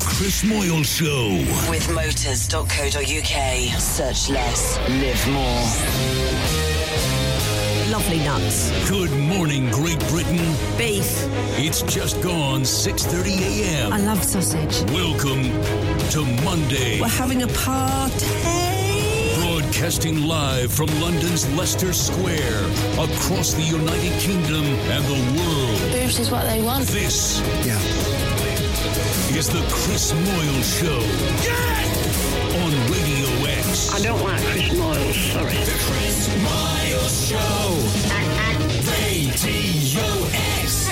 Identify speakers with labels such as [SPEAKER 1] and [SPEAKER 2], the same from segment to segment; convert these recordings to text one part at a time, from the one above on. [SPEAKER 1] Chris Moyle Show.
[SPEAKER 2] With motors.co.uk. Search less, live more.
[SPEAKER 3] Lovely nuts.
[SPEAKER 1] Good morning, Great Britain.
[SPEAKER 3] Beef.
[SPEAKER 1] It's just gone 6:30 a.m.
[SPEAKER 3] I love sausage.
[SPEAKER 1] Welcome to Monday.
[SPEAKER 3] We're having a party.
[SPEAKER 1] Broadcasting live from London's Leicester Square, across the United Kingdom and the world.
[SPEAKER 4] Boobs is what they want.
[SPEAKER 1] This
[SPEAKER 5] yeah.
[SPEAKER 1] is the Chris Moyle Show. Yes! On Radio X.
[SPEAKER 6] I don't like Chris Moyle, sorry.
[SPEAKER 1] The Chris Moyle Show. Radio X.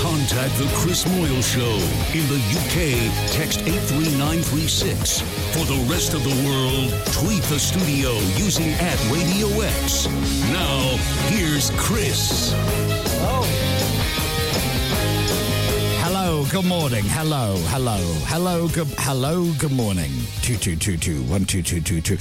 [SPEAKER 1] Contact The Chris Moyle Show. In the UK, text 83936. For the rest of the world, tweet the studio using at Radio X. Now, here's Chris.
[SPEAKER 7] Oh. Hello, good morning. Hello, hello, hello, good, hello, good morning. 2222, 1222.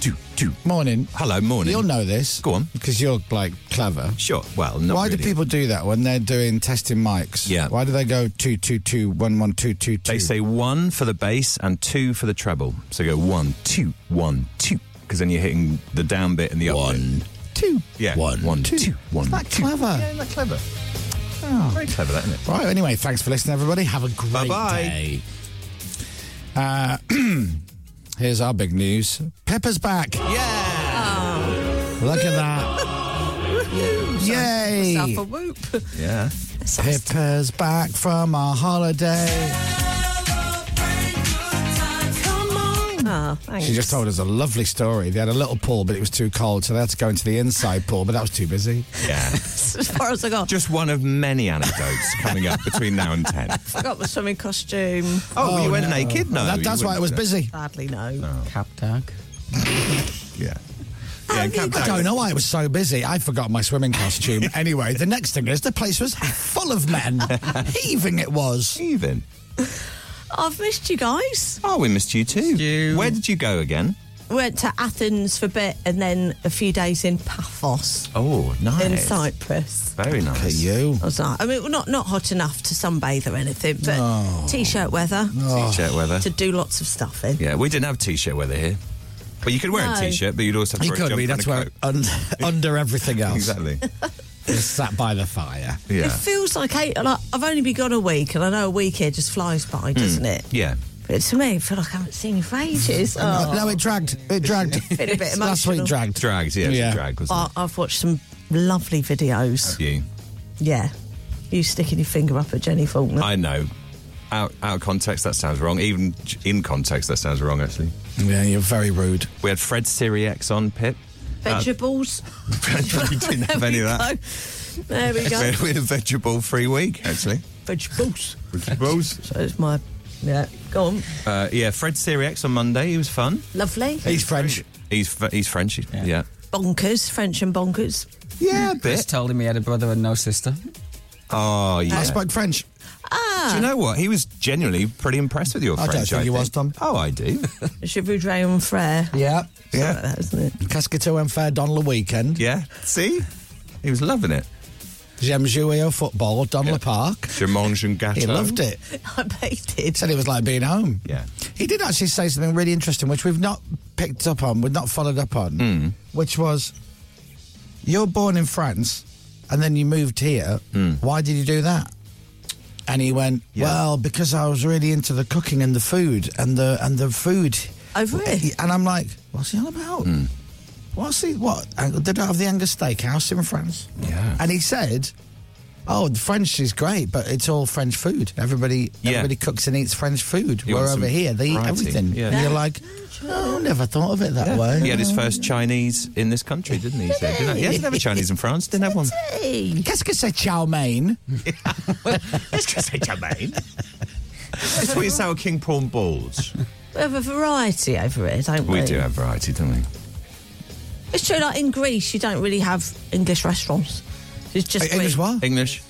[SPEAKER 7] Two, two. Morning.
[SPEAKER 8] Hello, morning.
[SPEAKER 7] You'll know this.
[SPEAKER 8] Go on.
[SPEAKER 7] Because you're like clever.
[SPEAKER 8] Sure. Well, not
[SPEAKER 7] Why
[SPEAKER 8] really.
[SPEAKER 7] do people do that when they're doing testing mics?
[SPEAKER 8] Yeah.
[SPEAKER 7] Why do they go two two two one one two two two?
[SPEAKER 8] They say one for the bass and two for the treble. So you go one, two, one, two. Because then you're hitting the down bit and the up
[SPEAKER 7] One,
[SPEAKER 8] bit.
[SPEAKER 7] two.
[SPEAKER 8] Yeah.
[SPEAKER 7] One,
[SPEAKER 8] one,
[SPEAKER 7] two.
[SPEAKER 8] two, one,
[SPEAKER 7] Is that
[SPEAKER 8] two.
[SPEAKER 7] clever?
[SPEAKER 8] Yeah, isn't that clever?
[SPEAKER 7] Oh.
[SPEAKER 8] Very clever, that, isn't it?
[SPEAKER 7] Right. Anyway, thanks for listening, everybody. Have a great
[SPEAKER 8] Bye-bye.
[SPEAKER 7] day. Uh, here's our big news. Pepper's back.
[SPEAKER 8] Yeah.
[SPEAKER 7] Look at that. Yay.
[SPEAKER 3] Alpha whoop.
[SPEAKER 8] Yeah.
[SPEAKER 7] Pippa's back from our holiday.
[SPEAKER 3] Ah, thanks.
[SPEAKER 7] She just told us a lovely story. They had a little pool, but it was too cold, so they had to go into the inside pool, but that was too busy.
[SPEAKER 8] Yeah.
[SPEAKER 3] as far as I got.
[SPEAKER 8] Just one of many anecdotes coming up between now and 10.
[SPEAKER 3] I got my swimming costume.
[SPEAKER 8] Oh, you went naked? No.
[SPEAKER 7] That-
[SPEAKER 8] you
[SPEAKER 7] that's why it was
[SPEAKER 8] wouldn't. uh,
[SPEAKER 7] busy.
[SPEAKER 3] Sadly, no.
[SPEAKER 9] Cap tag.
[SPEAKER 8] Yeah. Yeah, can't
[SPEAKER 7] I Oh, don't know why it was so busy. I forgot my swimming costume. anyway, the next thing is the place was full of men. Heaving it was.
[SPEAKER 8] Even.
[SPEAKER 3] I've missed you guys.
[SPEAKER 8] Oh, we missed you too.
[SPEAKER 9] you.
[SPEAKER 8] Where did you go again?
[SPEAKER 3] Went to Athens for a bit and then a few days in Paphos
[SPEAKER 8] Oh, nice.
[SPEAKER 3] in Cyprus.
[SPEAKER 8] Very nice.
[SPEAKER 7] At you.
[SPEAKER 3] I was like, I mean, not not hot enough to sunbathe or anything, but t-shirt weather
[SPEAKER 8] T-shirt weather.
[SPEAKER 3] to do lots of stuff in.
[SPEAKER 8] Yeah, we didn't have t-shirt weather here. But you could wear
[SPEAKER 3] No.
[SPEAKER 8] a t-shirt, but you'd also have to
[SPEAKER 7] You
[SPEAKER 8] wear a
[SPEAKER 7] could
[SPEAKER 8] jumper
[SPEAKER 7] be.
[SPEAKER 8] and
[SPEAKER 7] That's
[SPEAKER 8] a
[SPEAKER 7] where
[SPEAKER 8] coat.
[SPEAKER 7] un- under everything else.
[SPEAKER 8] Exactly.
[SPEAKER 7] Just sat by the fire.
[SPEAKER 3] It
[SPEAKER 8] Yeah.
[SPEAKER 3] feels like, eight, like I've only been gone a week, and I know a week here just flies by, doesn't it?
[SPEAKER 8] Yeah.
[SPEAKER 3] But to me, I feel like I haven't seen you for ages.
[SPEAKER 7] No,
[SPEAKER 3] Oh.
[SPEAKER 7] no, it dragged. It dragged.
[SPEAKER 3] Been a bit
[SPEAKER 7] Last week
[SPEAKER 3] emotional.
[SPEAKER 7] dragged.
[SPEAKER 8] Drags, yeah.
[SPEAKER 7] Yeah.
[SPEAKER 8] yeah. Drag, wasn't
[SPEAKER 3] I- I've watched some lovely videos.
[SPEAKER 8] it? You.
[SPEAKER 3] Yeah. You sticking your finger up at Jenny Faulkner.
[SPEAKER 8] I know. Out, out of context, that sounds wrong. Even in context, that sounds wrong, actually.
[SPEAKER 7] Yeah, you're very rude.
[SPEAKER 8] We had Fred Siriex on, Pip.
[SPEAKER 3] Vegetables.
[SPEAKER 8] we didn't have any of that.
[SPEAKER 3] Go. There we
[SPEAKER 8] We
[SPEAKER 3] go.
[SPEAKER 8] had, we had a vegetable-free week, actually.
[SPEAKER 3] Vegetables.
[SPEAKER 8] Vegetables.
[SPEAKER 3] So it's my. Yeah. Go on.
[SPEAKER 8] uh, yeah, Fred Siriex on Monday. He was fun.
[SPEAKER 3] Lovely.
[SPEAKER 7] He's French.
[SPEAKER 8] He's f- he's French. he's- Yeah. Yeah,
[SPEAKER 3] Bonkers. French and bonkers.
[SPEAKER 8] a
[SPEAKER 9] Chris
[SPEAKER 8] bit.
[SPEAKER 9] told him he had a brother and no sister.
[SPEAKER 8] Oh, yeah.
[SPEAKER 7] I spoke French.
[SPEAKER 8] Do you know what? He was genuinely pretty impressed with your
[SPEAKER 7] I don't
[SPEAKER 8] French.
[SPEAKER 7] think he was, Tom.
[SPEAKER 8] Oh, I do.
[SPEAKER 3] Je voudrais un frère.
[SPEAKER 7] Yeah.
[SPEAKER 3] Something Like that, isn't it?
[SPEAKER 7] Cascato and Fair Donnell weekend.
[SPEAKER 8] yeah. See, he was loving it.
[SPEAKER 7] J'aime jouer au football, Donler Park.
[SPEAKER 8] Je mange un gâteau.
[SPEAKER 7] He loved it.
[SPEAKER 3] I bet he did.
[SPEAKER 7] Said it was like being home.
[SPEAKER 8] Yeah.
[SPEAKER 7] He did actually say something really interesting, which we've not picked up on, we've not followed up on,
[SPEAKER 8] Hmm.
[SPEAKER 7] which was you're born in France and then you moved here. Why did you do that? And he went,
[SPEAKER 8] Hmm. Yeah.
[SPEAKER 7] Well, because I was really into the cooking and the food and the and the food. Eh,
[SPEAKER 3] Oh, really?
[SPEAKER 7] And I'm like, what's he on about?
[SPEAKER 8] Hmm.
[SPEAKER 7] What's he what? Ang- They don't have the Angus Steakhouse in France.
[SPEAKER 8] Yeah.
[SPEAKER 7] And he said, "Oh, the French is great, but it's all French food. Everybody,
[SPEAKER 8] Yeah.
[SPEAKER 7] everybody cooks and eats French food.
[SPEAKER 8] You
[SPEAKER 7] We're
[SPEAKER 8] want
[SPEAKER 7] over
[SPEAKER 8] some
[SPEAKER 7] here, they eat
[SPEAKER 8] variety.
[SPEAKER 7] everything.
[SPEAKER 8] Yeah.
[SPEAKER 7] And you're like, oh, never thought of it that way.
[SPEAKER 8] He had his first Chinese in this country, didn't he? He said, didn't he? Yeah, he didn't have a Chinese in France. Didn't have one.
[SPEAKER 3] Hey.
[SPEAKER 7] Qu'est-ce que c'est chow mein?
[SPEAKER 8] Let's just say Charmaine. That's what you sour king prawn balls.
[SPEAKER 3] We have a variety over here, don't we?
[SPEAKER 8] We do have variety, don't we?
[SPEAKER 3] It's true, like in Greece, you don't really have English restaurants. It's just
[SPEAKER 7] Hey, English
[SPEAKER 3] Greek
[SPEAKER 7] what?
[SPEAKER 8] English.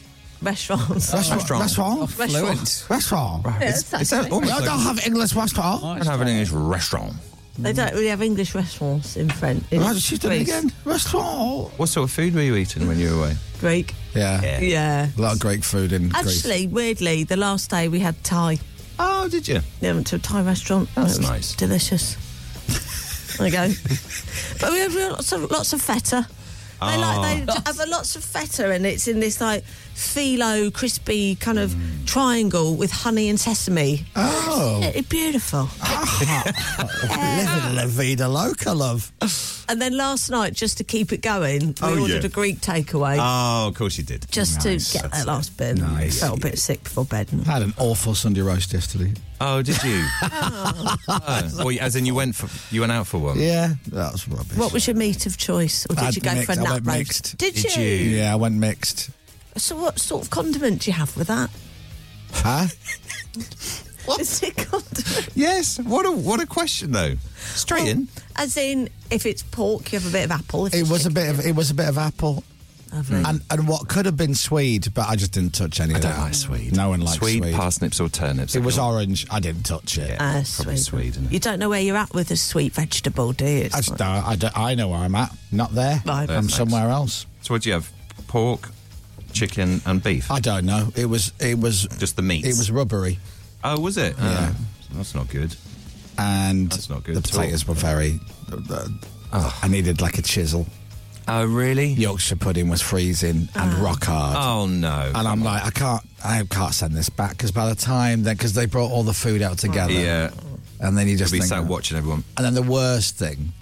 [SPEAKER 3] restaurants.
[SPEAKER 8] Restaurant.
[SPEAKER 7] Restaurant.
[SPEAKER 9] Fluent.
[SPEAKER 7] Restaurant.
[SPEAKER 3] Yes,
[SPEAKER 8] It sounds
[SPEAKER 3] actually.
[SPEAKER 8] almost
[SPEAKER 7] I
[SPEAKER 8] like
[SPEAKER 7] don't have English restaurant.
[SPEAKER 8] I don't have an English restaurant.
[SPEAKER 3] They don't really have English restaurants in French. in
[SPEAKER 7] Right, she's done it
[SPEAKER 3] Greece.
[SPEAKER 7] again. Restaurant.
[SPEAKER 8] What sort of food were you eating when you were away?
[SPEAKER 3] Greek.
[SPEAKER 7] Yeah.
[SPEAKER 3] Yeah.
[SPEAKER 7] A lot of great food in Greece.
[SPEAKER 3] Actually, weirdly, the last day we had Thai.
[SPEAKER 8] Oh, did you?
[SPEAKER 3] They went to a Thai restaurant.
[SPEAKER 8] That's
[SPEAKER 3] It was
[SPEAKER 8] nice.
[SPEAKER 3] Delicious. there you go. but we have lots of lots of feta. They like
[SPEAKER 8] Ah.
[SPEAKER 3] they have a lots of feta and it's in this like phyllo crispy kind of
[SPEAKER 8] Mm.
[SPEAKER 3] triangle with honey and sesame.
[SPEAKER 7] Oh.
[SPEAKER 3] It's beautiful. uh,
[SPEAKER 7] Living la vida loca, love.
[SPEAKER 3] And then last night, just to keep it going, we
[SPEAKER 8] Oh,
[SPEAKER 3] ordered
[SPEAKER 8] yeah.
[SPEAKER 3] a Greek takeaway
[SPEAKER 8] Oh, of course you did. Nice.
[SPEAKER 3] just to get
[SPEAKER 8] That's
[SPEAKER 3] that
[SPEAKER 8] it.
[SPEAKER 3] last bit.
[SPEAKER 8] Nice.
[SPEAKER 3] Felt a bit sick before bed.
[SPEAKER 7] I had an awful Sunday roast yesterday.
[SPEAKER 8] Oh, did you? oh. Well, as in you went for you went out for one.
[SPEAKER 7] Yeah, that was rubbish.
[SPEAKER 3] What was your meat of choice, or did
[SPEAKER 7] I'd
[SPEAKER 3] you go for a
[SPEAKER 7] mixed- I
[SPEAKER 3] nut
[SPEAKER 7] went
[SPEAKER 3] roast?
[SPEAKER 7] mixed.
[SPEAKER 3] Did,
[SPEAKER 8] Did
[SPEAKER 3] you?
[SPEAKER 8] you?
[SPEAKER 7] Yeah, I went mixed.
[SPEAKER 3] So, what sort of condiment do you have with that?
[SPEAKER 7] Huh?
[SPEAKER 3] What is it condiment?
[SPEAKER 8] Yes. What a what a question though. Straight in.
[SPEAKER 3] As in, if it's pork, you have a bit of apple. If
[SPEAKER 7] It
[SPEAKER 3] it's
[SPEAKER 7] was a
[SPEAKER 3] chicken,
[SPEAKER 7] bit of it was a bit of apple.
[SPEAKER 3] Lovely.
[SPEAKER 7] And and what could have been Swede, but I just didn't touch any
[SPEAKER 8] I
[SPEAKER 7] of
[SPEAKER 8] don't
[SPEAKER 7] that.
[SPEAKER 8] like Swede.
[SPEAKER 7] No one likes Swede.
[SPEAKER 8] Swede, parsnips or turnips.
[SPEAKER 7] It was orange. I didn't touch it.
[SPEAKER 8] Yeah.
[SPEAKER 3] Ah,
[SPEAKER 8] probably sweet, isn't it?
[SPEAKER 3] You don't know where you're at with a sweet vegetable, do you? It's
[SPEAKER 7] I, just,
[SPEAKER 3] like-
[SPEAKER 7] no, I, don't- I know where I'm at. Not there.
[SPEAKER 3] Right.
[SPEAKER 7] I'm
[SPEAKER 8] Perfect.
[SPEAKER 7] somewhere else.
[SPEAKER 8] So what do you have? Pork, chicken, and beef.
[SPEAKER 7] I don't know. It was it was
[SPEAKER 8] Just the meats.
[SPEAKER 7] it was rubbery,
[SPEAKER 8] Oh, was it?
[SPEAKER 7] Yeah.
[SPEAKER 8] Oh, that's not good.
[SPEAKER 7] and
[SPEAKER 8] That's not good
[SPEAKER 7] the
[SPEAKER 8] at all.
[SPEAKER 7] potatoes were very. uh, I needed like a chisel.
[SPEAKER 8] Oh, really?
[SPEAKER 7] Yorkshire pudding was freezing and rock hard.
[SPEAKER 8] Oh no.
[SPEAKER 7] And I'm like, I can't, I can't send this back because by the time then, because they brought all the food out together,
[SPEAKER 8] yeah.
[SPEAKER 7] and then you just
[SPEAKER 8] Be
[SPEAKER 7] think,
[SPEAKER 8] sat watching everyone.
[SPEAKER 7] And then the worst thing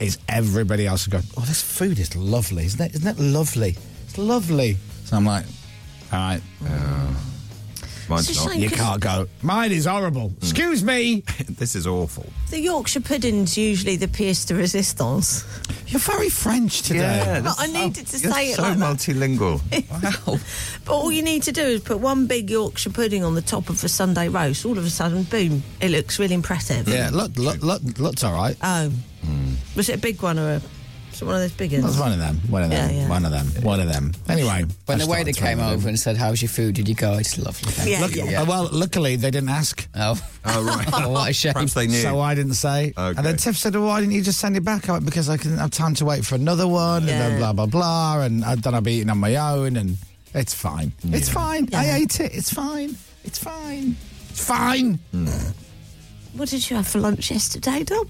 [SPEAKER 7] is everybody else is going, oh, this food is lovely, isn't it? Isn't it lovely? It's lovely. So I'm like, all right,
[SPEAKER 8] Mine's
[SPEAKER 3] It's a
[SPEAKER 8] not.
[SPEAKER 3] shame.
[SPEAKER 7] you
[SPEAKER 3] Because-
[SPEAKER 7] can't go. Mine is horrible.
[SPEAKER 8] Mm.
[SPEAKER 7] Excuse me.
[SPEAKER 8] This is awful.
[SPEAKER 3] the Yorkshire pudding's usually the pièce de résistance.
[SPEAKER 7] You're very French today.
[SPEAKER 3] Well, I needed to
[SPEAKER 8] You're
[SPEAKER 3] say it
[SPEAKER 8] so
[SPEAKER 3] like that.
[SPEAKER 8] multilingual. wow.
[SPEAKER 3] But all you need to do is put one big Yorkshire pudding on the top of a Sunday roast. All of a sudden, boom! It looks really impressive.
[SPEAKER 7] Yeah, look, look, look, looks all right.
[SPEAKER 9] Ah.
[SPEAKER 3] Oh, was it a big one or a? Was it one of those big
[SPEAKER 7] That's
[SPEAKER 3] ones?
[SPEAKER 7] one of them. One of them.
[SPEAKER 3] Yeah, yeah.
[SPEAKER 7] One of them. One of them. Anyway,
[SPEAKER 9] When
[SPEAKER 7] I
[SPEAKER 9] the waiter
[SPEAKER 7] started
[SPEAKER 9] came
[SPEAKER 7] throwing them.
[SPEAKER 9] over and said, "How's your food?" Did you go? It's lovely. Thank
[SPEAKER 3] Yeah,
[SPEAKER 9] you."
[SPEAKER 7] Look,
[SPEAKER 3] yeah.
[SPEAKER 7] uh, well, luckily they didn't ask.
[SPEAKER 9] Oh,
[SPEAKER 8] Oh
[SPEAKER 9] oh,
[SPEAKER 8] right.
[SPEAKER 9] what a shame.
[SPEAKER 8] Perhaps they knew.
[SPEAKER 9] uh,
[SPEAKER 7] So I didn't say.
[SPEAKER 8] Okay.
[SPEAKER 7] And then Tiff said, well, why didn't you just send it back? I went, because I couldn't have time to wait for another one and
[SPEAKER 3] Yeah.
[SPEAKER 7] then blah, blah, blah. And I- then I'll be eating on my own and it's fine. It's fine. I ate it. It's fine. It's fine. It's fine.
[SPEAKER 3] What did you have for lunch yesterday, Dom?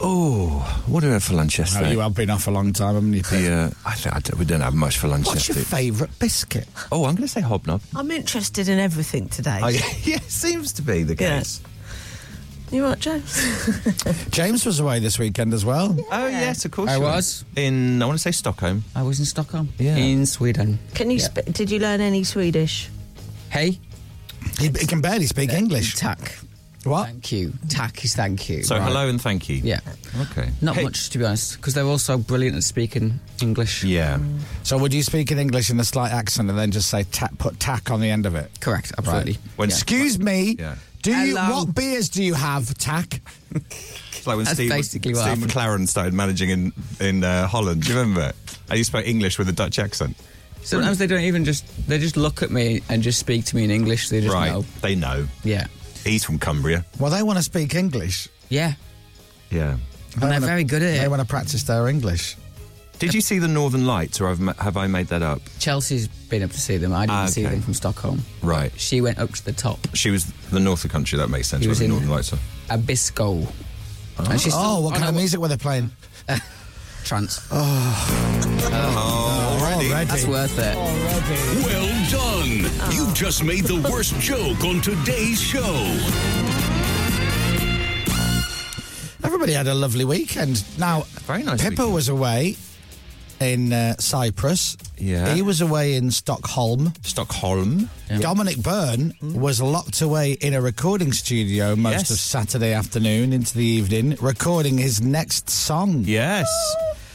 [SPEAKER 8] oh, what do I have for lunch
[SPEAKER 7] Oh,
[SPEAKER 8] yesterday?
[SPEAKER 7] you have been off a long time, haven't you? Tiff?
[SPEAKER 8] Yeah, I, th- I d- we don't have much for lunch
[SPEAKER 7] What's your
[SPEAKER 8] yesterday.
[SPEAKER 7] favourite biscuit?
[SPEAKER 8] oh, I'm going to say hobnob.
[SPEAKER 3] I'm interested in everything today.
[SPEAKER 9] Oh,
[SPEAKER 8] I, Oh, yeah, seems to be the
[SPEAKER 3] Yeah.
[SPEAKER 8] case.
[SPEAKER 3] You right, James?
[SPEAKER 7] James was away this weekend as well.
[SPEAKER 8] Oh yes, of course.
[SPEAKER 9] I
[SPEAKER 8] you are.
[SPEAKER 9] was.
[SPEAKER 8] in. I want to say Stockholm.
[SPEAKER 9] I was in Stockholm.
[SPEAKER 8] Yeah.
[SPEAKER 9] In Sweden.
[SPEAKER 3] Can you?
[SPEAKER 9] Yeah.
[SPEAKER 3] Sp- did you learn any Swedish?
[SPEAKER 9] Hey.
[SPEAKER 7] He, he can barely speak English.
[SPEAKER 9] Tack.
[SPEAKER 7] What?
[SPEAKER 9] Thank you. Tack is thank you.
[SPEAKER 8] So
[SPEAKER 9] Right.
[SPEAKER 8] hello and thank you.
[SPEAKER 9] Yeah.
[SPEAKER 8] Okay.
[SPEAKER 9] Not
[SPEAKER 8] Hey.
[SPEAKER 9] much to be honest, because they're all so brilliant at speaking English.
[SPEAKER 8] Yeah.
[SPEAKER 7] So would you speak in English in a slight accent and then just say ta- put tack on the end of it?
[SPEAKER 9] Correct. Absolutely.
[SPEAKER 8] When
[SPEAKER 9] Yeah.
[SPEAKER 7] Excuse me.
[SPEAKER 8] Yeah.
[SPEAKER 7] Do you
[SPEAKER 9] Hello.
[SPEAKER 7] what beers do you have, Tack?
[SPEAKER 8] It's like when
[SPEAKER 9] That's
[SPEAKER 8] Steve,
[SPEAKER 9] basically what
[SPEAKER 8] Steve
[SPEAKER 9] happened.
[SPEAKER 8] McLaren started managing in in uh, Holland. Do you remember? And he spoke English with a Dutch accent.
[SPEAKER 9] Sometimes they don't even just they just look at me and just speak to me in English. They just
[SPEAKER 8] right.
[SPEAKER 9] know.
[SPEAKER 8] They know.
[SPEAKER 9] Yeah.
[SPEAKER 8] He's from Cumbria.
[SPEAKER 7] Well, they want to speak English.
[SPEAKER 9] Yeah.
[SPEAKER 8] Yeah.
[SPEAKER 9] And Oh, they're
[SPEAKER 7] wanna-
[SPEAKER 9] very good at
[SPEAKER 7] They
[SPEAKER 9] it.
[SPEAKER 7] want to practice their English.
[SPEAKER 8] Did you see the Northern Lights, or have, ma- have I made that up?
[SPEAKER 9] Chelsea's been up to see them. I didn't
[SPEAKER 8] Ah,
[SPEAKER 9] see
[SPEAKER 8] okay.
[SPEAKER 9] them from Stockholm.
[SPEAKER 8] Right.
[SPEAKER 9] She went up to the top,
[SPEAKER 8] She was the north of the country. That makes sense.
[SPEAKER 9] She
[SPEAKER 8] where
[SPEAKER 9] was
[SPEAKER 8] the
[SPEAKER 9] in-
[SPEAKER 8] Northern Lights. Are.
[SPEAKER 9] Abysko. And she's
[SPEAKER 7] Oh, what kind of music were they playing?
[SPEAKER 9] Trance.
[SPEAKER 7] Already.
[SPEAKER 9] That's worth it.
[SPEAKER 1] Well done. You've just made the worst joke on today's show.
[SPEAKER 7] Everybody had a lovely weekend. Now,
[SPEAKER 8] Very nice
[SPEAKER 7] Pippa
[SPEAKER 8] weekend.
[SPEAKER 7] was away in uh, Cyprus.
[SPEAKER 8] Yeah.
[SPEAKER 7] He was away in Stockholm.
[SPEAKER 8] Stockholm.
[SPEAKER 7] Dominic Byrne
[SPEAKER 9] Hmm?
[SPEAKER 7] was locked away in a recording studio most
[SPEAKER 8] Yes.
[SPEAKER 7] of Saturday afternoon into the evening, recording his next song.
[SPEAKER 8] Yes.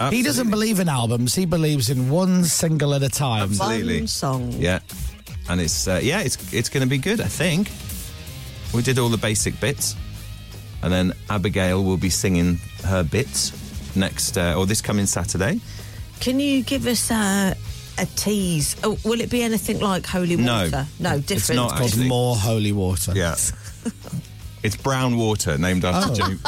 [SPEAKER 7] He doesn't
[SPEAKER 8] Absolutely.
[SPEAKER 7] believe in albums. He believes in one single at a time.
[SPEAKER 8] Absolutely.
[SPEAKER 3] One song.
[SPEAKER 8] Yeah. And it's uh, yeah, it's it's going to be good. I think we did all the basic bits, and then Abigail will be singing her bits next uh, or this coming Saturday.
[SPEAKER 3] Can you give us uh, a tease? Oh, will it be anything like holy
[SPEAKER 8] No.
[SPEAKER 3] water? No, different.
[SPEAKER 8] not
[SPEAKER 7] Called
[SPEAKER 8] Actually-
[SPEAKER 7] More Holy Water.
[SPEAKER 8] it's brown water named after James,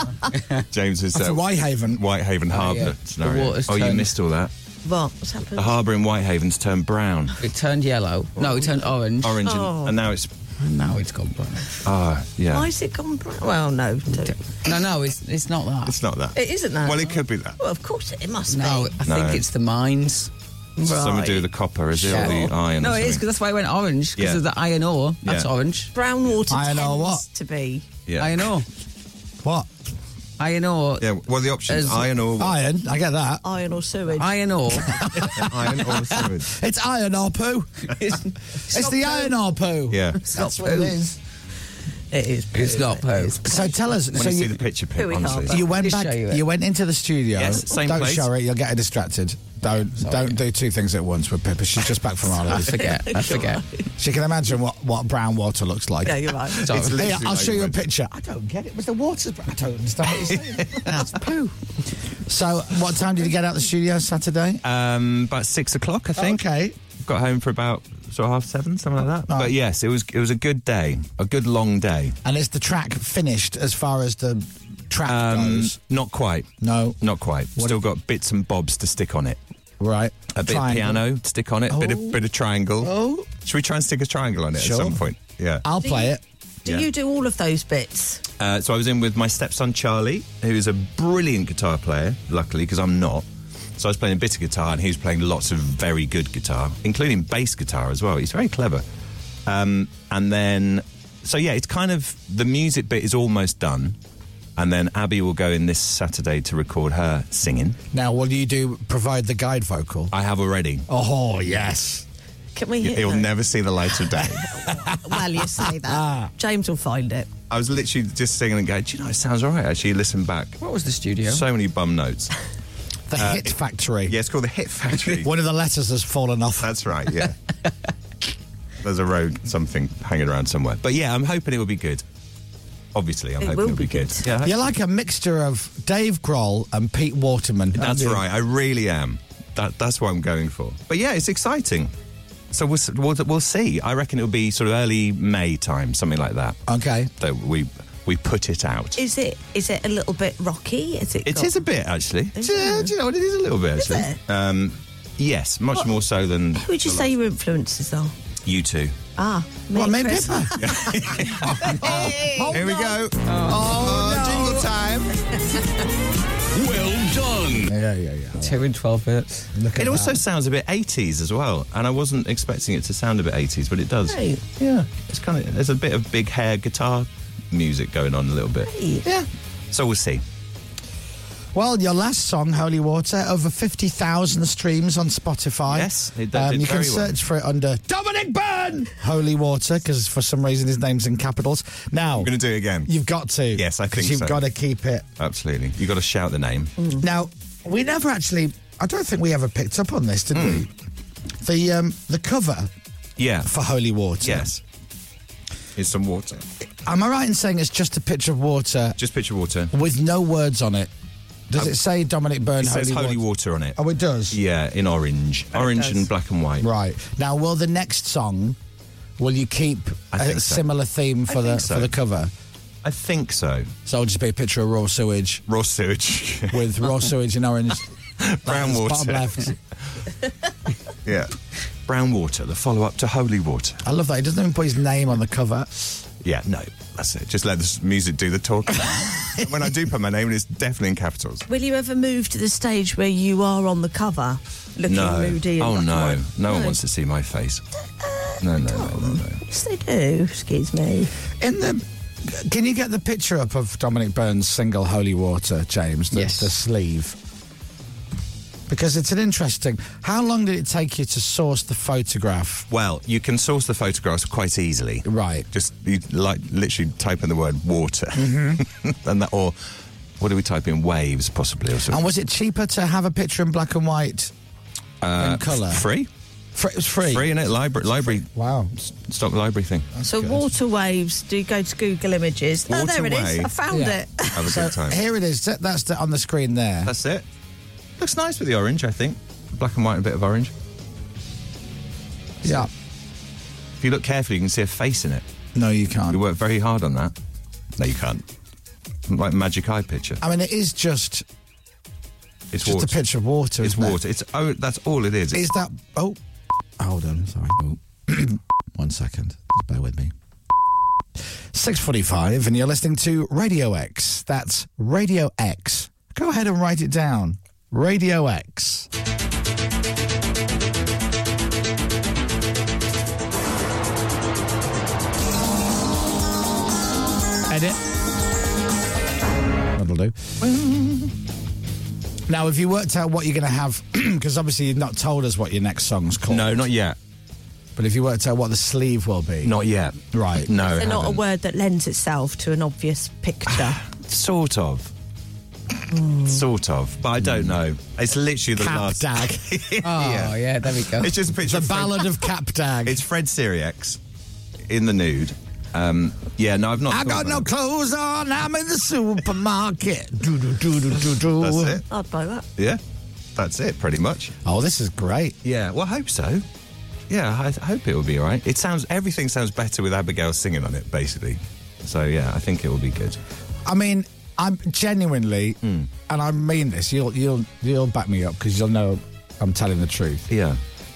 [SPEAKER 8] James's
[SPEAKER 7] After Whitehaven.
[SPEAKER 8] Whitehaven Harbour
[SPEAKER 9] yeah. The
[SPEAKER 8] scenario.
[SPEAKER 9] water's
[SPEAKER 8] Oh, you
[SPEAKER 9] turned-
[SPEAKER 8] missed all that.
[SPEAKER 3] What? What's
[SPEAKER 8] Oh,
[SPEAKER 3] happened?
[SPEAKER 8] The harbour in Whitehaven's turned brown,
[SPEAKER 9] It turned yellow. No, it turned orange.
[SPEAKER 8] orange,
[SPEAKER 3] Oh.
[SPEAKER 8] and, and now it's
[SPEAKER 9] And now it's gone brown.
[SPEAKER 8] Ah, yeah.
[SPEAKER 3] Why is it gone brown? Well, no. don't-
[SPEAKER 9] No, no, it's it's not that.
[SPEAKER 8] It's not that.
[SPEAKER 3] It isn't that.
[SPEAKER 8] Well, it could be that.
[SPEAKER 3] Well, of course it, it must
[SPEAKER 9] no, I
[SPEAKER 8] No.
[SPEAKER 9] think it's the mines.
[SPEAKER 3] be.
[SPEAKER 8] So Something to do
[SPEAKER 3] Right.
[SPEAKER 8] with the copper, is it?
[SPEAKER 9] Yeah.
[SPEAKER 8] Or the iron?
[SPEAKER 9] No,
[SPEAKER 8] or
[SPEAKER 9] it is
[SPEAKER 8] something?
[SPEAKER 9] because that's why it went orange because
[SPEAKER 8] Yeah.
[SPEAKER 9] of the iron ore. That's
[SPEAKER 8] Yeah.
[SPEAKER 9] orange.
[SPEAKER 3] Brown water
[SPEAKER 7] I
[SPEAKER 3] tends
[SPEAKER 7] know what.
[SPEAKER 3] to be.
[SPEAKER 8] Yeah.
[SPEAKER 9] Iron ore.
[SPEAKER 7] What?
[SPEAKER 9] Iron ore.
[SPEAKER 8] Yeah, what are the options?
[SPEAKER 9] As-
[SPEAKER 8] Iron or what?
[SPEAKER 7] Iron? I get that.
[SPEAKER 3] Iron or sewage.
[SPEAKER 9] Iron ore.
[SPEAKER 8] iron or sewage?
[SPEAKER 7] It's iron or poo.
[SPEAKER 9] it's,
[SPEAKER 7] It's the iron or poo.
[SPEAKER 8] Yeah.
[SPEAKER 7] That's what it is.
[SPEAKER 3] it is.
[SPEAKER 9] it's not poo.
[SPEAKER 7] So tell us.
[SPEAKER 8] When
[SPEAKER 7] so
[SPEAKER 8] you see
[SPEAKER 7] you,
[SPEAKER 8] the picture, Pip,
[SPEAKER 3] we
[SPEAKER 8] honestly.
[SPEAKER 3] are.
[SPEAKER 7] you went
[SPEAKER 9] Just
[SPEAKER 7] back.
[SPEAKER 9] show you
[SPEAKER 7] You,
[SPEAKER 9] it.
[SPEAKER 7] went into the studio.
[SPEAKER 8] Yes, same
[SPEAKER 7] don't
[SPEAKER 8] place.
[SPEAKER 7] show it. You'll get distracted. Don't don't do two things at once with Pippa. She's just back from
[SPEAKER 9] I
[SPEAKER 7] holiday.
[SPEAKER 9] forget. I forget.
[SPEAKER 7] she can imagine what, what brown water looks like.
[SPEAKER 3] Yeah, you're right.
[SPEAKER 9] Sorry.
[SPEAKER 8] It's
[SPEAKER 7] Hey,
[SPEAKER 8] literally
[SPEAKER 7] I'll
[SPEAKER 8] like
[SPEAKER 7] show
[SPEAKER 8] you
[SPEAKER 7] you a
[SPEAKER 8] went-
[SPEAKER 7] picture. I don't get it. But the water's. I don't understand what you're saying.
[SPEAKER 9] That's poo.
[SPEAKER 7] so, what time did you get out of the studio Saturday?
[SPEAKER 8] Um, about six o'clock, I think.
[SPEAKER 7] Okay.
[SPEAKER 8] Got home for about sort of half seven, something like that.
[SPEAKER 7] Oh.
[SPEAKER 8] But yes, it was it was a good day, a good long day.
[SPEAKER 7] And is the track finished as far as the track
[SPEAKER 8] Um,
[SPEAKER 7] goes?
[SPEAKER 8] not quite,
[SPEAKER 7] No.
[SPEAKER 8] not quite. Still got bits and bobs to stick on it.
[SPEAKER 7] Right.
[SPEAKER 8] A bit
[SPEAKER 7] Triangle.
[SPEAKER 8] of piano to stick on it. Bit of bit of triangle.
[SPEAKER 7] Oh.
[SPEAKER 8] Should we try and stick a triangle on it
[SPEAKER 7] Sure.
[SPEAKER 8] at some point? Yeah.
[SPEAKER 7] I'll play it.
[SPEAKER 3] Do
[SPEAKER 8] Yeah.
[SPEAKER 3] you do all of those bits?
[SPEAKER 8] Uh, so I was in with my stepson Charlie, who is a brilliant guitar player, luckily, because I'm not. So I was playing a bit of guitar, and he was playing lots of very good guitar, including bass guitar as well. He's very clever. Um, and then, so yeah, it's kind of the music bit is almost done. And then Abby will go in this Saturday to record her singing.
[SPEAKER 7] Now, will you do provide the guide vocal?
[SPEAKER 8] I have already.
[SPEAKER 7] Oh yes.
[SPEAKER 3] Can we hear
[SPEAKER 8] He'll
[SPEAKER 3] those?
[SPEAKER 8] never see the light of day.
[SPEAKER 3] Well, you say that. James will find it.
[SPEAKER 8] I was literally just singing and going, Do you know, it sounds all right. Actually, listen back.
[SPEAKER 9] What was the studio?
[SPEAKER 8] So many bum notes.
[SPEAKER 7] The Hit Factory.
[SPEAKER 8] Yeah, it's called the Hit Factory.
[SPEAKER 7] One of the letters has fallen off.
[SPEAKER 8] That's right, yeah. There's a road, something hanging around somewhere. But yeah, I'm hoping it will be good. Obviously, I'm
[SPEAKER 3] It
[SPEAKER 8] hoping
[SPEAKER 3] will
[SPEAKER 8] it'll be
[SPEAKER 3] be
[SPEAKER 8] good.
[SPEAKER 3] good.
[SPEAKER 8] Yeah, I hope-
[SPEAKER 7] You're like a mixture of Dave Grohl and Pete Waterman.
[SPEAKER 8] that's
[SPEAKER 7] aren't you?
[SPEAKER 8] right. I really am. That, that's what I'm going for. But yeah, it's exciting. So we'll, s- we'll, we'll see. I reckon it'll be sort of early May time, something like that.
[SPEAKER 7] Okay.
[SPEAKER 8] That we we put it out.
[SPEAKER 3] Is it? Is it a little bit rocky? Is it?
[SPEAKER 8] It
[SPEAKER 3] got-
[SPEAKER 8] is a bit actually.
[SPEAKER 3] Is
[SPEAKER 8] Yeah,
[SPEAKER 3] it?
[SPEAKER 8] do you know what? It is a little bit actually.
[SPEAKER 3] it?
[SPEAKER 8] Um, yes, much
[SPEAKER 3] What-
[SPEAKER 8] more so than
[SPEAKER 3] Who would you say your influences are?
[SPEAKER 8] you two.
[SPEAKER 3] Ah, me
[SPEAKER 7] What,
[SPEAKER 3] and
[SPEAKER 7] me and
[SPEAKER 3] Chris.
[SPEAKER 7] Pippa?
[SPEAKER 8] Here we go. Oh, jingle time.
[SPEAKER 1] Well done.
[SPEAKER 7] Yeah, yeah, yeah.
[SPEAKER 9] Two in 12 minutes.
[SPEAKER 7] Look at
[SPEAKER 8] It also
[SPEAKER 7] that.
[SPEAKER 8] sounds a bit 80s as well, and I wasn't expecting it to sound a bit 80s, but it does.
[SPEAKER 3] Right.
[SPEAKER 8] Yeah, it's kind of there's a bit of big hair guitar music going on a little bit. Yeah, so we'll see.
[SPEAKER 7] Well, your last song, Holy Water, over 50,000 streams on Spotify. Um,
[SPEAKER 8] Yes, it did- did
[SPEAKER 7] You can
[SPEAKER 8] very well.
[SPEAKER 7] search for it under Dominic Byrne Holy Water because for some reason his name's in capitals. Now,
[SPEAKER 8] I'm going to do it again.
[SPEAKER 7] you've got to.
[SPEAKER 8] Yes, I
[SPEAKER 7] 'cause
[SPEAKER 8] think
[SPEAKER 7] You've
[SPEAKER 8] so.
[SPEAKER 7] got to keep it.
[SPEAKER 8] Absolutely, you got to shout the name.
[SPEAKER 7] Now, we never actually, I don't think we ever picked up on this, did
[SPEAKER 8] Hmm.
[SPEAKER 7] we? The, um, the cover
[SPEAKER 8] Yeah,
[SPEAKER 7] for Holy Water.
[SPEAKER 8] yes. Here's some water.
[SPEAKER 7] Am I right in saying it's just a picture of water
[SPEAKER 8] Just picture water.
[SPEAKER 7] with no words on it? Does it say Dominic Byrne
[SPEAKER 8] Um, It says holy
[SPEAKER 7] Water?
[SPEAKER 8] water on it.
[SPEAKER 7] Oh, it does.
[SPEAKER 8] Yeah, in orange, orange and black and white.
[SPEAKER 7] Right now, will the next song? Will you keep
[SPEAKER 8] I
[SPEAKER 7] a
[SPEAKER 8] think so.
[SPEAKER 7] similar theme for the
[SPEAKER 8] think so.
[SPEAKER 7] for the cover?
[SPEAKER 8] I think so.
[SPEAKER 7] So it'll just be a picture of raw sewage
[SPEAKER 8] Raw sewage,
[SPEAKER 7] with raw sewage and orange.
[SPEAKER 8] brown
[SPEAKER 7] That's
[SPEAKER 8] water.
[SPEAKER 7] bottom left.
[SPEAKER 8] Yeah, brown water. The follow-up to holy water.
[SPEAKER 7] I love that. He doesn't even put his name on the cover.
[SPEAKER 8] Yeah, no, that's it. Just let this music do the talking. when I do put my name, it's definitely in capitals.
[SPEAKER 3] Will you ever move to the stage where you are on the cover, looking moody? And
[SPEAKER 8] Oh,
[SPEAKER 3] black and
[SPEAKER 8] no.
[SPEAKER 3] white?
[SPEAKER 8] No one wants to see my face. No, no, no, no, no.
[SPEAKER 3] Yes, they do. Excuse me.
[SPEAKER 7] In the, can you get the picture up of Dominic Byrne's single "Holy Water"? James, the,
[SPEAKER 9] Yes.
[SPEAKER 7] the sleeve. Because it's an interesting. How long did it take you to source the photograph?
[SPEAKER 8] Well, you can source the photographs quite easily.
[SPEAKER 7] Right.
[SPEAKER 8] Just you like literally type in the word water, and that or what do we type in waves possibly or
[SPEAKER 7] And
[SPEAKER 8] something?
[SPEAKER 7] was it cheaper to have a picture in black and white
[SPEAKER 8] Uh,
[SPEAKER 7] than colour?
[SPEAKER 8] Free,
[SPEAKER 7] Fr- it was free.
[SPEAKER 8] free in it. Library, library,
[SPEAKER 7] Wow.
[SPEAKER 8] stock library thing.
[SPEAKER 3] So
[SPEAKER 7] good.
[SPEAKER 3] water waves. Do you go to Google Images? oh, there it is.
[SPEAKER 8] Waterway.
[SPEAKER 3] I found
[SPEAKER 7] Yeah.
[SPEAKER 3] it.
[SPEAKER 8] Have a
[SPEAKER 7] So
[SPEAKER 8] good time.
[SPEAKER 7] here it is. That- That's the, on the screen there.
[SPEAKER 8] That's it. Looks nice with the orange, I think. Black and white, and a bit of orange.
[SPEAKER 7] yeah.
[SPEAKER 8] If you look carefully, you can see a face in it.
[SPEAKER 7] No, you
[SPEAKER 8] We
[SPEAKER 7] can't.
[SPEAKER 8] worked very hard on that. No, you can't. Like magic eye picture.
[SPEAKER 7] I mean, it is just
[SPEAKER 8] It's
[SPEAKER 7] just
[SPEAKER 8] water.
[SPEAKER 7] a picture of water.
[SPEAKER 8] It's
[SPEAKER 7] isn't it?
[SPEAKER 8] water. It's oh, that's all it is.
[SPEAKER 7] Is that? Oh, hold on. Sorry. Oh. One second. Just bear with me. 6.45 and you're listening to Radio X. That's Radio X. Go ahead and write it down. Radio X.
[SPEAKER 4] Edit.
[SPEAKER 7] That'll do. Now, have you worked out what you're going to have? Because obviously you've not told us what your next song's called.
[SPEAKER 8] No, not yet.
[SPEAKER 7] But if you worked out what the sleeve will be?
[SPEAKER 8] Not yet.
[SPEAKER 7] Right.
[SPEAKER 8] No.
[SPEAKER 3] They're not a
[SPEAKER 8] haven't.
[SPEAKER 3] word that lends itself to an obvious picture.
[SPEAKER 8] Sort of.
[SPEAKER 7] Hmm.
[SPEAKER 8] Sort of, but I don't know. It's literally the
[SPEAKER 7] Cap
[SPEAKER 8] last.
[SPEAKER 7] Dag.
[SPEAKER 9] Oh, yeah. there we go.
[SPEAKER 8] It's just a picture.
[SPEAKER 7] the
[SPEAKER 8] of Fred-
[SPEAKER 7] Ballad of Cap Dag.
[SPEAKER 8] It's Fred Syriax in the nude. Um, yeah, no, I've not.
[SPEAKER 7] I
[SPEAKER 8] thought
[SPEAKER 7] got no
[SPEAKER 8] about
[SPEAKER 7] clothes on. I'm in the supermarket. do, do, do, do, do, do.
[SPEAKER 8] it. That's it.
[SPEAKER 3] I'd buy that.
[SPEAKER 8] Yeah, that's it, pretty much.
[SPEAKER 7] Oh, this is great.
[SPEAKER 8] Yeah, well, I hope so. Yeah, I, I hope it will be all right. It sounds everything sounds better with Abigail singing on it, basically. So yeah, I think it will be good.
[SPEAKER 7] I mean, I'm genuinely,
[SPEAKER 8] Hmm.
[SPEAKER 7] and I mean this. You'll you'll you'll back me up because you'll know I'm telling the truth.
[SPEAKER 8] Yeah,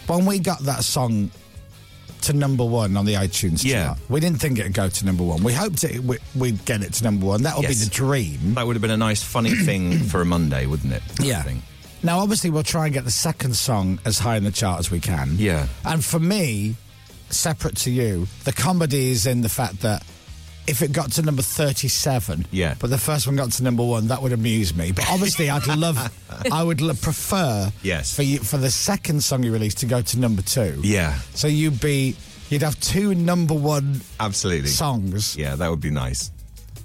[SPEAKER 7] When we got that song to number one on the iTunes
[SPEAKER 8] Yeah.
[SPEAKER 7] chart, we didn't think it'd go to number one. We hoped it we, we'd get it to number one. That would be
[SPEAKER 8] Yes.
[SPEAKER 7] the dream.
[SPEAKER 8] that would have been a nice, funny thing for a Monday, wouldn't it? I think.
[SPEAKER 7] Now, obviously, we'll try and get the second song as high in the chart as we can.
[SPEAKER 8] Yeah.
[SPEAKER 7] And for me, separate to you, the comedy is in the fact that if it got to number 37,
[SPEAKER 8] Yeah.
[SPEAKER 7] but the first one got to number one, that would amuse me. But obviously, I'd love, I would l- prefer
[SPEAKER 8] Yes.
[SPEAKER 7] for you, for the second song you released to go to number two.
[SPEAKER 8] Yeah,
[SPEAKER 7] So you'd be, you'd have two number one
[SPEAKER 8] absolutely.
[SPEAKER 7] songs
[SPEAKER 8] Yeah, that would be nice.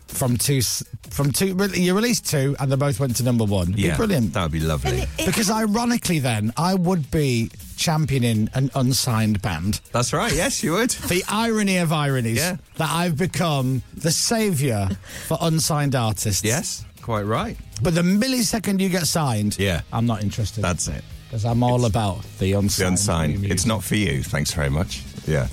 [SPEAKER 7] from two, s- from two, really, you released two and they both went to number one. It'd be
[SPEAKER 8] Yeah,
[SPEAKER 7] brilliant.
[SPEAKER 8] That would be lovely.
[SPEAKER 7] Because ironically, then I would be championing an unsigned band.
[SPEAKER 8] That's right. Yes, you would.
[SPEAKER 7] The irony of ironies
[SPEAKER 8] Yeah.
[SPEAKER 7] that I've become the saviour for unsigned artists.
[SPEAKER 8] Yes, quite right.
[SPEAKER 7] But the millisecond you get signed,
[SPEAKER 8] Yeah.
[SPEAKER 7] I'm not interested.
[SPEAKER 8] That's it.
[SPEAKER 7] Because I'm all about the
[SPEAKER 8] The
[SPEAKER 7] unsigned.
[SPEAKER 8] unsigned. It's not for you. Thanks very much. Yeah.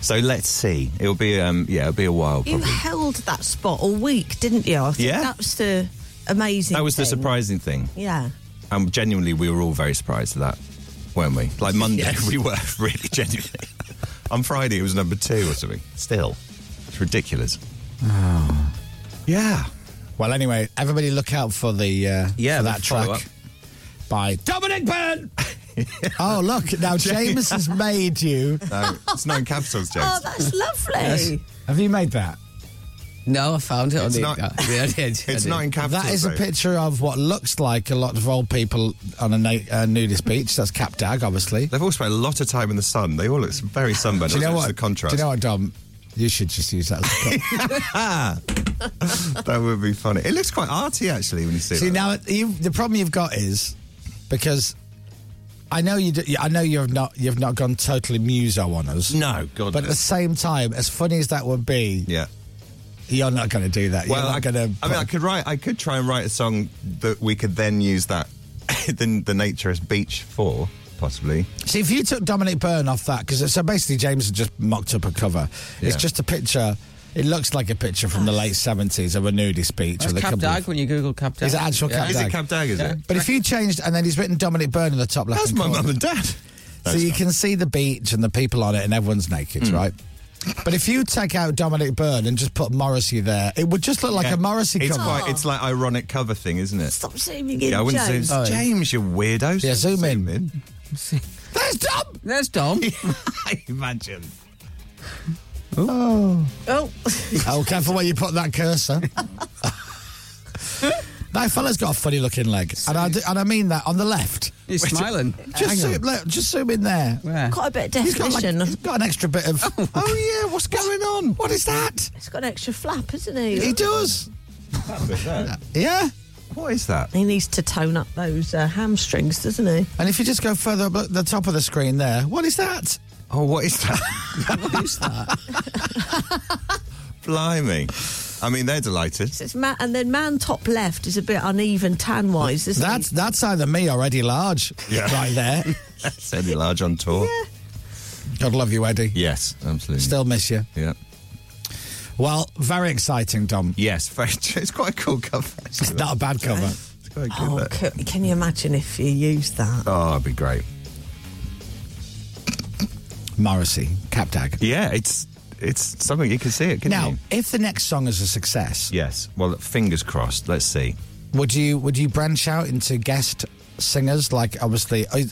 [SPEAKER 8] So let's see. It'll be um yeah, it'll be a while
[SPEAKER 3] You
[SPEAKER 8] probably.
[SPEAKER 3] held that spot all week, didn't you? I think
[SPEAKER 8] Yeah.
[SPEAKER 3] that was the amazing.
[SPEAKER 8] That was the
[SPEAKER 3] thing.
[SPEAKER 8] surprising thing.
[SPEAKER 3] Yeah.
[SPEAKER 8] And genuinely, we were all very surprised at that, weren't we? Like Monday, we were really genuinely. On Friday, it was number two or something. Still, it's ridiculous.
[SPEAKER 7] Oh.
[SPEAKER 8] Yeah,
[SPEAKER 7] Well, anyway, everybody look out for the uh,
[SPEAKER 8] Yeah,
[SPEAKER 7] for
[SPEAKER 8] the
[SPEAKER 7] that track
[SPEAKER 8] follow-up.
[SPEAKER 7] by Dominic Byrne. oh look, now James has made you.
[SPEAKER 8] no, it's not in capitals, James.
[SPEAKER 3] Oh, that's lovely.
[SPEAKER 7] Have you made that?
[SPEAKER 9] no, I found it on
[SPEAKER 8] It's
[SPEAKER 9] the.
[SPEAKER 8] not-
[SPEAKER 9] yeah, I did. I
[SPEAKER 8] it's
[SPEAKER 9] did.
[SPEAKER 8] not in capitals.
[SPEAKER 7] That is a
[SPEAKER 8] though.
[SPEAKER 7] picture of what looks like a lot of old people on a na- uh, nudist beach. That's Cap Dag, obviously.
[SPEAKER 8] They've all spent a lot of time in the sun. They all look very sunburned.
[SPEAKER 7] Do you know
[SPEAKER 8] It's
[SPEAKER 7] what?
[SPEAKER 8] The
[SPEAKER 7] Do
[SPEAKER 8] contrast.
[SPEAKER 7] you know what, Dom? You should just use that. as a prop.
[SPEAKER 8] That would be funny. It looks quite arty actually when you see, it.
[SPEAKER 7] See
[SPEAKER 8] like
[SPEAKER 7] now, you, the problem you've got is because I know you. Do, I know you've not. You've not gone totally muso on us.
[SPEAKER 8] that. no, God.
[SPEAKER 7] But at
[SPEAKER 8] no.
[SPEAKER 7] the same time, as funny as that would be,
[SPEAKER 8] yeah.
[SPEAKER 7] you're not going to do that.
[SPEAKER 8] Well,
[SPEAKER 7] you're
[SPEAKER 8] I,
[SPEAKER 7] not going to.
[SPEAKER 8] I mean, I could write. I could try and write a song that we could then use that the, the naturist beach for possibly.
[SPEAKER 7] See, if you took Dominic Byrne off that, because so basically James had just mocked up a cover. It's
[SPEAKER 8] Yeah.
[SPEAKER 7] just a picture. It looks like a picture from the late seventies of a nudist beach.
[SPEAKER 9] That's
[SPEAKER 7] with a
[SPEAKER 9] Cap
[SPEAKER 7] couple of-
[SPEAKER 9] Dag when you Google Cap Dag.
[SPEAKER 7] Is it actual Cap
[SPEAKER 8] Is
[SPEAKER 7] Dag?
[SPEAKER 8] it Cab Dag? Is it?
[SPEAKER 7] But if you changed and then he's written Dominic Byrne in the top left,
[SPEAKER 8] That's
[SPEAKER 7] hand
[SPEAKER 8] my
[SPEAKER 7] corner.
[SPEAKER 8] mum and dad. Mm.
[SPEAKER 7] So you can see the beach and the people on it, and everyone's naked, right? But if you take out Dominic Byrne and just put Morrissey there, it would just look like a Morrissey
[SPEAKER 8] it's
[SPEAKER 7] cover.
[SPEAKER 8] quite, it's like ironic cover thing, isn't it?
[SPEAKER 3] Stop zooming in,
[SPEAKER 8] Yeah, I wouldn't
[SPEAKER 3] James.
[SPEAKER 8] say James, you weirdos.
[SPEAKER 7] Yeah, zoom in. There's Dom.
[SPEAKER 9] There's Dom.
[SPEAKER 8] Imagine.
[SPEAKER 3] Oh,
[SPEAKER 7] Oh, careful where you put that cursor. that fella's got a funny looking leg, and I do- and I mean that on the left.
[SPEAKER 9] He's smiling.
[SPEAKER 7] Just
[SPEAKER 9] Hang on.
[SPEAKER 7] zoom, look, just zoom in there.
[SPEAKER 9] Where?
[SPEAKER 3] quite a bit of
[SPEAKER 7] He's got, like-
[SPEAKER 3] definition.
[SPEAKER 7] he's got an extra bit of. oh yeah, what's going on? What is that?
[SPEAKER 3] It's got an extra flap, isn't he?
[SPEAKER 7] He does. Yeah.
[SPEAKER 8] What is that?
[SPEAKER 3] He needs to tone up those uh, hamstrings, doesn't he?
[SPEAKER 7] And if you just go further up at the top of the screen there, what is that?
[SPEAKER 8] Oh, what is that? Blimey. I mean, they're delighted.
[SPEAKER 3] So it's ma- and then man top left is a bit uneven tan wise, isn't
[SPEAKER 7] That's
[SPEAKER 3] he?
[SPEAKER 7] that's either me or Eddie Large
[SPEAKER 8] Yeah.
[SPEAKER 7] right there.
[SPEAKER 8] That's Eddie Large on tour.
[SPEAKER 7] God love you, Eddie.
[SPEAKER 8] Yes, absolutely.
[SPEAKER 7] Still miss you.
[SPEAKER 8] Yeah.
[SPEAKER 7] Well, very exciting, Dom.
[SPEAKER 8] Yes, very true. It's quite a cool cover. actually.
[SPEAKER 7] It's not a bad cover.
[SPEAKER 8] It's quite good.
[SPEAKER 3] Oh,
[SPEAKER 8] that.
[SPEAKER 3] c- can you imagine if you used that?
[SPEAKER 8] Oh, it'd be great.
[SPEAKER 7] Morrissey, Cap Dag.
[SPEAKER 8] Yeah, it's it's something you can see it, can
[SPEAKER 7] now,
[SPEAKER 8] you?
[SPEAKER 7] if the next song is a success,
[SPEAKER 8] Yes. Well, fingers crossed. Let's see.
[SPEAKER 7] would you would you branch out into guest singers like obviously uh,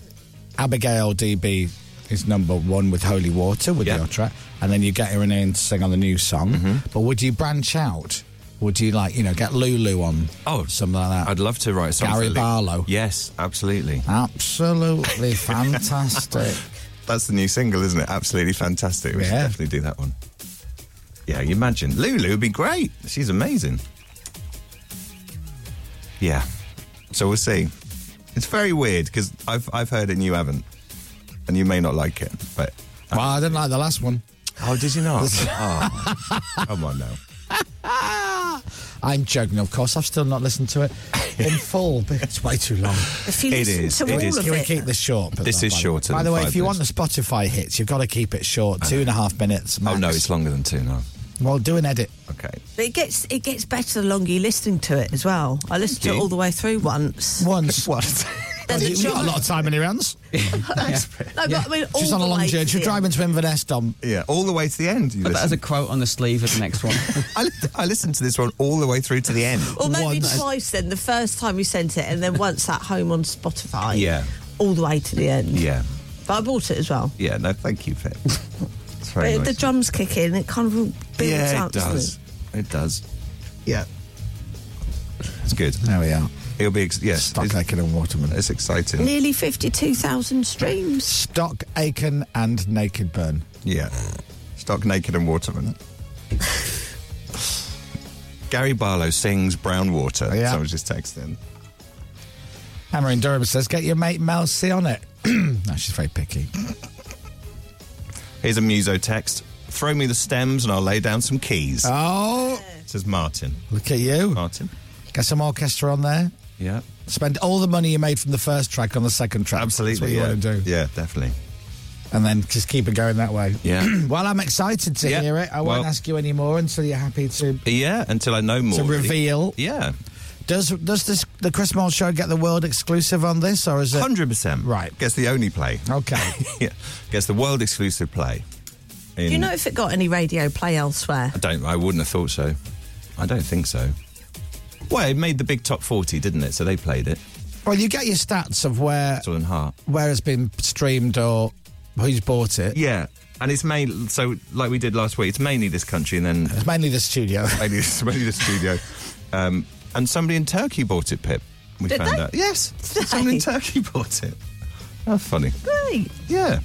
[SPEAKER 7] Abigail DB is number one with Holy Water with
[SPEAKER 8] Yeah. Mm-hmm.
[SPEAKER 7] your track, and then you get her in here and sing on the new song. But would you branch out? Would you like you know get Lulu on?
[SPEAKER 8] Oh,
[SPEAKER 7] something like that.
[SPEAKER 8] I'd love to write a song
[SPEAKER 7] Uh, Gary
[SPEAKER 8] for Lu-
[SPEAKER 7] Barlow.
[SPEAKER 8] Yes, absolutely.
[SPEAKER 7] Absolutely fantastic.
[SPEAKER 8] That's the new single, isn't it? Absolutely fantastic. We should
[SPEAKER 7] Yeah.
[SPEAKER 8] definitely do that one. Yeah, you imagine. Lulu would be great. She's amazing. Yeah. So we'll see. It's very weird because I've, I've heard it and you haven't. And you may not like it, but.
[SPEAKER 7] well, I didn't like the last one.
[SPEAKER 8] Oh, did you not? oh. Come on now.
[SPEAKER 7] Ah! I'm joking, of course. I've still not listened to it in full. because It's way too long.
[SPEAKER 3] If you
[SPEAKER 8] It
[SPEAKER 3] listen
[SPEAKER 8] is,
[SPEAKER 3] to
[SPEAKER 8] it
[SPEAKER 3] all
[SPEAKER 8] is.
[SPEAKER 3] of
[SPEAKER 7] Can we
[SPEAKER 3] it,
[SPEAKER 7] keep this short? but
[SPEAKER 8] This
[SPEAKER 7] that,
[SPEAKER 8] is
[SPEAKER 7] by the-
[SPEAKER 8] shorter
[SPEAKER 7] By
[SPEAKER 8] than
[SPEAKER 7] the way,
[SPEAKER 8] five
[SPEAKER 7] if you want the
[SPEAKER 8] minutes.
[SPEAKER 7] Spotify hits, you've got to keep it short. Two and a half minutes.
[SPEAKER 8] Oh, no,
[SPEAKER 7] max.
[SPEAKER 8] it's longer than two now.
[SPEAKER 7] Well, do an edit.
[SPEAKER 8] Okay.
[SPEAKER 3] but it gets it gets better the longer you listen to it as well. I listened to it
[SPEAKER 8] you.
[SPEAKER 3] all the way through once.
[SPEAKER 7] Once. What?
[SPEAKER 3] There's a
[SPEAKER 7] We've got a
[SPEAKER 3] job.
[SPEAKER 7] lot of time in your hands.
[SPEAKER 3] No, but I mean, all
[SPEAKER 7] She's on a
[SPEAKER 3] the way
[SPEAKER 7] long journey. She's
[SPEAKER 3] through.
[SPEAKER 7] driving to Inverness, Dom.
[SPEAKER 8] Yeah, all the way to the end. You
[SPEAKER 9] Put that as a
[SPEAKER 8] listen.
[SPEAKER 9] quote on the sleeve of the next one.
[SPEAKER 8] I, li- I listened to this one all the way through to the end.
[SPEAKER 3] Or maybe
[SPEAKER 7] once.
[SPEAKER 3] twice then, the first time we sent it, and then once at home on Spotify.
[SPEAKER 8] Yeah.
[SPEAKER 3] All the way to the end.
[SPEAKER 8] Yeah.
[SPEAKER 3] But I bought it as well.
[SPEAKER 8] Yeah, no, thank you, Pip. It's very
[SPEAKER 3] But the
[SPEAKER 8] nice.
[SPEAKER 3] drums kick in, it kind of builds
[SPEAKER 8] Yeah,
[SPEAKER 3] up.
[SPEAKER 8] it
[SPEAKER 3] doesn't
[SPEAKER 8] does. It does. Yeah. It's good.
[SPEAKER 7] There we are.
[SPEAKER 8] It'll be, ex- yes.
[SPEAKER 7] Stock
[SPEAKER 8] it's,
[SPEAKER 7] Aiken and Waterman.
[SPEAKER 8] it's exciting.
[SPEAKER 3] Nearly 52,000 streams.
[SPEAKER 7] Stock Aiken and Naked Burn.
[SPEAKER 8] Yeah. Stock Naked and Waterman. Gary Barlow sings Brown Water.
[SPEAKER 7] Yeah.
[SPEAKER 8] Someone just texting.
[SPEAKER 7] Hammer in Durham says, get your mate Mel C on it. no, she's very picky.
[SPEAKER 8] Here's a muso text. Throw me the stems and I'll lay down some keys.
[SPEAKER 7] Oh,
[SPEAKER 8] Says Martin.
[SPEAKER 7] look at you.
[SPEAKER 8] Martin.
[SPEAKER 7] Get some orchestra on there.
[SPEAKER 8] Yeah.
[SPEAKER 7] Spend all the money you made from the first track on the second track.
[SPEAKER 8] Absolutely.
[SPEAKER 7] That's what you
[SPEAKER 8] yeah.
[SPEAKER 7] want to do.
[SPEAKER 8] Yeah, definitely.
[SPEAKER 7] And then just keep it going that way.
[SPEAKER 8] Yeah.
[SPEAKER 7] well, I'm excited to
[SPEAKER 8] Yeah.
[SPEAKER 7] hear it. I won't
[SPEAKER 8] Well-
[SPEAKER 7] ask you any more until you're happy to.
[SPEAKER 8] Yeah, until I know more.
[SPEAKER 7] To
[SPEAKER 8] really.
[SPEAKER 7] reveal.
[SPEAKER 8] Yeah.
[SPEAKER 7] Does does this the Chris Moore show get the world exclusive on this, or is it?
[SPEAKER 8] 100%.
[SPEAKER 7] Right. Oh.
[SPEAKER 8] Guess the only play.
[SPEAKER 7] Okay.
[SPEAKER 8] yeah. Guess the world exclusive play. In,
[SPEAKER 3] Do you know if it got any radio play elsewhere?
[SPEAKER 8] I don't. I wouldn't have thought so. I don't think so. Well, it made the big top forty, didn't it? So they played it.
[SPEAKER 7] Well, you get your stats of where
[SPEAKER 8] Dylan Hart.
[SPEAKER 7] where it's been streamed or who's bought it.
[SPEAKER 8] Yeah, and it's main. So like we did last week, it's mainly this country, and then
[SPEAKER 7] It's mainly the studio.
[SPEAKER 8] mainly this, mainly the studio. Um, and somebody in Turkey bought it. Pip. We
[SPEAKER 3] Did
[SPEAKER 8] found
[SPEAKER 3] they?
[SPEAKER 8] out. Yes, someone in Turkey bought it. How funny.
[SPEAKER 3] Great.
[SPEAKER 8] Yeah,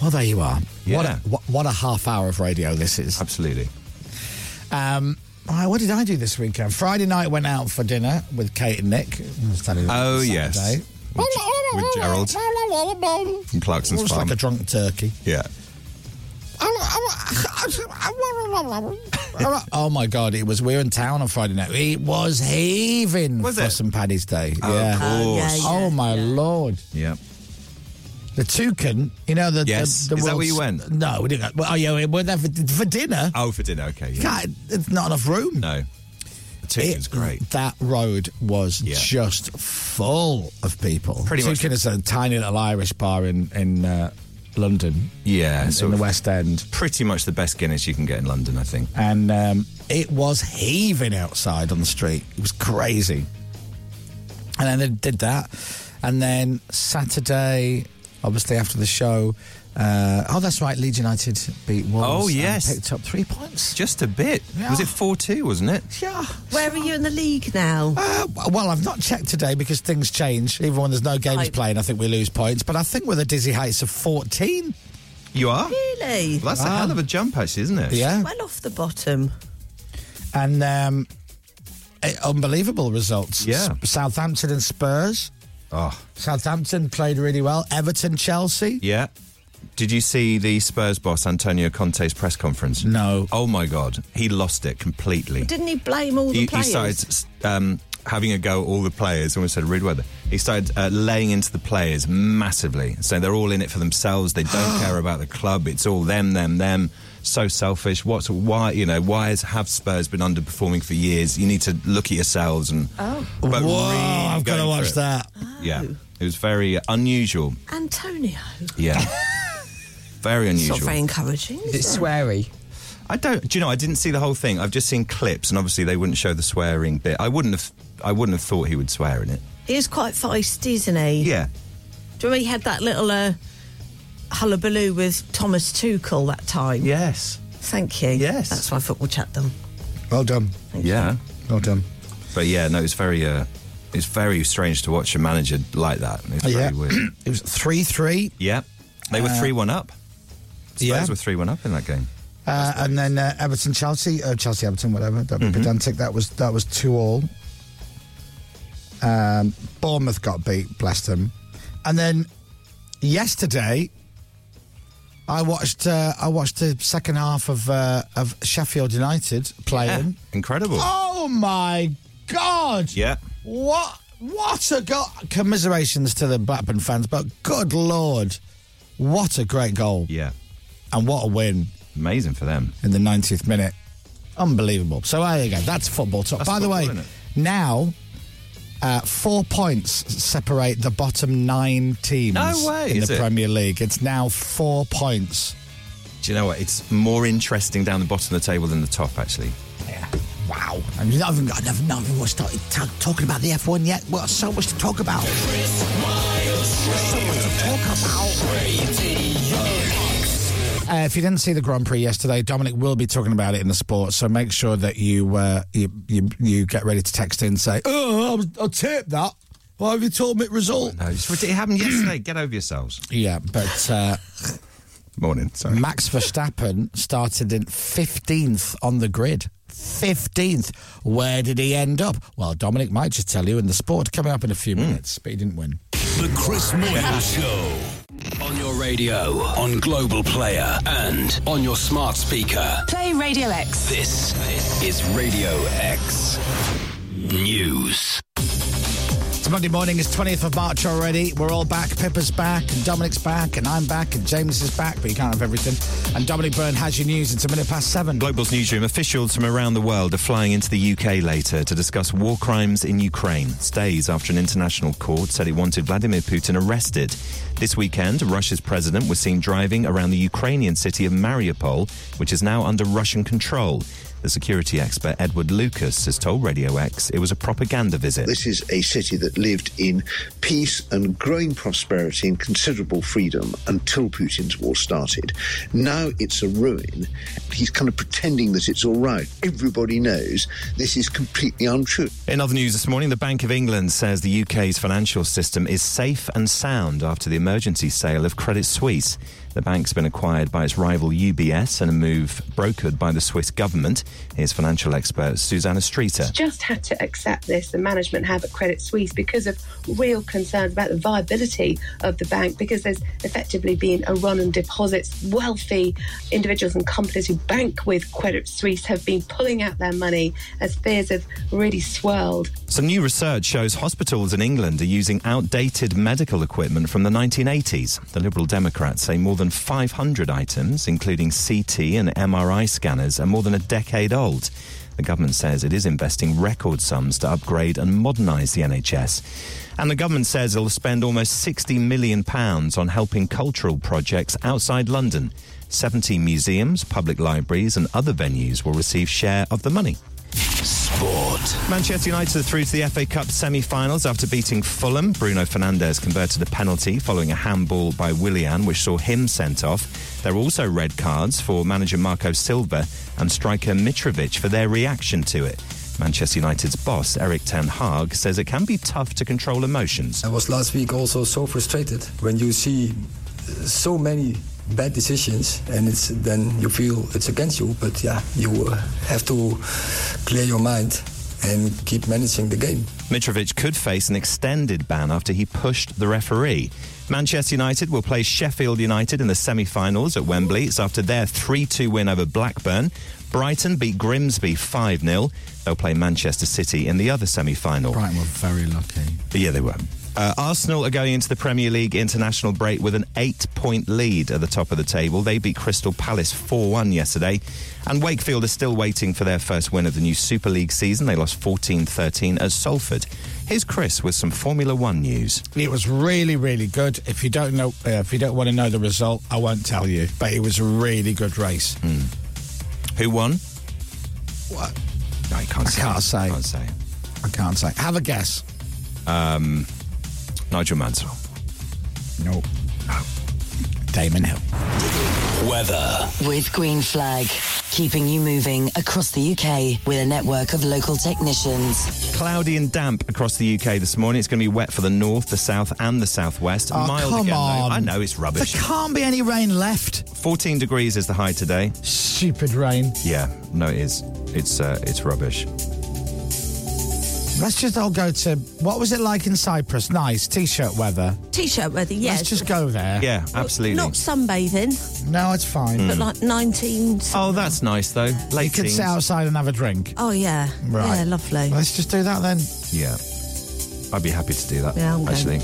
[SPEAKER 7] well, there you are. What, a,
[SPEAKER 8] Yeah.
[SPEAKER 7] what what a half hour of radio this is.
[SPEAKER 8] absolutely.
[SPEAKER 7] Um, all right, what did I do this weekend? Friday night went out for dinner with Kate and Nick. I was telling you about
[SPEAKER 8] Oh
[SPEAKER 7] this
[SPEAKER 8] yes,
[SPEAKER 7] Saturday.
[SPEAKER 8] with, with Gerald from Clarkson's
[SPEAKER 7] Almost
[SPEAKER 8] farm.
[SPEAKER 7] like a drunk turkey.
[SPEAKER 8] yeah.
[SPEAKER 7] oh my god, it was we were in town on Friday night. It was heaving
[SPEAKER 8] Was
[SPEAKER 7] for
[SPEAKER 8] it?
[SPEAKER 7] St. Paddy's Day.
[SPEAKER 8] Oh,
[SPEAKER 7] yeah.
[SPEAKER 8] of course.
[SPEAKER 3] Uh, yeah,
[SPEAKER 7] Oh my lord.
[SPEAKER 8] Yeah.
[SPEAKER 7] The toucan, you know the the-
[SPEAKER 8] Yes.
[SPEAKER 7] the,
[SPEAKER 8] Is that where
[SPEAKER 7] world's-
[SPEAKER 8] you went?
[SPEAKER 7] No, we didn't. go- Well, oh, yeah, we were there for, for dinner.
[SPEAKER 8] Oh, for dinner. Okay. Yeah.
[SPEAKER 7] God, it's not enough room.
[SPEAKER 8] No. The ticket is great.
[SPEAKER 7] That road was
[SPEAKER 8] Yeah.
[SPEAKER 7] just full of people.
[SPEAKER 8] Pretty much.
[SPEAKER 7] Toucan is a tiny little Irish bar in in uh, London.
[SPEAKER 8] Yeah,
[SPEAKER 7] in,
[SPEAKER 8] sort
[SPEAKER 7] in the
[SPEAKER 8] of.
[SPEAKER 7] West End,
[SPEAKER 8] Pretty much the best Guinness you can get in London, I think.
[SPEAKER 7] and um, it was heaving outside on the street. It was crazy. And then they did that, and then Saturday, obviously after the show. Uh, oh, that's right. Leeds United beat Wolves.
[SPEAKER 8] Oh,
[SPEAKER 7] and
[SPEAKER 8] yes.
[SPEAKER 7] picked up three points.
[SPEAKER 8] Just a bit.
[SPEAKER 7] Yeah.
[SPEAKER 8] Was it 4 2, wasn't it?
[SPEAKER 7] Yeah.
[SPEAKER 3] Where are you in the league now?
[SPEAKER 8] Oh,
[SPEAKER 7] Uh, well, I've not checked today because things change. Even when there's no games
[SPEAKER 3] Right.
[SPEAKER 7] playing, I think we lose points. But I think we're the dizzy heights of 14.
[SPEAKER 8] You are? Well,
[SPEAKER 3] Really?
[SPEAKER 8] that's a
[SPEAKER 7] Wow.
[SPEAKER 8] hell of a jump, actually, isn't it?
[SPEAKER 7] Yeah.
[SPEAKER 3] Well off the bottom.
[SPEAKER 7] And um, eh, unbelievable results.
[SPEAKER 8] Yeah.
[SPEAKER 7] S- Southampton and Spurs.
[SPEAKER 8] Oh,
[SPEAKER 7] Southampton played really well. Everton, Chelsea.
[SPEAKER 8] yeah. Did you see the Spurs boss, Antonio Conte's press conference?
[SPEAKER 7] No.
[SPEAKER 8] Oh, my God. He lost it completely.
[SPEAKER 3] Didn't he blame all the
[SPEAKER 8] He, he
[SPEAKER 3] players?
[SPEAKER 8] started s- um, having a go at all the players. Almost said rude weather. He started uh, laying into the players massively, saying they're all in it for themselves. They don't care about the club. It's all them, them, them. So selfish. What's why? You know why has have Spurs been underperforming for years? You need to look at yourselves and. Oh. But
[SPEAKER 7] Whoa,
[SPEAKER 8] really
[SPEAKER 7] I've got
[SPEAKER 8] going
[SPEAKER 7] to
[SPEAKER 8] for
[SPEAKER 7] watch
[SPEAKER 8] it. Ah.
[SPEAKER 7] that.
[SPEAKER 3] Oh.
[SPEAKER 8] Yeah, it was very unusual.
[SPEAKER 3] Antonio.
[SPEAKER 8] Yeah. Very
[SPEAKER 3] It's
[SPEAKER 8] unusual.
[SPEAKER 3] not very encouraging. is
[SPEAKER 9] It's
[SPEAKER 3] it?
[SPEAKER 9] sweary.
[SPEAKER 8] I don't. Do you know? I didn't see the whole thing. I've just seen clips, and obviously they wouldn't show the swearing bit. I wouldn't have. I wouldn't have thought he would swear in it.
[SPEAKER 3] He is quite feisty, isn't he?
[SPEAKER 8] Yeah.
[SPEAKER 3] Do you remember he had that little uh, hullabaloo with Thomas Tuchel that time?
[SPEAKER 8] Yes.
[SPEAKER 3] Thank you.
[SPEAKER 8] Yes.
[SPEAKER 3] That's my football chat done.
[SPEAKER 7] Well done.
[SPEAKER 8] Yeah.
[SPEAKER 7] Well done.
[SPEAKER 8] But yeah, no, it's very. Uh, it's very strange to watch a manager like that. It's very
[SPEAKER 7] yeah.
[SPEAKER 8] weird.
[SPEAKER 7] it was 3 3.
[SPEAKER 8] yeah. They were three one up. Spurs
[SPEAKER 7] yeah.
[SPEAKER 8] were three one up in that game.
[SPEAKER 7] Uh, and then uh, Everton Chelsea, uh, Chelsea Everton, whatever. That
[SPEAKER 8] Mm-hmm.
[SPEAKER 7] would be pedantic. That was that was two all. Um, Bournemouth got beat, bless them. And then yesterday, I watched uh, I watched the second half of uh, of Sheffield United playing.
[SPEAKER 8] Incredible.
[SPEAKER 7] Oh my god!
[SPEAKER 8] Yeah.
[SPEAKER 7] What what a goal! Commiserations to the Blackburn fans, but good lord, what a great goal
[SPEAKER 8] Yeah.
[SPEAKER 7] and what a win!
[SPEAKER 8] Amazing for them.
[SPEAKER 7] in the 90th minute. Unbelievable. So there you go. That's football talk.
[SPEAKER 8] That's
[SPEAKER 7] By
[SPEAKER 8] football,
[SPEAKER 7] the way,
[SPEAKER 8] innit?
[SPEAKER 7] now uh, four points separate the bottom nine teams
[SPEAKER 8] No way,
[SPEAKER 7] in
[SPEAKER 8] is
[SPEAKER 7] the
[SPEAKER 8] it?
[SPEAKER 7] Premier League. It's now four points.
[SPEAKER 8] Do you know what? It's more interesting down the bottom of the table than the top, actually.
[SPEAKER 7] Wow. And you've not even got, I've not even started ta- talking about the F1 yet. Well, so much to talk about. So much to talk about. Uh, if you didn't see the Grand Prix yesterday, Dominic will be talking about it in the sports. So make sure that you uh, you, you you get ready to text in and say, "Oh, I, was, I taped that. Why have you told me the result?"
[SPEAKER 8] No, Uh, it's ridiculous. It happened yesterday. Get over yourselves.
[SPEAKER 7] Yeah, but uh,
[SPEAKER 8] Morning. Sorry.
[SPEAKER 7] Max Verstappen started in 15th on the grid. 15th. Where did he end up? Well, Dominic might just tell you in the sport coming up in a few minutes, but he didn't win.
[SPEAKER 1] The Chris Moyle Show.
[SPEAKER 4] On your radio, on Global Player, and on your smart speaker.
[SPEAKER 5] Play Radio X.
[SPEAKER 4] This is Radio X News.
[SPEAKER 7] It's Monday morning, it's 20th of March already. We're all back. Pippa's back, and Dominic's back, and I'm back, and James is back, but you can't have everything. And Dominic Byrne has your news. It's a minute past seven.
[SPEAKER 8] Global's newsroom officials from around the world are flying into the UK later to discuss war crimes in Ukraine, stays after an international court said it wanted Vladimir Putin arrested. This weekend, Russia's president was seen driving around the Ukrainian city of Mariupol, which is now under Russian control. The security expert Edward Lucas has told Radio X it was a propaganda visit.
[SPEAKER 10] This is a city that lived in peace and growing prosperity and considerable freedom until Putin's war started. Now it's a ruin. He's kind of pretending that it's all right. Everybody knows this is completely untrue.
[SPEAKER 8] In other news this morning, the Bank of England says the UK's financial system is safe and sound after the emergency sale of Credit Suisse. The bank's been acquired by its rival UBS in a move brokered by the Swiss government. Here's financial expert Susanna Streeter.
[SPEAKER 11] just had to accept this, the management have at Credit Suisse, because of real concerns about the viability of the bank, because there's effectively been a run on deposits. Wealthy individuals and companies who bank with Credit Suisse have been pulling out their money as fears have really swirled.
[SPEAKER 8] Some new research shows hospitals in England are using outdated medical equipment from the 1980s. The Liberal Democrats say more than 500 items, including CT and MRI scanners, are more than a decade old. The government says it is investing record sums to upgrade and modernise the NHS. And the government says it'll spend almost £60 million on helping cultural projects outside London. 70 museums, public libraries, and other venues will receive share of the money. Manchester United are through to the FA Cup semi-finals after beating Fulham. Bruno Fernandes converted a penalty following a handball by Willian, which saw him sent off. There were also red cards for manager Marco Silva and striker Mitrovic for their reaction to it. Manchester United's boss, Eric Ten Hag, says it can be tough to control emotions.
[SPEAKER 4] I was last week also so frustrated when you see so many bad decisions and it's then you feel it's against you but yeah you uh, have to clear your mind and keep managing the game
[SPEAKER 8] Mitrovic could face an extended ban after he pushed the referee. Manchester United will play Sheffield United in the semi finals at Wembley. It's after their 3 2 win over Blackburn. Brighton beat Grimsby 5 0. They'll play Manchester City in the other semi final.
[SPEAKER 7] Brighton were very lucky.
[SPEAKER 8] Yeah, they were. Uh, Arsenal are going into the Premier League international break with an eight point lead at the top of the table. They beat Crystal Palace 4 1 yesterday. And Wakefield are still waiting for their first win of the new Super League season. They lost 14 13 at Salford. Here's Chris with some Formula One news.
[SPEAKER 7] It was really, really good. If you don't know, uh, if you don't want to know the result, I won't tell you. But it was a really good race.
[SPEAKER 8] Who won? What? No, you can't
[SPEAKER 7] I
[SPEAKER 8] say.
[SPEAKER 7] can't say.
[SPEAKER 8] Can't say.
[SPEAKER 7] I can't say. Have a guess.
[SPEAKER 8] Um, Nigel Mansell.
[SPEAKER 7] No. No. Damon Hill.
[SPEAKER 2] Weather. With Green Flag, keeping you moving across the UK with a network of local technicians.
[SPEAKER 8] Cloudy and damp across the UK this morning. It's going to be wet for the north, the south, and the southwest.
[SPEAKER 7] Oh,
[SPEAKER 8] Mild
[SPEAKER 7] come
[SPEAKER 8] again,
[SPEAKER 7] on.
[SPEAKER 8] though. I know it's rubbish.
[SPEAKER 7] There can't be any rain left.
[SPEAKER 8] 14 degrees is the high today.
[SPEAKER 7] Stupid rain.
[SPEAKER 8] Yeah, no, it is. It's uh, it's rubbish.
[SPEAKER 7] Let's just all go to what was it like in Cyprus? Nice t-shirt weather.
[SPEAKER 3] T-shirt weather, yes.
[SPEAKER 7] Let's just go there.
[SPEAKER 8] Yeah, Mm. absolutely.
[SPEAKER 3] Not sunbathing,
[SPEAKER 7] No, it's fine.
[SPEAKER 3] but like 19.
[SPEAKER 8] oh, that's nice though. Late
[SPEAKER 7] you could
[SPEAKER 8] teens.
[SPEAKER 7] sit outside and have a drink.
[SPEAKER 3] Oh, yeah.
[SPEAKER 7] Right.
[SPEAKER 3] Yeah, lovely.
[SPEAKER 7] Let's just do that then.
[SPEAKER 8] Yeah, I'd be happy to do that.
[SPEAKER 3] Yeah, I'm going.
[SPEAKER 8] actually.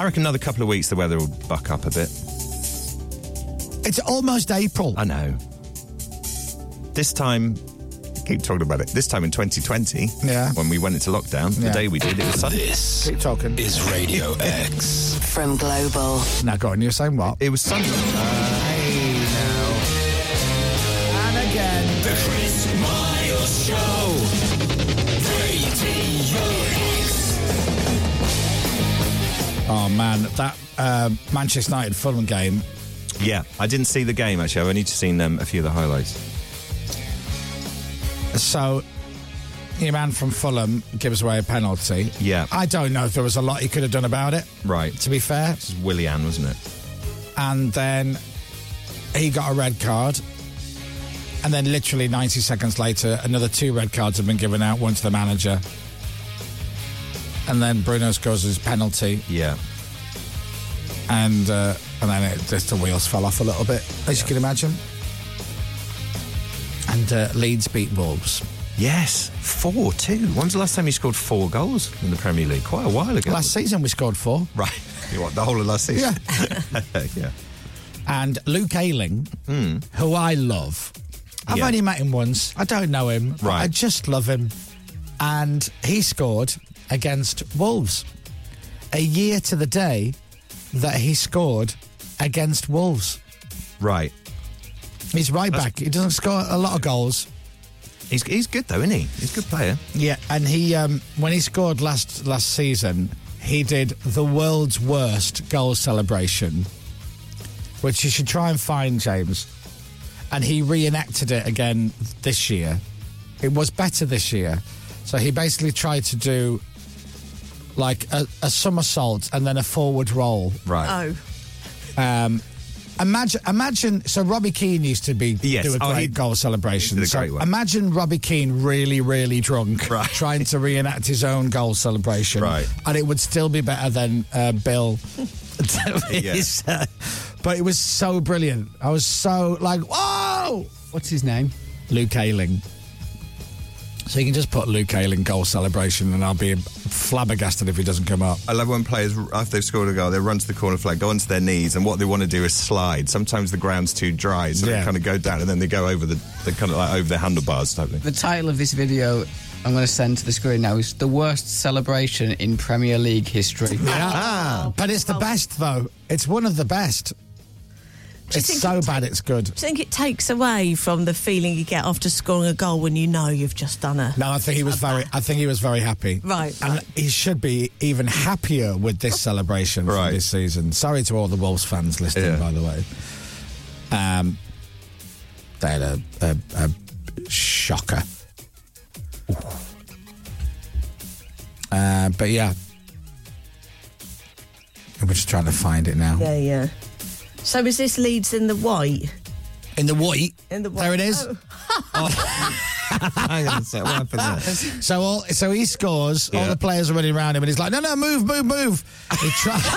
[SPEAKER 8] I reckon another couple of weeks the weather will buck up a bit.
[SPEAKER 7] It's almost April.
[SPEAKER 8] I know. This time, keep talking about it. This time in 2020,
[SPEAKER 7] Yeah.
[SPEAKER 8] when we went into lockdown, the
[SPEAKER 7] Yeah.
[SPEAKER 8] day we did, it was sunny.
[SPEAKER 1] This
[SPEAKER 7] Keep talking.
[SPEAKER 1] is Radio X.
[SPEAKER 2] From Global.
[SPEAKER 7] Now go on. You're saying what?
[SPEAKER 8] It was sunny. Uh,
[SPEAKER 7] And again.
[SPEAKER 1] The Chris Miles Show. Radio X.
[SPEAKER 7] Oh man, that um, Manchester United Fulham game.
[SPEAKER 8] yeah, I didn't see the game actually. I've only just seen um, a few of the highlights.
[SPEAKER 7] So, your man from Fulham gives away a penalty.
[SPEAKER 8] Yeah.
[SPEAKER 7] I don't know if there was a lot he could have done about it.
[SPEAKER 8] Right.
[SPEAKER 7] To be fair,
[SPEAKER 8] This is Willie Ann, wasn't it?
[SPEAKER 7] and then he got a red card. And then, literally 90 seconds later, another two red cards have been given out, one to the manager. And then Bruno scores his penalty,
[SPEAKER 8] Yeah.
[SPEAKER 7] and uh, and then it, just the wheels fell off a little bit, as you can imagine. And uh, Leeds beat Wolves.
[SPEAKER 8] Yes, four two. When's the last time you scored four goals in the Premier League? Quite a while ago.
[SPEAKER 7] Last season, we scored four.
[SPEAKER 8] right? You want the whole of last season? Yeah, yeah.
[SPEAKER 7] and Luke Ayling, who I love. I've
[SPEAKER 8] Hmm. Yeah.
[SPEAKER 7] only met him once. I don't know him. but
[SPEAKER 8] Right.
[SPEAKER 7] I just love him. And he scored against Wolves. A year to the day that he scored against Wolves.
[SPEAKER 8] Right.
[SPEAKER 7] He's right back. He doesn't score a lot of goals.
[SPEAKER 8] He's he's good though, isn't he? He's a good player.
[SPEAKER 7] Yeah, and he um, when he scored last last season, he did the world's worst goal celebration, which you should try and find, James. And he reenacted it again this year. It was better this year, so he basically tried to do like a, a somersault and then a forward roll.
[SPEAKER 8] Right.
[SPEAKER 3] Oh.
[SPEAKER 7] Imagine, imagine. So Robbie Keane used to be
[SPEAKER 8] Yes.
[SPEAKER 7] do a
[SPEAKER 8] Oh,
[SPEAKER 7] great
[SPEAKER 8] he-
[SPEAKER 7] goal celebration.
[SPEAKER 8] he did a
[SPEAKER 7] so
[SPEAKER 8] great one.
[SPEAKER 7] imagine Robbie Keane really, really drunk, trying to reenact his own goal celebration,
[SPEAKER 8] Right.
[SPEAKER 7] And it would still be better than uh, Bill. uh,
[SPEAKER 8] Yes.
[SPEAKER 7] but it was so brilliant. I was so like, whoa,
[SPEAKER 9] What's his name?
[SPEAKER 7] Luke Ayling. So you can just put Luke Ayling goal celebration, and I'll be flabbergasted if he doesn't come up.
[SPEAKER 8] I love when players, after they've scored a goal, they run to the corner flag, go onto their knees, and what they want to do is slide. Sometimes the ground's too dry, so
[SPEAKER 7] Yeah.
[SPEAKER 8] they kind of go down and then they go over the, they kind of like over the handlebars type thing.
[SPEAKER 9] The title of this video I'm going to send to the screen now is The Worst Celebration in Premier League History.
[SPEAKER 3] Ah.
[SPEAKER 7] Yeah. But it's
[SPEAKER 3] Oh.
[SPEAKER 7] the best though. It's one of the best.
[SPEAKER 3] Do you
[SPEAKER 7] It's
[SPEAKER 3] think
[SPEAKER 7] so
[SPEAKER 3] it-
[SPEAKER 7] bad it's good.
[SPEAKER 3] Do you think it takes away from the feeling you get after scoring a goal when you know you've just done it?
[SPEAKER 7] No, I think he was very. I think he was very happy.
[SPEAKER 3] Right,
[SPEAKER 7] and
[SPEAKER 3] right.
[SPEAKER 7] he should be even happier with this celebration
[SPEAKER 8] Right.
[SPEAKER 7] from this season. Sorry to all the Wolves fans listening,
[SPEAKER 8] Yeah.
[SPEAKER 7] by the way. Um, they had a, a, a shocker. Uh, but yeah, we're just trying to find it now.
[SPEAKER 3] Yeah, yeah. So is this Leeds in the white?
[SPEAKER 7] In the white.
[SPEAKER 3] In the white.
[SPEAKER 7] There it is.
[SPEAKER 3] Oh.
[SPEAKER 8] Hang on a sec, what happened there?
[SPEAKER 7] So all, so he scores. All
[SPEAKER 8] Yeah.
[SPEAKER 7] the players are running around him, and he's like, "No, no, move, move, move." He tries.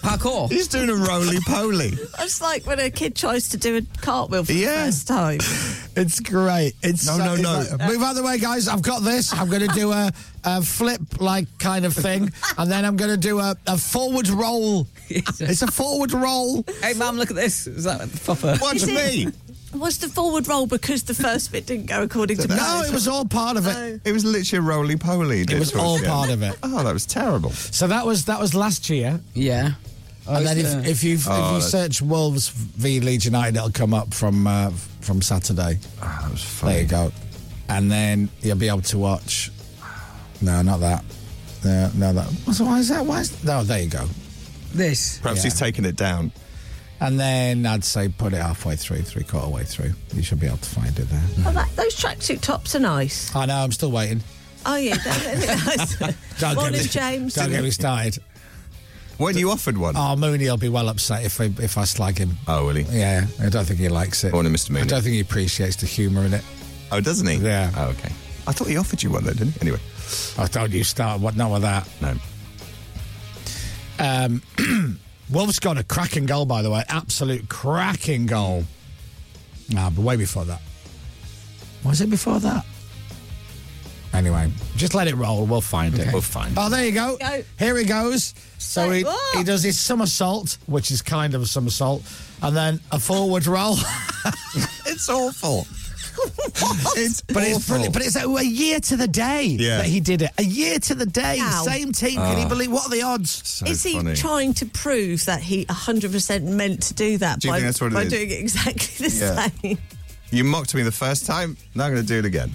[SPEAKER 9] Parkour.
[SPEAKER 8] He's doing a roly poly.
[SPEAKER 3] It's like when a kid tries to do a cartwheel for
[SPEAKER 8] Yeah.
[SPEAKER 3] the first time.
[SPEAKER 7] It's great. It's
[SPEAKER 5] No,
[SPEAKER 7] so-
[SPEAKER 5] no,
[SPEAKER 7] it's
[SPEAKER 5] no.
[SPEAKER 7] like, Move out of the way, guys. I've got this. I'm going to do a, a flip, like kind of thing, and then I'm going to do a, a forward roll. It's a forward roll.
[SPEAKER 5] Hey, mum, look at this. Is that Fopper?
[SPEAKER 3] Is it- Was the forward roll because the first bit didn't go according to
[SPEAKER 7] No, it was all part of it.
[SPEAKER 8] It was literally roly poly.
[SPEAKER 7] It was all part of it.
[SPEAKER 8] Oh, that was terrible.
[SPEAKER 7] So that was that was last year.
[SPEAKER 9] Yeah.
[SPEAKER 7] and
[SPEAKER 12] Oh,
[SPEAKER 7] then
[SPEAKER 9] yeah.
[SPEAKER 7] if, if you if
[SPEAKER 8] Oh,
[SPEAKER 7] you
[SPEAKER 8] that's-
[SPEAKER 7] search Wolves v Leeds United, it'll come up from uh, from Saturday.
[SPEAKER 8] Ah, that was
[SPEAKER 7] There you go. And then you'll be able to watch. No, not that. No, no, that. So why is that? Why is no? There you go.
[SPEAKER 9] This.
[SPEAKER 8] Perhaps
[SPEAKER 7] Yeah.
[SPEAKER 8] he's taken it down.
[SPEAKER 7] And then I'd say put it halfway through, three quarter way through. You should be able to find it there.
[SPEAKER 3] Oh, that, those tracksuit tops are nice.
[SPEAKER 7] I know. I'm still waiting.
[SPEAKER 3] Oh yeah, they're, they're nice.
[SPEAKER 7] Don't get
[SPEAKER 3] Morning,
[SPEAKER 7] me-
[SPEAKER 3] James.
[SPEAKER 7] Don't get me started.
[SPEAKER 8] When you offered one?
[SPEAKER 7] Oh, Mooney will be well upset if I, if I slag him.
[SPEAKER 8] Oh, will he?
[SPEAKER 7] Yeah, I don't think he likes it.
[SPEAKER 8] Morning, Mr. Mooney.
[SPEAKER 7] I don't think he appreciates the humour in it.
[SPEAKER 8] Oh, doesn't he?
[SPEAKER 7] Yeah.
[SPEAKER 8] Oh, okay. I thought he offered you one, though, didn't he? Anyway.
[SPEAKER 7] I told you start. What? Not with that.
[SPEAKER 8] No.
[SPEAKER 7] Um, Wolves got a cracking goal, by the way. Absolute cracking goal. Nah, but way before that. Was it before that? Anyway, just let it roll. We'll find it. We'll find it. Oh, there you go. Here he goes. So he, he does his somersault, which is kind of a somersault, and then a forward roll.
[SPEAKER 8] it's awful. It's
[SPEAKER 7] but it's brilliant. But it's a, a year to the day
[SPEAKER 8] Yeah.
[SPEAKER 7] that he did it. A year to the day.
[SPEAKER 3] Wow.
[SPEAKER 7] Same team. Can you
[SPEAKER 8] Ah.
[SPEAKER 7] believe? What are the odds?
[SPEAKER 3] is he trying to prove that he 100% meant to do that
[SPEAKER 8] Do you
[SPEAKER 3] by,
[SPEAKER 8] think that's what it
[SPEAKER 3] by
[SPEAKER 8] is?
[SPEAKER 3] doing it exactly the
[SPEAKER 8] Yeah.
[SPEAKER 3] same?
[SPEAKER 8] You mocked me the first time. Now I'm going to do it again.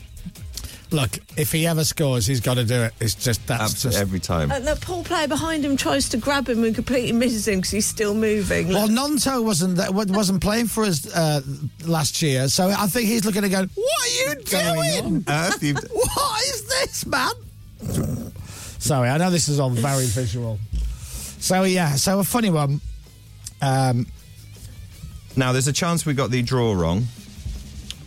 [SPEAKER 7] Look, if he ever scores, he's got to do it. It's just that's
[SPEAKER 8] Absolutely
[SPEAKER 7] just
[SPEAKER 8] every time.
[SPEAKER 3] And the poor Uh, player behind him tries to grab him and completely misses him because he's still moving.
[SPEAKER 7] Well,
[SPEAKER 3] Look.
[SPEAKER 7] Nonto wasn't that wa- wasn't playing for us uh, last year, so I think he's looking to go. What are you doing?
[SPEAKER 8] Earth, you've-
[SPEAKER 7] What is this, man? Sorry, I know this is all very visual. So yeah, so a funny one. Um,
[SPEAKER 8] Now there's a chance we got the draw wrong.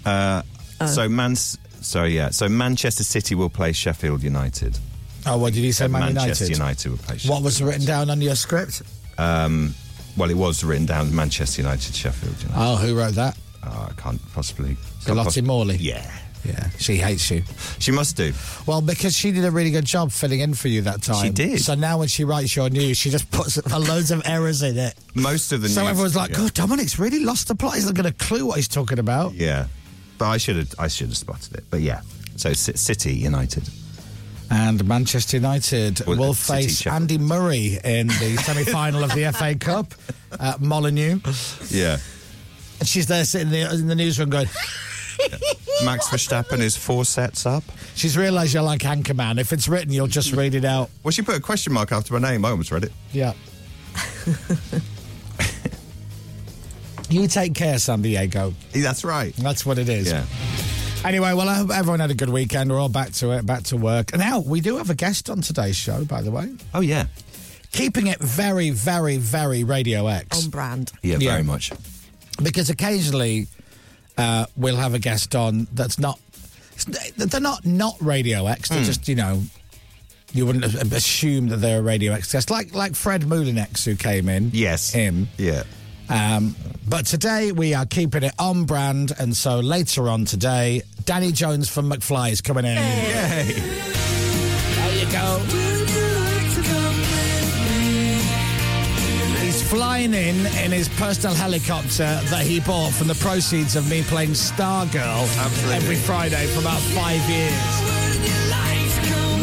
[SPEAKER 8] Uh,
[SPEAKER 7] Oh.
[SPEAKER 8] So Man, so yeah, so Manchester City will play Sheffield United.
[SPEAKER 7] oh, what did he say?
[SPEAKER 8] So
[SPEAKER 7] Man
[SPEAKER 8] Manchester
[SPEAKER 7] United.
[SPEAKER 8] United will play.
[SPEAKER 7] What was written down on your script?
[SPEAKER 8] Um, well, it was written down Manchester United, Sheffield United.
[SPEAKER 7] Oh, who wrote that?
[SPEAKER 8] Oh, I can't possibly. can't
[SPEAKER 7] Lottie
[SPEAKER 8] possi-
[SPEAKER 7] Morley.
[SPEAKER 8] Yeah,
[SPEAKER 7] yeah, she hates you.
[SPEAKER 8] She must do.
[SPEAKER 7] Well, because she did a really good job filling in for you that time.
[SPEAKER 8] She did.
[SPEAKER 7] So now when she writes your news, she just puts loads of errors in it.
[SPEAKER 8] Most of the.
[SPEAKER 7] so
[SPEAKER 8] news-
[SPEAKER 7] everyone's like,
[SPEAKER 8] yeah.
[SPEAKER 7] "God, Dominic's really lost the plot. He's not got a clue what he's talking about."
[SPEAKER 8] Yeah, but I should have. I should have spotted it. But yeah, so C- City United.
[SPEAKER 7] And Manchester United
[SPEAKER 8] Well,
[SPEAKER 7] will
[SPEAKER 8] City
[SPEAKER 7] face
[SPEAKER 8] Sheffield.
[SPEAKER 7] Andy Murray in the semi-final of the FA Cup at Molyneux.
[SPEAKER 8] Yeah.
[SPEAKER 7] And she's there sitting in the, in the newsroom going,
[SPEAKER 8] Max Verstappen is four sets up.
[SPEAKER 7] "She's realised you're like Anchorman. If it's written, you'll just read it out."
[SPEAKER 8] Well, she put a question mark after my name. I almost read it.
[SPEAKER 7] Yeah. you take care, San Diego.
[SPEAKER 8] That's right.
[SPEAKER 7] That's what it is.
[SPEAKER 8] Yeah.
[SPEAKER 7] Anyway, well, I hope everyone had a good weekend. We're all back to it, back to work. And now we do have a guest on today's show, by the way.
[SPEAKER 8] Oh yeah.
[SPEAKER 7] Keeping it very, very, very Radio X.
[SPEAKER 3] On brand.
[SPEAKER 8] Yeah, very
[SPEAKER 7] Yeah.
[SPEAKER 8] much.
[SPEAKER 7] Because occasionally uh, we'll have a guest on that's not, it's- they're not not Radio X. They're just, you know, you wouldn't a- assume that they're a Radio X guest. Like, like Fred Moulinex, who came in.
[SPEAKER 8] Yes.
[SPEAKER 7] Him.
[SPEAKER 8] Yeah.
[SPEAKER 7] Um, but today we are keeping it on brand, and so later on today, Danny Jones from McFly is coming in. There you go. He's flying in in his personal helicopter that he bought from the proceeds of me playing Stargirl
[SPEAKER 8] Absolutely.
[SPEAKER 7] every Friday for about five years.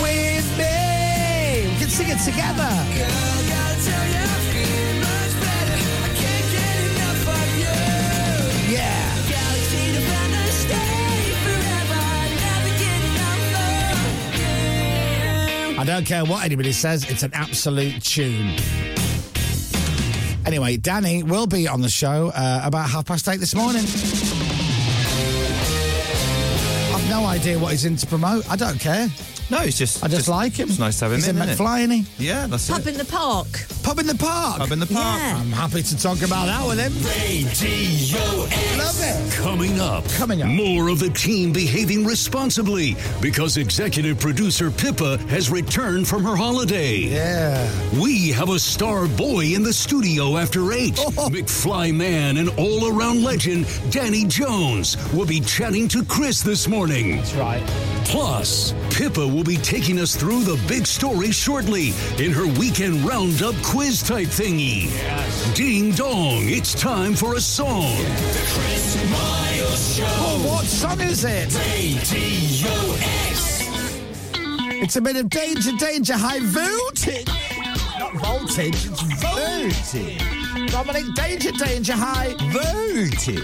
[SPEAKER 7] With me! We can sing it together. Yeah. I don't care what anybody says, it's an absolute tune. Anyway, Danny will be on the show uh, about half past eight this morning. I've no idea what he's in to promote. I don't care.
[SPEAKER 8] No, it's just.
[SPEAKER 7] I just, like him.
[SPEAKER 8] It's nice to have him
[SPEAKER 7] he's
[SPEAKER 8] in.
[SPEAKER 7] in
[SPEAKER 8] isn't it?
[SPEAKER 7] McFly, isn't he?
[SPEAKER 8] Yeah, that's
[SPEAKER 3] Pub
[SPEAKER 8] it.
[SPEAKER 3] in the park.
[SPEAKER 7] Pub in the park.
[SPEAKER 8] Pub in the park.
[SPEAKER 7] I'm happy to talk about that with him.
[SPEAKER 1] Radio X.
[SPEAKER 7] Love it.
[SPEAKER 1] Coming up. Coming up. More of the team behaving responsibly because executive producer Pippa has returned from her holiday.
[SPEAKER 7] Yeah.
[SPEAKER 1] We have a star boy in the studio after eight.
[SPEAKER 7] Oh.
[SPEAKER 1] McFly man and all around legend, Danny Jones, will be chatting to Chris this morning. That's
[SPEAKER 9] right.
[SPEAKER 1] Plus, Pippa will be taking us through the big story shortly in her weekend roundup quiz type thingy. Ding dong, it's time for a song.
[SPEAKER 7] Oh, what song is it?
[SPEAKER 1] Radio X.
[SPEAKER 7] It's a bit of danger, danger, high voltage. Not voltage, it's voltage. Dominic, danger, danger, high voltage.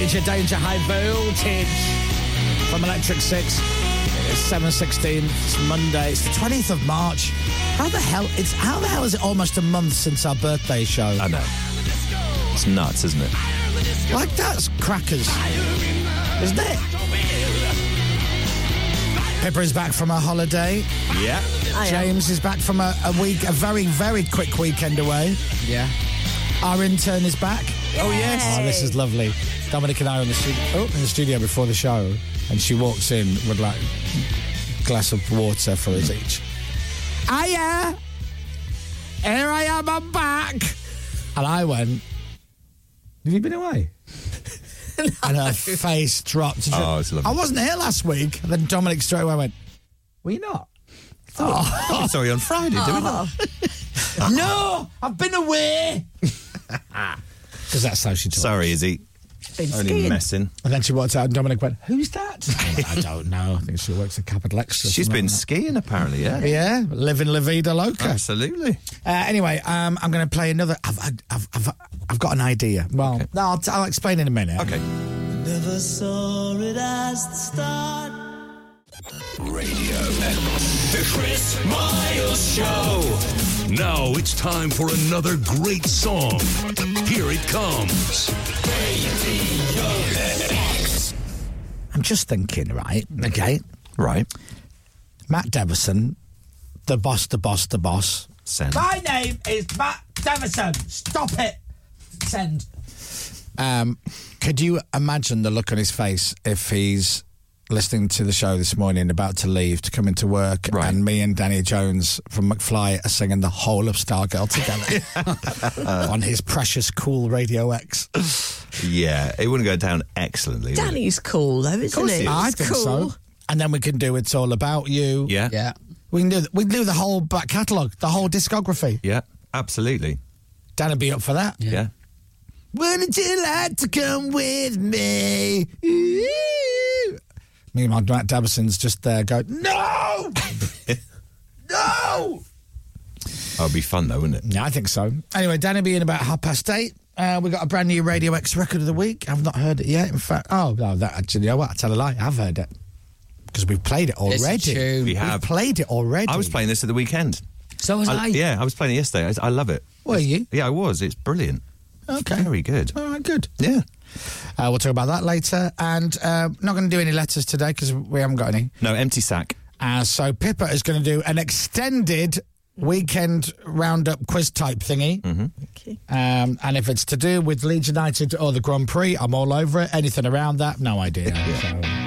[SPEAKER 7] Danger, danger, high voltage from Electric Six. It is seven sixteen. It's Monday. It's the twentieth of March. How the hell? It's how the hell is it almost a month since our birthday show?
[SPEAKER 8] I know. It's nuts, isn't it?
[SPEAKER 7] Like that's crackers, isn't it? Pippa is back from her holiday.
[SPEAKER 8] Yeah.
[SPEAKER 7] James is back from a, a week, a very, very quick weekend away.
[SPEAKER 9] Yeah.
[SPEAKER 7] Our intern is back.
[SPEAKER 8] Oh yes.
[SPEAKER 7] Oh, this is lovely. Dominic and I were in the, stu- oh, in the studio before the show, and she walks in with like a glass of water for us each. Hiya! Here I am, I'm back! And I went, Have you been away? And her face dropped. She
[SPEAKER 8] Oh,
[SPEAKER 7] went,
[SPEAKER 8] it's lovely.
[SPEAKER 7] I wasn't here last week. And then Dominic straight away went, Were you not? Oh,
[SPEAKER 8] Oh, sorry, on Friday, did we not?
[SPEAKER 7] no! I've been away! Because that's how she talks.
[SPEAKER 8] Sorry, Izzy.
[SPEAKER 3] Been
[SPEAKER 8] Only
[SPEAKER 3] skiing.
[SPEAKER 8] messing.
[SPEAKER 7] And then she walked out, and Dominic went, "Who's that?" I went, I don't know. I think she works at Capital Extra.
[SPEAKER 8] She's been Ah. skiing apparently, yeah.
[SPEAKER 7] yeah, living la vida loca.
[SPEAKER 8] Absolutely.
[SPEAKER 7] Uh, anyway, um, I'm going to play another. I've, I've, I've, I've, I've got an idea. Well, no, I'll, t- I'll explain in a minute.
[SPEAKER 8] Okay.
[SPEAKER 13] Never saw it as the start.
[SPEAKER 1] The Chris Miles Show. Now it's time for another great song. Here it comes.
[SPEAKER 7] I'm just thinking, right? Okay,
[SPEAKER 8] Right.
[SPEAKER 7] Matt Davison, the boss, the boss, the boss.
[SPEAKER 8] Send.
[SPEAKER 7] My name is Matt Davison. Stop it. Send. Um, could you imagine the look on his face if he's listening to the show this morning, about to leave to come into work,
[SPEAKER 8] Right.
[SPEAKER 7] and me and Danny Jones from McFly are singing the whole of Stargirl together on his precious cool Radio X?
[SPEAKER 8] Yeah, it wouldn't go down excellently. would it?
[SPEAKER 3] Danny's cool though, isn't
[SPEAKER 8] course
[SPEAKER 3] he?
[SPEAKER 8] he is.
[SPEAKER 7] I
[SPEAKER 3] He's
[SPEAKER 7] think
[SPEAKER 3] cool.
[SPEAKER 7] so. And then we can do It's All About You.
[SPEAKER 8] Yeah.
[SPEAKER 9] Yeah.
[SPEAKER 7] We can do, we can do the whole back catalogue, the whole discography.
[SPEAKER 8] Yeah. Absolutely.
[SPEAKER 7] Dan would be up for that.
[SPEAKER 8] Yeah.
[SPEAKER 7] Wouldn't you like to come with me? Ooh. Meanwhile, Matt Davison's just there going, No! no!
[SPEAKER 8] That would be fun though, wouldn't it?
[SPEAKER 7] Yeah, I think so. Anyway, Danny be in about half past eight. Uh, we got a brand new Radio X record of the week. I've not heard it yet. In fact, oh, no, that actually, you know what? I tell a lie. I've heard it. Because we've played it
[SPEAKER 9] It's a
[SPEAKER 7] already.
[SPEAKER 9] tune.
[SPEAKER 8] We have.
[SPEAKER 7] We've played it already.
[SPEAKER 8] I was playing this at the weekend.
[SPEAKER 7] So was I.
[SPEAKER 8] Yeah, I was playing it yesterday. I, I love it.
[SPEAKER 7] Were
[SPEAKER 8] It's-
[SPEAKER 7] you?
[SPEAKER 8] Yeah, I was. It's brilliant.
[SPEAKER 7] Okay.
[SPEAKER 8] Very good.
[SPEAKER 7] All right, good.
[SPEAKER 8] Yeah.
[SPEAKER 7] Uh, we'll talk about that later. And uh, not going to do any letters today because we haven't got any.
[SPEAKER 8] No, empty sack.
[SPEAKER 7] Uh, so Pippa is going to do an extended weekend roundup quiz type thingy.
[SPEAKER 3] Okay.
[SPEAKER 7] Um, and if it's to do with Leeds United or the Grand Prix, I'm all over it. Anything around that, no idea.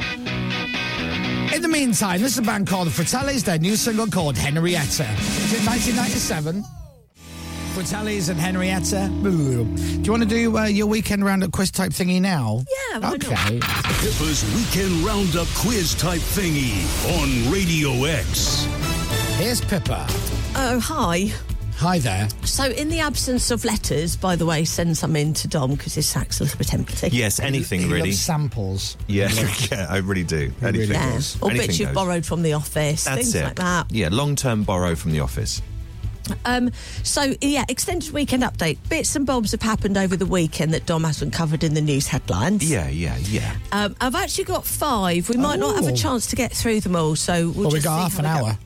[SPEAKER 7] So- In the meantime, this is a band called the Fratellis, their new single called Henrietta. It's in 1997. Fratellis and Henrietta. Boo. Do you want to do uh, your weekend roundup quiz type thingy now?
[SPEAKER 3] Yeah, why not?
[SPEAKER 7] Okay.
[SPEAKER 1] Pippa's weekend roundup quiz type thingy on Radio X.
[SPEAKER 7] Here's Pippa.
[SPEAKER 3] Oh hi.
[SPEAKER 7] Hi there.
[SPEAKER 3] So, in the absence of letters, by the way, send some in to Dom because his sack's a little bit empty.
[SPEAKER 8] Yes, anything
[SPEAKER 7] He
[SPEAKER 8] really.
[SPEAKER 7] loves samples.
[SPEAKER 8] Yeah, yeah, I really do. Anything
[SPEAKER 7] really
[SPEAKER 3] Yeah.
[SPEAKER 8] goes.
[SPEAKER 3] Um, Or
[SPEAKER 8] Anything
[SPEAKER 3] bits you've
[SPEAKER 8] goes.
[SPEAKER 3] borrowed from the office,
[SPEAKER 8] That's
[SPEAKER 3] things
[SPEAKER 8] it.
[SPEAKER 3] like that.
[SPEAKER 8] Yeah, long-term borrow from the office.
[SPEAKER 3] Um, so, yeah, extended weekend update. Bits and bobs have happened over the weekend that Dom hasn't covered in the news headlines.
[SPEAKER 8] Yeah, yeah, yeah.
[SPEAKER 3] Um, I've actually got five. We might not have
[SPEAKER 7] Oh.
[SPEAKER 3] a chance to get through them all, so we'll,
[SPEAKER 7] Well, we
[SPEAKER 3] just
[SPEAKER 7] got
[SPEAKER 3] see
[SPEAKER 7] half
[SPEAKER 3] how
[SPEAKER 7] an
[SPEAKER 3] we go.
[SPEAKER 7] hour.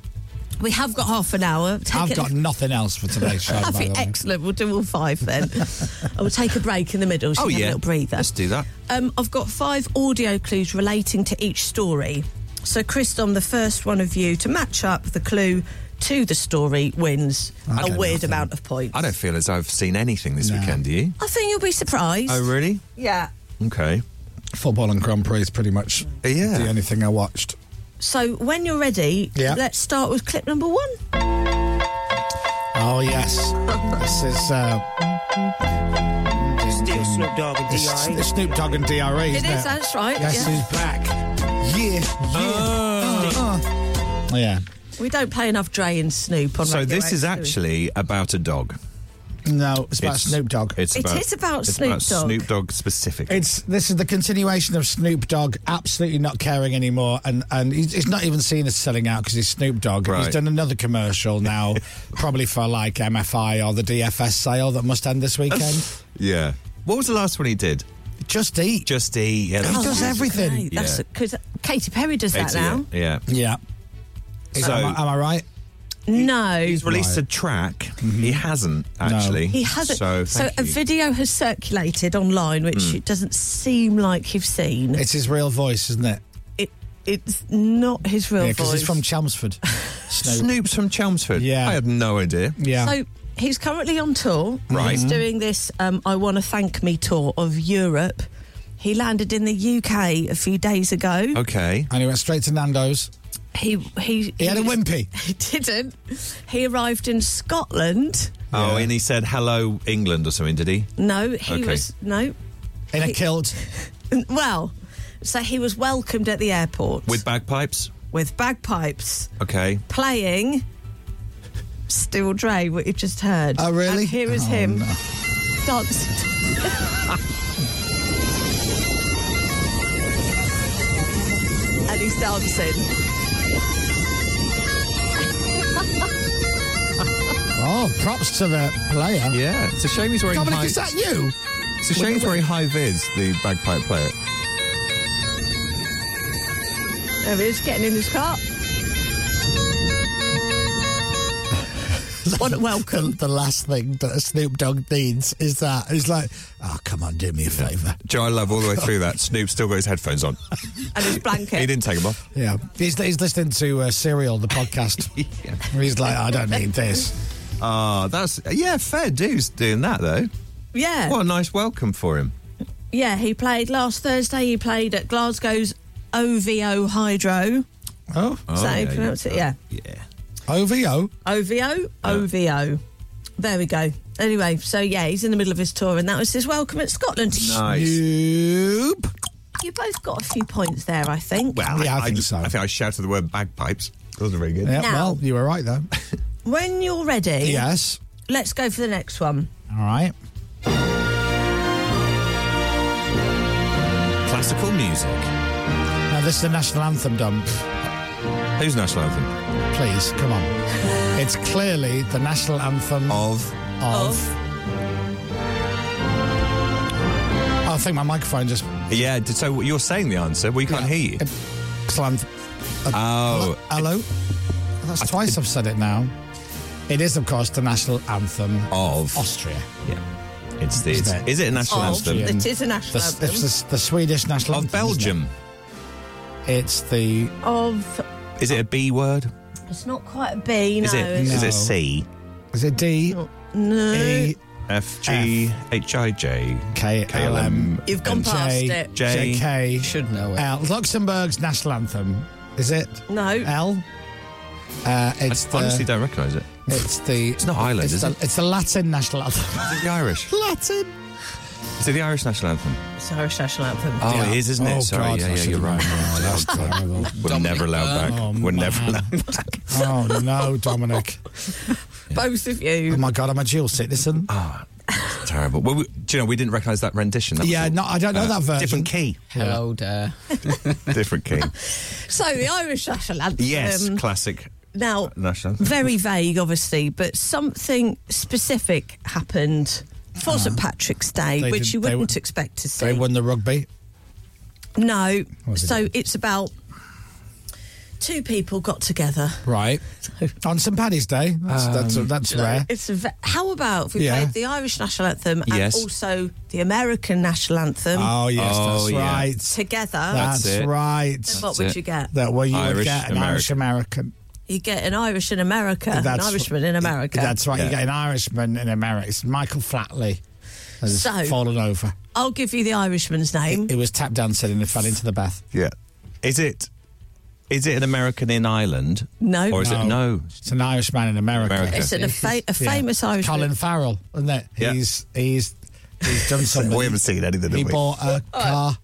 [SPEAKER 3] We have got half an hour. Take
[SPEAKER 7] I've
[SPEAKER 3] it-
[SPEAKER 7] got nothing else for today's show. by
[SPEAKER 3] Lovely,
[SPEAKER 7] the way.
[SPEAKER 3] excellent. We'll do all five then. I will take a break in the middle. So
[SPEAKER 8] oh
[SPEAKER 3] you can
[SPEAKER 8] yeah,
[SPEAKER 3] have a little breather.
[SPEAKER 8] Let's do that.
[SPEAKER 3] Um, I've got five audio clues relating to each story. So, Christom, the first one of you to match up the clue to the story wins
[SPEAKER 8] I
[SPEAKER 3] a
[SPEAKER 8] don't
[SPEAKER 3] weird
[SPEAKER 8] know.
[SPEAKER 3] amount of points.
[SPEAKER 8] I don't feel as I've seen anything this weekend, do you?
[SPEAKER 3] I think you'll be surprised.
[SPEAKER 8] Oh, really?
[SPEAKER 3] Yeah.
[SPEAKER 8] Okay.
[SPEAKER 7] Football and Grand Prix is pretty much yeah. the only thing I watched.
[SPEAKER 3] So, when you're ready,
[SPEAKER 7] Yeah.
[SPEAKER 3] let's start with clip number one.
[SPEAKER 7] Oh, yes. this is. Uh,
[SPEAKER 14] Still Snoop Dogg and E.
[SPEAKER 7] it's,
[SPEAKER 14] D.R.E..
[SPEAKER 7] it's Snoop Dogg and DRE.
[SPEAKER 3] It
[SPEAKER 7] isn't
[SPEAKER 3] is, that's right,
[SPEAKER 7] Guess
[SPEAKER 3] yeah.
[SPEAKER 7] who's back? Yeah, yeah. uh, uh. Yeah.
[SPEAKER 3] We don't play enough Dre and Snoop on
[SPEAKER 8] So
[SPEAKER 3] Radio
[SPEAKER 8] this
[SPEAKER 3] X,
[SPEAKER 8] is
[SPEAKER 3] do we?
[SPEAKER 8] actually about a dog.
[SPEAKER 7] No, it's about Snoop Dogg.
[SPEAKER 8] It's
[SPEAKER 7] It
[SPEAKER 8] about,
[SPEAKER 7] is about
[SPEAKER 8] it's
[SPEAKER 7] Snoop
[SPEAKER 8] about
[SPEAKER 7] Dogg.
[SPEAKER 8] Snoop Dogg specifically.
[SPEAKER 7] It's this is the continuation of Snoop Dogg absolutely not caring anymore, and and he's, he's not even seen as selling out because he's Snoop Dogg. He's
[SPEAKER 8] Right.
[SPEAKER 7] done another commercial now, probably for like MFI or the DFS sale that must end this weekend.
[SPEAKER 8] yeah. What was the last one he did?
[SPEAKER 7] Just eat.
[SPEAKER 8] Just eat. Yeah.
[SPEAKER 7] He
[SPEAKER 8] that was-
[SPEAKER 7] does everything.
[SPEAKER 8] Yeah.
[SPEAKER 3] Oh, That's because Katy Perry does that
[SPEAKER 8] It's-
[SPEAKER 3] now.
[SPEAKER 8] Yeah.
[SPEAKER 7] Yeah.
[SPEAKER 8] So
[SPEAKER 7] am, I, am I right?
[SPEAKER 3] No.
[SPEAKER 8] he's released a track. He hasn't actually.
[SPEAKER 3] He hasn't.
[SPEAKER 8] So,
[SPEAKER 3] So,
[SPEAKER 8] thank
[SPEAKER 3] a
[SPEAKER 8] you.
[SPEAKER 3] video has circulated online, which
[SPEAKER 8] Mm.
[SPEAKER 3] it doesn't seem like you've seen.
[SPEAKER 7] It's his real voice, isn't it?
[SPEAKER 3] It, it's not his real
[SPEAKER 7] Yeah, because
[SPEAKER 3] voice.
[SPEAKER 7] he's from Chelmsford.
[SPEAKER 8] Snoop's from Chelmsford. Yeah. I had no idea.
[SPEAKER 3] So he's currently on tour.
[SPEAKER 8] Right.
[SPEAKER 7] Mm-hmm.
[SPEAKER 3] He's doing this um, I Want to Thank Me tour of Europe. He landed in the UK a few days ago.
[SPEAKER 7] Oh.
[SPEAKER 8] Okay.
[SPEAKER 7] And he went straight to Nando's.
[SPEAKER 3] He he
[SPEAKER 7] He had a wimpy.
[SPEAKER 3] He didn't. He arrived in Scotland.
[SPEAKER 8] Oh, and he said hello England or something, did he?
[SPEAKER 3] No, he
[SPEAKER 8] Okay.
[SPEAKER 3] was no.
[SPEAKER 7] In a kilt.
[SPEAKER 3] Well, so he was welcomed at the airport
[SPEAKER 8] With bagpipes.
[SPEAKER 3] with bagpipes.
[SPEAKER 8] Okay.
[SPEAKER 3] playing Still Dre, what you just heard. Oh, really? And here is him dancing. and he's dancing.
[SPEAKER 7] Oh, props to the player.
[SPEAKER 8] Yeah, it's a shame he's wearing.
[SPEAKER 7] Dominic,
[SPEAKER 8] high-
[SPEAKER 7] is that you?
[SPEAKER 8] It's a shame he's wearing high vis. The bagpipe player.
[SPEAKER 3] There he is, getting in his car.
[SPEAKER 7] What welcome. The, the last thing that Snoop Dogg needs is that. He's like, oh, come on, do me a favour.
[SPEAKER 8] Joe, I love all the way through that. Snoop still got his headphones on.
[SPEAKER 3] And his blanket.
[SPEAKER 8] He didn't take them off.
[SPEAKER 7] Yeah, he's, he's listening to uh, Serial, the podcast. He's like, I don't need this.
[SPEAKER 8] Ah, that's yeah, fair dues doing that though.
[SPEAKER 3] Yeah.
[SPEAKER 8] What a nice welcome for him.
[SPEAKER 3] Yeah, he played last Thursday. He played at Glasgow's OVO Hydro.
[SPEAKER 7] Oh,
[SPEAKER 3] Is that how you pronounce it? Yeah.
[SPEAKER 7] OVO.
[SPEAKER 3] OVO?
[SPEAKER 8] Uh.
[SPEAKER 3] OVO. There we go. Anyway, so yeah, he's in the middle of his tour, and that was his welcome at Scotland.
[SPEAKER 8] Nice.
[SPEAKER 7] Snoop.
[SPEAKER 3] You both got a few points there, I think.
[SPEAKER 8] Well, I, think so. I think I shouted the word bagpipes. That wasn't very good.
[SPEAKER 7] Yeah,
[SPEAKER 3] Now-
[SPEAKER 7] well, you were right, though.
[SPEAKER 3] When you're ready,
[SPEAKER 7] yes.
[SPEAKER 3] let's go for the next one.
[SPEAKER 7] All right.
[SPEAKER 8] Classical music.
[SPEAKER 7] Now, this is the national anthem, Dom.
[SPEAKER 8] Who's national anthem?
[SPEAKER 7] Please, come on. it's clearly the national anthem
[SPEAKER 8] of.
[SPEAKER 7] Of. Oh, I think my microphone just.
[SPEAKER 8] Yeah. d- So you're saying the answer. We can't hear you.
[SPEAKER 7] Slammed.
[SPEAKER 8] Oh.
[SPEAKER 7] Uh, Hello? That's twice I've said it now. It is, of course, the national anthem
[SPEAKER 8] Of.
[SPEAKER 7] Austria.
[SPEAKER 8] Yeah. It's the. It's, is it a national
[SPEAKER 3] Of.
[SPEAKER 8] anthem?
[SPEAKER 3] It is a national
[SPEAKER 7] The-
[SPEAKER 3] anthem.
[SPEAKER 7] It's the, the Swedish national
[SPEAKER 8] Of
[SPEAKER 7] anthem, isn't it?
[SPEAKER 8] Belgium.
[SPEAKER 7] It's the
[SPEAKER 3] Of
[SPEAKER 8] Is it a B word?
[SPEAKER 3] it's not quite a B, no.
[SPEAKER 8] Is it? Is it
[SPEAKER 7] No.
[SPEAKER 8] C?
[SPEAKER 7] Is it D?
[SPEAKER 3] No.
[SPEAKER 7] E,
[SPEAKER 8] F G H I J
[SPEAKER 7] K L M.
[SPEAKER 3] You've gone past it.
[SPEAKER 7] J
[SPEAKER 8] J.
[SPEAKER 7] K
[SPEAKER 9] Should know it.
[SPEAKER 7] L. Luxembourg's national anthem. Is it
[SPEAKER 3] No.
[SPEAKER 7] L? Uh,
[SPEAKER 8] I
[SPEAKER 7] it's the,
[SPEAKER 8] honestly don't recognise it.
[SPEAKER 7] It's the. It's
[SPEAKER 8] not Ireland,
[SPEAKER 7] it's
[SPEAKER 8] is
[SPEAKER 7] the,
[SPEAKER 8] it?
[SPEAKER 7] It's the Latin national anthem.
[SPEAKER 8] Is it the Irish?
[SPEAKER 7] Latin.
[SPEAKER 8] Is it the Irish national anthem?
[SPEAKER 3] It's the Irish national anthem.
[SPEAKER 8] Oh,
[SPEAKER 7] Yeah.
[SPEAKER 8] it is, isn't it?
[SPEAKER 7] Oh,
[SPEAKER 8] Sorry,
[SPEAKER 7] God,
[SPEAKER 8] yeah,
[SPEAKER 7] I
[SPEAKER 8] yeah,
[SPEAKER 7] should've
[SPEAKER 8] you're right.
[SPEAKER 7] known.
[SPEAKER 8] Oh,
[SPEAKER 7] That's terrible.
[SPEAKER 8] We're never allowed back.
[SPEAKER 7] Oh,
[SPEAKER 8] We're never
[SPEAKER 7] man.
[SPEAKER 8] allowed back.
[SPEAKER 7] Oh no, Dominic!
[SPEAKER 3] Both of
[SPEAKER 7] Oh
[SPEAKER 3] you.
[SPEAKER 7] my God, I'm a dual citizen.
[SPEAKER 8] Terrible. Well, we, do you know we didn't recognise that rendition? That was
[SPEAKER 7] yeah,
[SPEAKER 8] all.
[SPEAKER 7] no, I don't know
[SPEAKER 8] Uh,
[SPEAKER 7] that version.
[SPEAKER 8] Different key.
[SPEAKER 9] Hello there.
[SPEAKER 8] Different key.
[SPEAKER 3] So the Irish national anthem.
[SPEAKER 8] Yes,
[SPEAKER 3] Um,
[SPEAKER 8] classic
[SPEAKER 3] Now,
[SPEAKER 8] national. anthem.
[SPEAKER 3] very vague, obviously, but something specific happened for
[SPEAKER 8] Uh-huh.
[SPEAKER 3] St Patrick's Day,
[SPEAKER 7] They
[SPEAKER 3] which
[SPEAKER 7] did-
[SPEAKER 3] you
[SPEAKER 7] they
[SPEAKER 3] wouldn't
[SPEAKER 7] were-
[SPEAKER 3] expect to see.
[SPEAKER 7] They won the rugby.
[SPEAKER 3] No.
[SPEAKER 7] Was it?
[SPEAKER 3] So it's about two people got together.
[SPEAKER 7] Right. Um, On St. Paddy's Day. That's, that's, that's
[SPEAKER 3] No,
[SPEAKER 7] rare.
[SPEAKER 3] It's a ve- how about if we
[SPEAKER 7] Yeah.
[SPEAKER 3] played the Irish national anthem and
[SPEAKER 7] Yes.
[SPEAKER 3] also the American national anthem?
[SPEAKER 7] Oh, yes, that's Oh, yeah. right.
[SPEAKER 3] Together,
[SPEAKER 7] That's, right.
[SPEAKER 3] Then what would you get?
[SPEAKER 7] That well, you would
[SPEAKER 8] Irish
[SPEAKER 7] get an
[SPEAKER 8] American.
[SPEAKER 7] Irish American.
[SPEAKER 3] You get an Irish in America, Uh, an
[SPEAKER 7] That's-
[SPEAKER 3] Irishman in America.
[SPEAKER 7] That's right. You get an Irishman in America. It's Michael Flatley. Has
[SPEAKER 3] So-
[SPEAKER 7] fallen over.
[SPEAKER 3] I'll give you the Irishman's name.
[SPEAKER 7] It was tap dancing and it fell into the bath.
[SPEAKER 8] Yeah. Is it is it an American in Ireland?
[SPEAKER 3] No.
[SPEAKER 8] Or is it no?
[SPEAKER 7] It's an Irishman in America.
[SPEAKER 8] America.
[SPEAKER 3] It's an, a, fa- a
[SPEAKER 7] Yeah.
[SPEAKER 3] famous Irishman.
[SPEAKER 7] Colin Farrell, isn't it?
[SPEAKER 8] Yeah.
[SPEAKER 7] He's he's he's done something.
[SPEAKER 8] we haven't seen anything.
[SPEAKER 7] He
[SPEAKER 8] have we?
[SPEAKER 7] bought a car.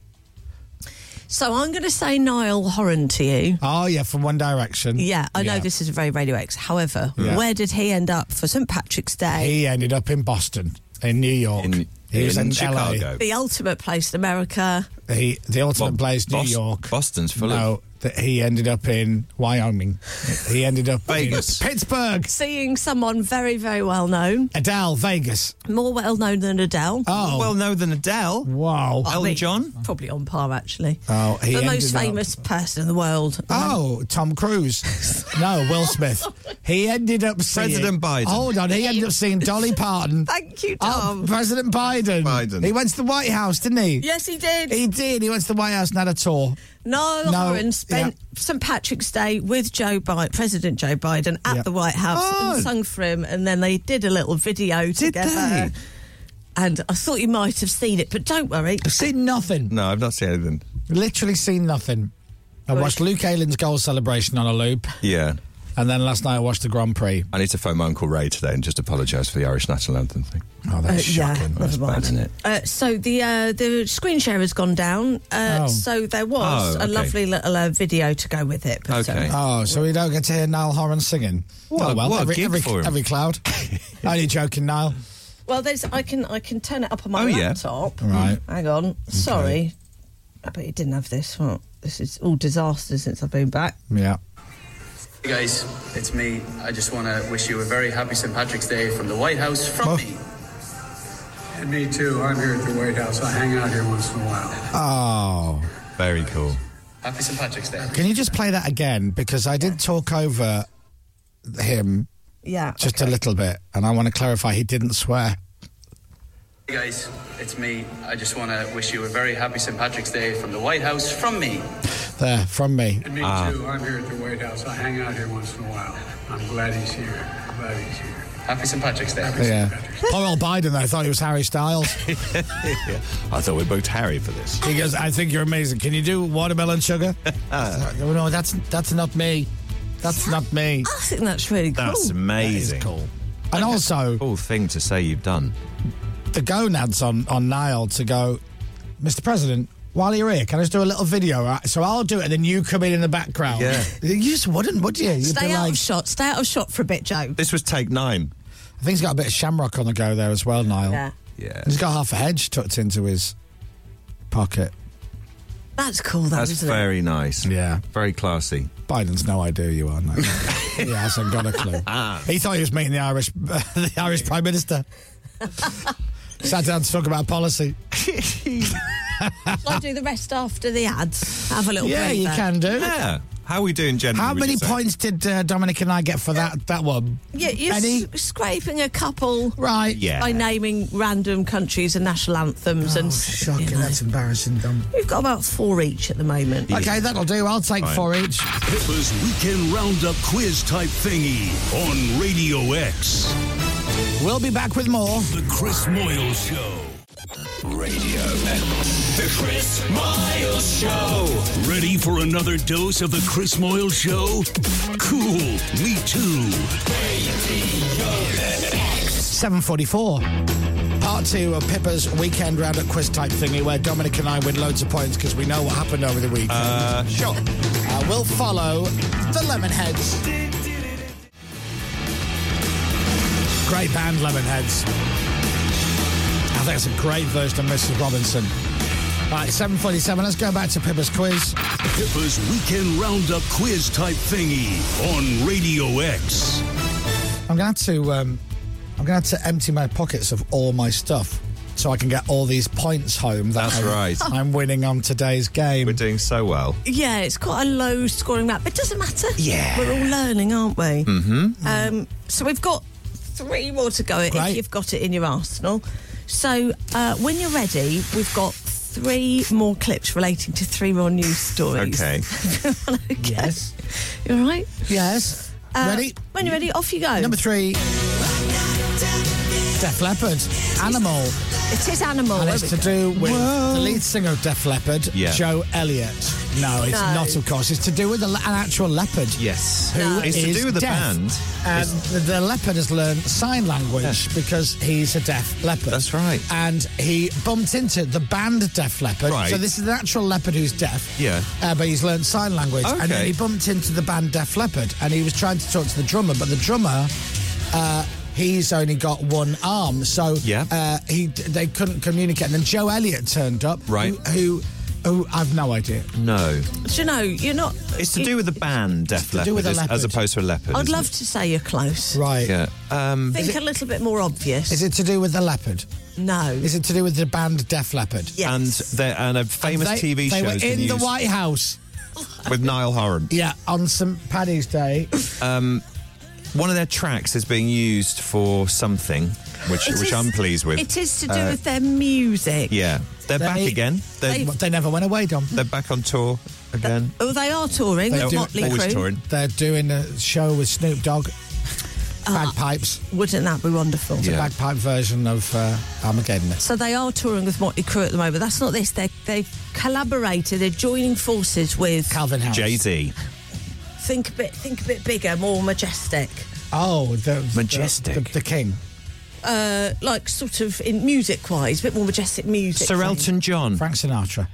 [SPEAKER 3] So I'm going to say Niall Horan to you.
[SPEAKER 7] Oh yeah, from One Direction.
[SPEAKER 3] Yeah, I know this is very Radio X. However,
[SPEAKER 7] Yeah.
[SPEAKER 3] where did he end up for St Patrick's Day?
[SPEAKER 7] He ended up in Boston, in New York. he was in, LA.
[SPEAKER 3] The ultimate place in America.
[SPEAKER 7] He, the ultimate place, New
[SPEAKER 8] Bos-
[SPEAKER 7] York.
[SPEAKER 8] Boston's full
[SPEAKER 7] no,
[SPEAKER 8] of.
[SPEAKER 7] that he ended up in Wyoming. he ended up
[SPEAKER 8] Vegas.
[SPEAKER 7] in Pittsburgh.
[SPEAKER 3] Seeing someone very, very well known.
[SPEAKER 7] Adele, Vegas.
[SPEAKER 3] More well known than Adele.
[SPEAKER 7] Oh. Well
[SPEAKER 8] known than Adele.
[SPEAKER 7] Wow.
[SPEAKER 3] I
[SPEAKER 7] Elton
[SPEAKER 3] mean,
[SPEAKER 8] John?
[SPEAKER 3] Probably on par, actually.
[SPEAKER 7] Oh, he
[SPEAKER 3] the most
[SPEAKER 7] ended up-
[SPEAKER 3] famous person in the world.
[SPEAKER 7] Oh, Tom Cruise. no, Will Smith. He ended up seeing
[SPEAKER 8] President Biden.
[SPEAKER 7] Hold on, he ended up seeing Dolly Parton.
[SPEAKER 3] Thank you,
[SPEAKER 7] Oh, President Biden.
[SPEAKER 8] Biden.
[SPEAKER 7] He went to the White House, didn't he?
[SPEAKER 3] Yes, he did.
[SPEAKER 7] He did. He went to the White House and had a tour.
[SPEAKER 3] No,
[SPEAKER 7] No,
[SPEAKER 3] Horan spent St Patrick's Day with Joe Biden, President Joe Biden, at the White House
[SPEAKER 7] Oh.
[SPEAKER 3] and sung for him, and then they did a little video together.
[SPEAKER 8] they?
[SPEAKER 3] And I thought you might have seen it, but don't worry.
[SPEAKER 7] I've seen nothing.
[SPEAKER 8] No, I've not seen anything.
[SPEAKER 7] Literally seen nothing. I watched Luke Aylin's goal celebration on a loop,
[SPEAKER 8] Yeah.
[SPEAKER 7] and then last night I watched the Grand Prix.
[SPEAKER 8] I need to phone my Uncle Ray today and just apologise for the Irish National Anthem thing.
[SPEAKER 7] Oh,
[SPEAKER 3] Uh, yeah,
[SPEAKER 8] That's
[SPEAKER 3] never mind.
[SPEAKER 8] bad, isn't it?
[SPEAKER 3] Uh, so the uh, the screen share has gone down. Uh,
[SPEAKER 7] Oh.
[SPEAKER 3] So there was
[SPEAKER 7] Oh,
[SPEAKER 3] a
[SPEAKER 7] okay.
[SPEAKER 3] lovely little uh, video to go with it. but, um,
[SPEAKER 7] Oh, so we don't get to hear Niall Horan singing?
[SPEAKER 8] What
[SPEAKER 7] oh,
[SPEAKER 8] a-
[SPEAKER 7] well,
[SPEAKER 8] what a
[SPEAKER 7] every,
[SPEAKER 8] gig
[SPEAKER 7] every,
[SPEAKER 8] for him.
[SPEAKER 7] every cloud. Only joking, Niall.
[SPEAKER 3] Well, there's I can I can turn it up on my
[SPEAKER 7] Oh, yeah.
[SPEAKER 3] laptop.
[SPEAKER 7] Right.
[SPEAKER 3] Hang on. Sorry, I bet you didn't have this. Well, this is all disaster since I've been back.
[SPEAKER 7] Yeah.
[SPEAKER 14] Hey guys, it's me. I just want to wish you a very happy St. Patrick's Day from the White House from me.
[SPEAKER 15] And me too. I'm here at the White House. I hang out here once in a while.
[SPEAKER 7] Oh.
[SPEAKER 8] Very cool.
[SPEAKER 14] Happy St. Patrick's Day.
[SPEAKER 7] Can you just play that again? Because I did talk over him
[SPEAKER 3] Yeah.
[SPEAKER 7] just a little bit, and I want to clarify he didn't swear.
[SPEAKER 14] Hey guys, it's me. I just want to wish you a very happy St. Patrick's Day from the White House from me.
[SPEAKER 7] There, from me.
[SPEAKER 15] And me too. I'm here at the White House. I hang out here once in a while. I'm glad he's here. I'm glad he's here.
[SPEAKER 14] Happy St. Patrick's Day.
[SPEAKER 7] Yeah. Poor old Biden, though, thought he was Harry Styles.
[SPEAKER 8] I thought we booked Harry for this.
[SPEAKER 7] He goes, I think you're amazing. Can you do watermelon sugar? I go, no, that's that's not me. That's not me.
[SPEAKER 3] I think that's really cool.
[SPEAKER 8] That's amazing. cool.
[SPEAKER 7] And also,
[SPEAKER 8] cool thing to say you've done.
[SPEAKER 7] the gonads on, on Niall to go, Mr. President, while you're here, can I just do a little video? Right? So I'll do it, and then you come in in the background.
[SPEAKER 8] Yeah.
[SPEAKER 7] You just wouldn't, would you? You'd
[SPEAKER 3] Stay
[SPEAKER 7] be
[SPEAKER 3] out
[SPEAKER 7] like,
[SPEAKER 3] of shot. Stay out of shot for a bit, Joe.
[SPEAKER 8] This was take nine.
[SPEAKER 7] I think he's got a bit of shamrock on the go there as well, Niall.
[SPEAKER 3] Yeah.
[SPEAKER 8] Yeah.
[SPEAKER 7] He's got half a hedge tucked into his pocket.
[SPEAKER 3] That's cool, though,
[SPEAKER 8] That's
[SPEAKER 3] isn't
[SPEAKER 8] very nice.
[SPEAKER 7] Yeah.
[SPEAKER 8] Very classy.
[SPEAKER 7] Biden's no idea who you are, no. he hasn't got a clue.
[SPEAKER 8] Ah.
[SPEAKER 7] He thought he was meeting the Irish, the Irish Prime Minister. Sat down to talk about policy.
[SPEAKER 3] it? Shall I do the rest after the ads? Have a little
[SPEAKER 7] Yeah,
[SPEAKER 3] break
[SPEAKER 7] you
[SPEAKER 3] there.
[SPEAKER 7] can do.
[SPEAKER 8] Yeah. How are we doing generally?
[SPEAKER 7] How
[SPEAKER 8] would
[SPEAKER 7] many
[SPEAKER 8] you say?
[SPEAKER 7] points did uh, Dominic and I get for that that one?
[SPEAKER 3] Yeah, you're
[SPEAKER 7] Any?
[SPEAKER 3] s- scraping a couple
[SPEAKER 7] right
[SPEAKER 8] Yeah.
[SPEAKER 3] by naming random countries and national anthems, and s-
[SPEAKER 7] Oh, Shocking, that's embarrassing, Dom.
[SPEAKER 3] we've got about four each at the moment.
[SPEAKER 7] Okay, that'll do. I'll take
[SPEAKER 1] Fine.
[SPEAKER 7] four each.
[SPEAKER 1] Pippa's Weekend Roundup quiz type thingy on Radio X.
[SPEAKER 7] We'll be back with more.
[SPEAKER 1] The Chris Moyle Show. Radio X. The Chris Moyle Show. Ready for another dose of The Chris Moyle Show? Cool. Me too.
[SPEAKER 7] 7.44. Part two of Pippa's weekend roundup quiz type thingy where Dominic and I win loads of points because we know what happened over the weekend.
[SPEAKER 8] Uh,
[SPEAKER 7] sure. Uh, we'll follow the Lemonheads. Great band, Lemonheads. I think it's a great version of Mrs. Robinson. Right, 7.47. Let's go back to Pippa's quiz.
[SPEAKER 1] Pippa's Weekend Roundup quiz type thingy on Radio X.
[SPEAKER 7] I'm gonna have to um, I'm gonna have to empty my pockets of all my stuff. so I can get all these points home. That
[SPEAKER 8] That's
[SPEAKER 7] I'm-
[SPEAKER 8] right.
[SPEAKER 7] I'm winning on today's game. We're
[SPEAKER 8] doing so well.
[SPEAKER 3] Yeah, it's quite a low scoring map, but it doesn't matter.
[SPEAKER 7] Yeah.
[SPEAKER 3] We're all learning, aren't we?
[SPEAKER 8] Mm-hmm.
[SPEAKER 3] Um, so we've got three more to go if you've got it in your arsenal. So uh, when you're ready, we've got three more clips relating to three more news stories.
[SPEAKER 8] Okay.
[SPEAKER 3] Yes. Uh, You all right?
[SPEAKER 7] Yes. Ready?
[SPEAKER 3] When you're ready, off you go.
[SPEAKER 7] Number three. Def Leppard, Animal.
[SPEAKER 3] It is Animal.
[SPEAKER 7] And
[SPEAKER 3] there
[SPEAKER 7] it's to
[SPEAKER 3] we go.
[SPEAKER 7] do with the lead singer of Def Leppard,
[SPEAKER 8] Yeah.
[SPEAKER 7] Joe Elliott. No, it's
[SPEAKER 3] No.
[SPEAKER 7] not, of course. It's to do with a le- an actual leopard.
[SPEAKER 8] Yes.
[SPEAKER 7] Who
[SPEAKER 8] No. It's to
[SPEAKER 7] is
[SPEAKER 8] do with the
[SPEAKER 7] deaf.
[SPEAKER 8] band.
[SPEAKER 7] And the, the leopard has learned sign language because he's a deaf leopard. That's
[SPEAKER 8] right.
[SPEAKER 7] And he bumped into the band Deaf Leopard.
[SPEAKER 8] Right.
[SPEAKER 7] So this is an actual leopard who's deaf.
[SPEAKER 8] Yeah.
[SPEAKER 7] Uh, but he's learned sign language. And then
[SPEAKER 8] Okay.
[SPEAKER 7] he bumped into the band Def Leppard and he was trying to talk to the drummer, but the drummer, uh, he's only got one arm. So
[SPEAKER 8] Yeah.
[SPEAKER 7] uh, he they couldn't communicate. And then Joe Elliott turned up.
[SPEAKER 8] Right.
[SPEAKER 7] Who, who, who I've no idea.
[SPEAKER 8] No.
[SPEAKER 3] Do you know, you're not.
[SPEAKER 8] It's to do with the band
[SPEAKER 7] to
[SPEAKER 8] Def
[SPEAKER 7] do
[SPEAKER 8] Leppard
[SPEAKER 7] with a
[SPEAKER 8] as, as
[SPEAKER 7] leopard.
[SPEAKER 8] opposed to a leopard.
[SPEAKER 3] I'd
[SPEAKER 8] isn't
[SPEAKER 3] love to say you're close.
[SPEAKER 7] Right.
[SPEAKER 8] it? Yeah. Um,
[SPEAKER 3] Think a little bit more obvious.
[SPEAKER 7] Is it to do with the leopard?
[SPEAKER 3] No. Is
[SPEAKER 7] it to do with the band Def Leppard?
[SPEAKER 8] And they and a famous
[SPEAKER 7] They- they
[SPEAKER 8] TV show
[SPEAKER 7] were
[SPEAKER 8] has been
[SPEAKER 7] in the
[SPEAKER 8] used
[SPEAKER 7] White House.
[SPEAKER 8] with Niall Horan.
[SPEAKER 7] Yeah, on St. Paddy's Day.
[SPEAKER 8] Um, one of their tracks is being used for something, which
[SPEAKER 3] It
[SPEAKER 8] which
[SPEAKER 3] is-
[SPEAKER 8] I'm pleased with.
[SPEAKER 3] It is to do
[SPEAKER 8] Uh,
[SPEAKER 3] with their music.
[SPEAKER 8] Yeah, they're back again.
[SPEAKER 7] They,
[SPEAKER 8] They're,
[SPEAKER 7] they never went away, Dom.
[SPEAKER 8] they're back on tour again.
[SPEAKER 3] Oh, they are touring
[SPEAKER 8] They
[SPEAKER 3] with
[SPEAKER 8] do-
[SPEAKER 3] Motley
[SPEAKER 8] always
[SPEAKER 3] Crue.
[SPEAKER 8] touring.
[SPEAKER 7] They're doing a show with Snoop Dogg.
[SPEAKER 3] Uh,
[SPEAKER 7] Bagpipes.
[SPEAKER 3] Wouldn't that be wonderful?
[SPEAKER 7] It's a bagpipe version of uh, Armageddon.
[SPEAKER 3] So they are touring with Motley Crue at the moment. That's not this. They they've collaborated. They're joining forces with
[SPEAKER 7] Calvin Harris.
[SPEAKER 8] Jay Z.
[SPEAKER 3] Think a bit. Think a bit bigger, more majestic.
[SPEAKER 7] Oh, the
[SPEAKER 8] Majestic.
[SPEAKER 7] the, the, king.
[SPEAKER 3] Uh, like sort of in music wise, a bit more majestic music.
[SPEAKER 8] Sir Elton John.
[SPEAKER 7] Frank Sinatra.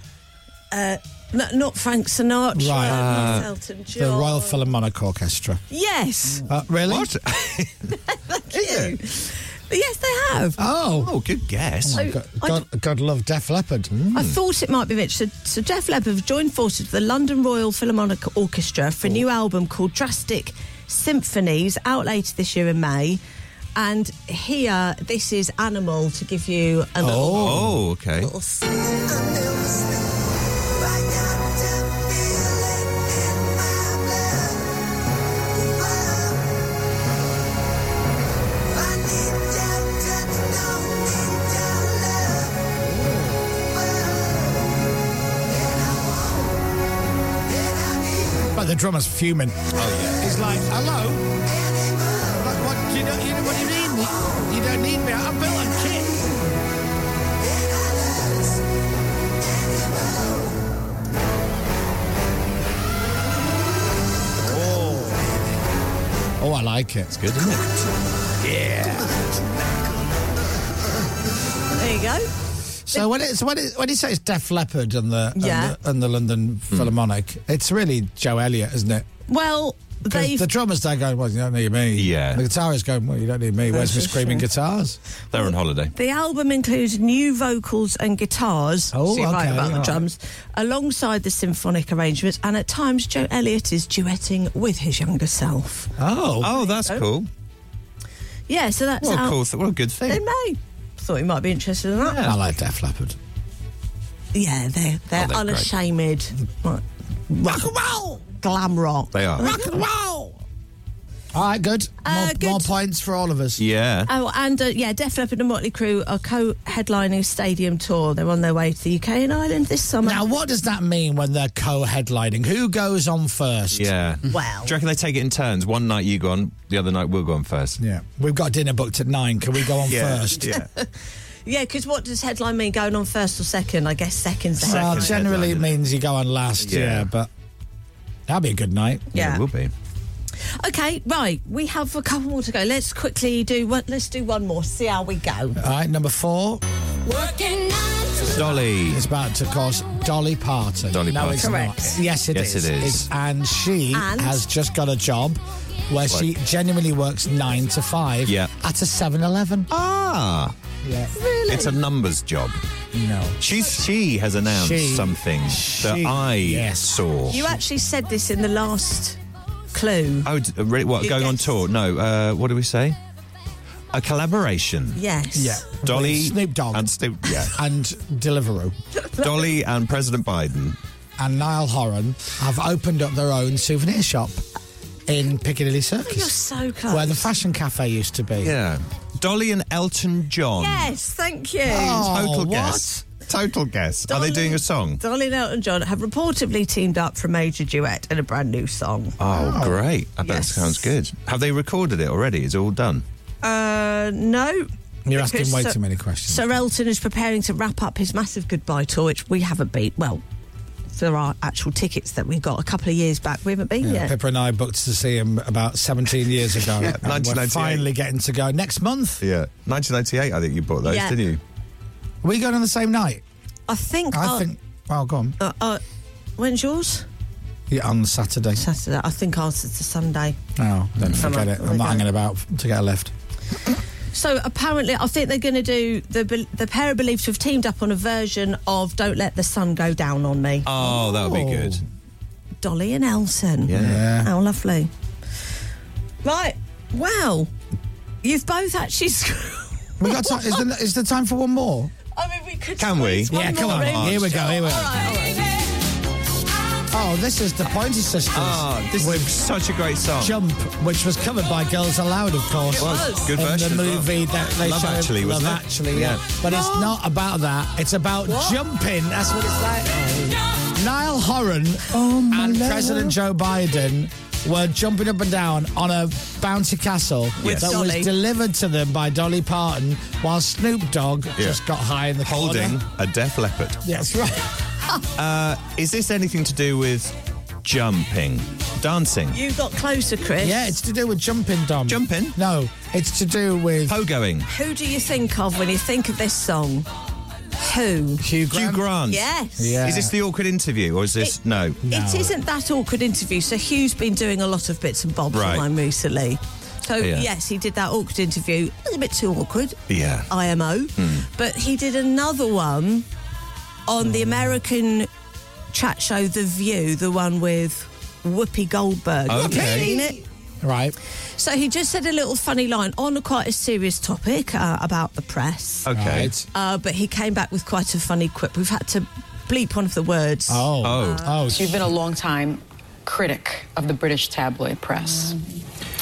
[SPEAKER 3] Uh, no, not Frank Sinatra.
[SPEAKER 7] Right.
[SPEAKER 3] not Elton John.
[SPEAKER 7] The Royal Philharmonic Orchestra.
[SPEAKER 3] Yes.
[SPEAKER 7] Uh, really? What?
[SPEAKER 3] Thank you. Yes, they have.
[SPEAKER 7] Oh.
[SPEAKER 8] Oh, good guess.
[SPEAKER 7] my
[SPEAKER 3] So,
[SPEAKER 7] God,
[SPEAKER 3] I-
[SPEAKER 7] God, God love Def Leppard. Hmm?
[SPEAKER 3] I thought it might be Rich. So, so Def Leppard have joined forces with the London Royal Philharmonic Orchestra
[SPEAKER 7] Oh.
[SPEAKER 3] for a new album called Drastic Symphonies, out later this year in May. And here, this is Animal to give you a little.
[SPEAKER 8] Oh, okay.
[SPEAKER 3] little s-
[SPEAKER 7] But the drummer's fuming. Oh, yeah. He's like, hello? What, what, you, don't, you know what do you mean? You don't need me. I built a kit. Oh, I like it. It's
[SPEAKER 8] good, isn't
[SPEAKER 7] it? Yeah.
[SPEAKER 3] There you go.
[SPEAKER 7] So when it's when it, when you say it's Def Leppard and the,
[SPEAKER 3] Yeah.
[SPEAKER 7] and the and the London Philharmonic, it's really Joe Elliott, isn't it?
[SPEAKER 3] Well,
[SPEAKER 7] 'Cause
[SPEAKER 3] they've.
[SPEAKER 7] The drummer's there going, well, you don't need me. Yeah. The guitarist going, well, you don't need me. Where's my
[SPEAKER 3] That's just
[SPEAKER 7] screaming
[SPEAKER 3] true.
[SPEAKER 7] guitars?
[SPEAKER 8] They're on holiday.
[SPEAKER 3] The album includes new vocals and guitars.
[SPEAKER 7] Oh,
[SPEAKER 3] so you're right
[SPEAKER 7] okay,
[SPEAKER 3] about the
[SPEAKER 7] alright.
[SPEAKER 3] drums, alongside the symphonic arrangements, and at times Joe Elliott is duetting with his younger self.
[SPEAKER 7] Oh.
[SPEAKER 8] Oh, that's
[SPEAKER 3] Oh.
[SPEAKER 8] cool.
[SPEAKER 3] Yeah, so that's
[SPEAKER 8] What a
[SPEAKER 3] how
[SPEAKER 8] cool th- what a good thing.
[SPEAKER 3] They may. Thought he might be interested in that.
[SPEAKER 7] I like Def Leppard.
[SPEAKER 3] Yeah, they're
[SPEAKER 7] Oh,
[SPEAKER 3] they're,
[SPEAKER 7] they're great.
[SPEAKER 3] unashamed. Right. Rock and roll, glam rock.
[SPEAKER 8] They are.
[SPEAKER 3] rock and roll.
[SPEAKER 7] All right, good. More, more points for all of us.
[SPEAKER 8] Yeah.
[SPEAKER 3] Oh, and uh, yeah, Def Leppard and Motley Crue are co-headlining a stadium tour. They're on their way to the UK and Ireland this summer.
[SPEAKER 7] Now, what does that mean when they're co-headlining? Who goes on first?
[SPEAKER 8] Yeah.
[SPEAKER 3] Wow.
[SPEAKER 8] Do you reckon they take it in turns? One night you go on, the other night we'll go on first.
[SPEAKER 7] Yeah. We've got dinner booked at nine. Can we go on
[SPEAKER 8] Yeah,
[SPEAKER 7] first?
[SPEAKER 8] yeah.
[SPEAKER 3] Yeah, because what does headline mean? Going on first or second? I guess second. second.
[SPEAKER 7] Well, Uh, generally it means you go on last. Yeah.
[SPEAKER 8] Yeah.
[SPEAKER 7] but that'd be a good night.
[SPEAKER 3] Yeah.
[SPEAKER 8] It will be.
[SPEAKER 3] Okay, right. We have a couple more to go. Let's quickly do one. Let's do one more. See how we go.
[SPEAKER 7] All right, number four.
[SPEAKER 3] Working
[SPEAKER 8] Dolly.
[SPEAKER 7] It's about to cause Dolly Parton.
[SPEAKER 8] Dolly
[SPEAKER 7] no,
[SPEAKER 8] Parton.
[SPEAKER 7] It's
[SPEAKER 8] Correct.
[SPEAKER 7] Not. Yes, it
[SPEAKER 8] Yes,
[SPEAKER 7] is.
[SPEAKER 8] it is.
[SPEAKER 7] It's- and she
[SPEAKER 8] And?
[SPEAKER 7] has just got a job where she genuinely works nine to five
[SPEAKER 8] Yeah.
[SPEAKER 7] at a 7 Eleven.
[SPEAKER 8] Ah.
[SPEAKER 7] Yeah.
[SPEAKER 3] Really?
[SPEAKER 8] It's a numbers job.
[SPEAKER 7] No.
[SPEAKER 8] She's she has announced
[SPEAKER 7] She-
[SPEAKER 8] something that I saw.
[SPEAKER 3] You actually said this in the last clue.
[SPEAKER 8] Oh, d- really? What,
[SPEAKER 3] You
[SPEAKER 8] going on
[SPEAKER 3] guessed.
[SPEAKER 8] tour? No, uh, what do we say? a collaboration.
[SPEAKER 3] Yes.
[SPEAKER 7] Yeah.
[SPEAKER 8] Dolly
[SPEAKER 7] With Snoop Dogg
[SPEAKER 8] and Snoop. Yeah.
[SPEAKER 7] and Deliveroo
[SPEAKER 8] Dolly and President Biden.
[SPEAKER 7] and Niall Horan have opened up their own souvenir shop in Piccadilly Circus.
[SPEAKER 3] You're so close.
[SPEAKER 7] Where the fashion cafe used to be.
[SPEAKER 8] Yeah. Dolly and Elton John.
[SPEAKER 3] Yes, thank you.
[SPEAKER 8] Total guess. Total guess. Are they doing a song?
[SPEAKER 3] Dolly and Elton John have reportedly teamed up for a major duet and a brand new song.
[SPEAKER 8] Oh, great. I bet that sounds good. Have they recorded it already? It's all done.
[SPEAKER 3] Uh, no.
[SPEAKER 7] Oh. You're asking
[SPEAKER 3] Because
[SPEAKER 7] way
[SPEAKER 3] Sir-
[SPEAKER 7] too many questions.
[SPEAKER 3] Sir Elton is preparing to wrap up his massive goodbye tour, which we haven't been. Well, there are actual tickets that we got a couple of years back. We haven't been
[SPEAKER 7] Yeah,
[SPEAKER 3] yet.
[SPEAKER 7] Pippa and I booked to see him about 17 years ago.
[SPEAKER 8] Yeah,
[SPEAKER 7] and we're
[SPEAKER 8] 1998.
[SPEAKER 7] finally getting to go next month.
[SPEAKER 8] Yeah. 1998, I think you bought those,
[SPEAKER 3] Yeah.
[SPEAKER 8] didn't you?
[SPEAKER 7] We going on the same night?
[SPEAKER 3] I think.
[SPEAKER 7] I
[SPEAKER 3] I'll-
[SPEAKER 7] think. Well, go on.
[SPEAKER 3] Uh, uh, when's yours?
[SPEAKER 7] Yeah, on Saturday.
[SPEAKER 3] Saturday. I think ours is the Sunday.
[SPEAKER 7] Oh, don't
[SPEAKER 3] Come
[SPEAKER 7] forget
[SPEAKER 3] on,
[SPEAKER 7] it.
[SPEAKER 3] we
[SPEAKER 7] I'm
[SPEAKER 3] go.
[SPEAKER 7] not hanging about to get a lift.
[SPEAKER 3] So apparently, I think they're going to do the bel- the pair are believed to have teamed up on a version of "Don't Let the Sun Go Down on Me."
[SPEAKER 8] Oh, that would be good.
[SPEAKER 3] Dolly and Elton.
[SPEAKER 8] Yeah. Yeah.
[SPEAKER 3] How lovely. Right. Wow. You've both actually.
[SPEAKER 7] We got time. Is there, is there time for one more?
[SPEAKER 3] I mean, we could.
[SPEAKER 8] Can we?
[SPEAKER 3] squeeze one
[SPEAKER 7] Yeah, come
[SPEAKER 3] more
[SPEAKER 7] on.
[SPEAKER 3] in.
[SPEAKER 7] Here we go. Here we go.
[SPEAKER 3] All right, all right.
[SPEAKER 7] Oh, this is the Pointer Sisters.
[SPEAKER 8] Oh, this is such a great song.
[SPEAKER 7] Jump, which was covered by Girls Aloud, of course.
[SPEAKER 8] It was. Good
[SPEAKER 7] in
[SPEAKER 8] version as
[SPEAKER 7] the
[SPEAKER 8] well.
[SPEAKER 7] movie that they
[SPEAKER 8] Love
[SPEAKER 7] showed.
[SPEAKER 8] Actually, wasn't
[SPEAKER 7] Love
[SPEAKER 8] it?
[SPEAKER 7] Actually, yeah.
[SPEAKER 8] Yeah.
[SPEAKER 7] But it's not about that. It's about jumping. That's what it's like. Niall Horan
[SPEAKER 8] Oh,
[SPEAKER 7] and
[SPEAKER 16] love.
[SPEAKER 7] President Joe Biden were jumping up and down on a bouncy castle
[SPEAKER 8] With
[SPEAKER 7] that
[SPEAKER 8] Dolly.
[SPEAKER 7] was delivered to them by Dolly Parton while Snoop Dogg
[SPEAKER 8] Yeah.
[SPEAKER 7] just got high in the
[SPEAKER 8] Holding
[SPEAKER 7] corner.
[SPEAKER 8] a deaf leopard.
[SPEAKER 7] Yes, right.
[SPEAKER 8] Uh, is this anything to do with jumping, dancing,
[SPEAKER 3] You got closer, Chris.
[SPEAKER 7] Yeah, it's to do with jumping, Dom. Jumping? No, it's to do with
[SPEAKER 8] pogoing?
[SPEAKER 3] Who do you think of when you think of this song? Who?
[SPEAKER 7] Hugh
[SPEAKER 8] Hugh Grant.
[SPEAKER 3] Yes.
[SPEAKER 8] Is this the awkward interview or is this no?
[SPEAKER 3] It isn't that awkward interview. So Hugh's been doing a lot of bits and bobs
[SPEAKER 8] Right.
[SPEAKER 3] online recently. So
[SPEAKER 8] Yeah.
[SPEAKER 3] yes, he did that awkward interview. A little bit too awkward.
[SPEAKER 8] Yeah.
[SPEAKER 3] Oh. IMO.
[SPEAKER 7] Hmm.
[SPEAKER 3] But he did another one on the American chat show The View, the one with Whoopi Goldberg. Have you
[SPEAKER 7] Okay.
[SPEAKER 3] seen it?
[SPEAKER 7] Right.
[SPEAKER 3] So he just said a little funny line on a quite a serious topic uh, about the press.
[SPEAKER 8] Okay.
[SPEAKER 3] Uh, but he came back with quite a funny quip. We've had to bleep one of the words.
[SPEAKER 7] Oh.
[SPEAKER 8] Oh.
[SPEAKER 12] You've been a long time critic of the British tabloid press,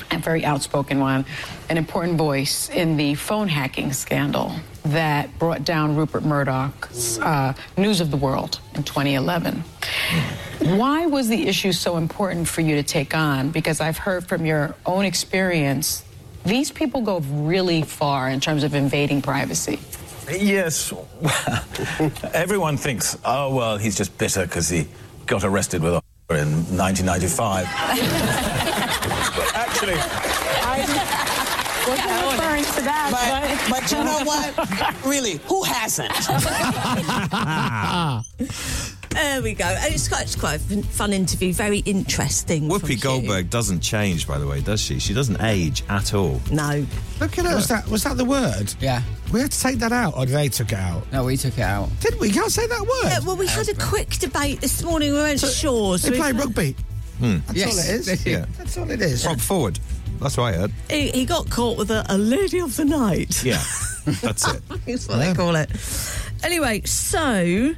[SPEAKER 12] a very outspoken one, an important voice in the phone hacking scandal that brought down Rupert Murdoch's uh, News of the World in 2011. Why was the issue so important for you to take on? Because I've heard from your own experience, these people go really far in terms of invading privacy.
[SPEAKER 1] Yes. Everyone thinks, oh, well, he's just bitter because he got arrested with a in 1995. But actually,
[SPEAKER 12] Wasn't referring to that,
[SPEAKER 2] But, but you know what? really, who hasn't?
[SPEAKER 3] There we go. And it's quite, it's quite a fun- fun interview, very interesting. from Hugh.
[SPEAKER 8] Whoopi Goldberg doesn't change, by the way, does she? She doesn't age at all.
[SPEAKER 3] No.
[SPEAKER 7] Look at us. Was that, was that the word? Yeah. We had to take that out, or they took it out? No, we took it out. Did we? You can't say that word.
[SPEAKER 3] Yeah, well, we had a quick debate this morning. We weren't sure.
[SPEAKER 7] They
[SPEAKER 3] we-
[SPEAKER 7] play rugby.
[SPEAKER 8] Hmm.
[SPEAKER 7] That's all it is.
[SPEAKER 8] Yeah.
[SPEAKER 7] That's all it is.
[SPEAKER 8] Prop forward. That's what I heard.
[SPEAKER 3] He, he got caught with a, a lady of the night.
[SPEAKER 8] Yeah. That's it.
[SPEAKER 3] That's what they call it. Anyway, so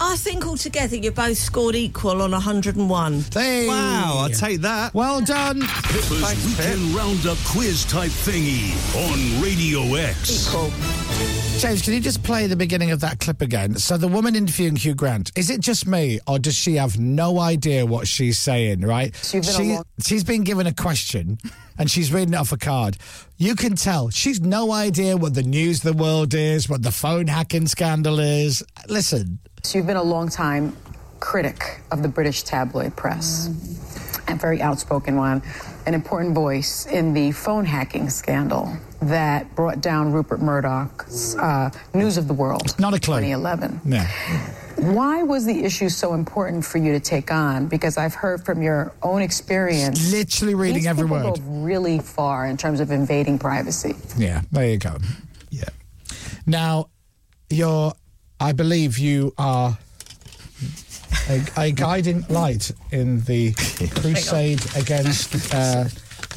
[SPEAKER 3] I think altogether you both scored equal on 101.
[SPEAKER 8] Wow, I'll take that.
[SPEAKER 7] Well done.
[SPEAKER 17] Pippa's weekend roundup quiz type thingy on Radio X.
[SPEAKER 7] James, can you just play the beginning of that clip again? So the woman interviewing Hugh Grant, is it just me, or does she have no idea what she's saying, right?
[SPEAKER 12] You've been
[SPEAKER 7] She,
[SPEAKER 12] along-
[SPEAKER 7] she's been given a question and she's reading it off a card. You can tell she's no idea what the news of the world is, what the phone hacking scandal is. Listen.
[SPEAKER 12] So you've been a long time critic of the British tabloid press,
[SPEAKER 7] Mm-hmm.
[SPEAKER 12] a very outspoken one, an important voice in the phone hacking scandal that brought down Rupert
[SPEAKER 7] Mm.
[SPEAKER 12] Murdoch's uh, News of the World. Not a clue. 2011.
[SPEAKER 7] No.
[SPEAKER 12] Why was the issue so important for you to take on? Because I've heard from your own experience.
[SPEAKER 7] Literally reading
[SPEAKER 12] these
[SPEAKER 7] every
[SPEAKER 12] people
[SPEAKER 7] word.
[SPEAKER 12] Go really far in terms of invading privacy.
[SPEAKER 7] Yeah, there you go. Yeah. Now, you're, I believe you are a, a guiding light in the crusade against uh,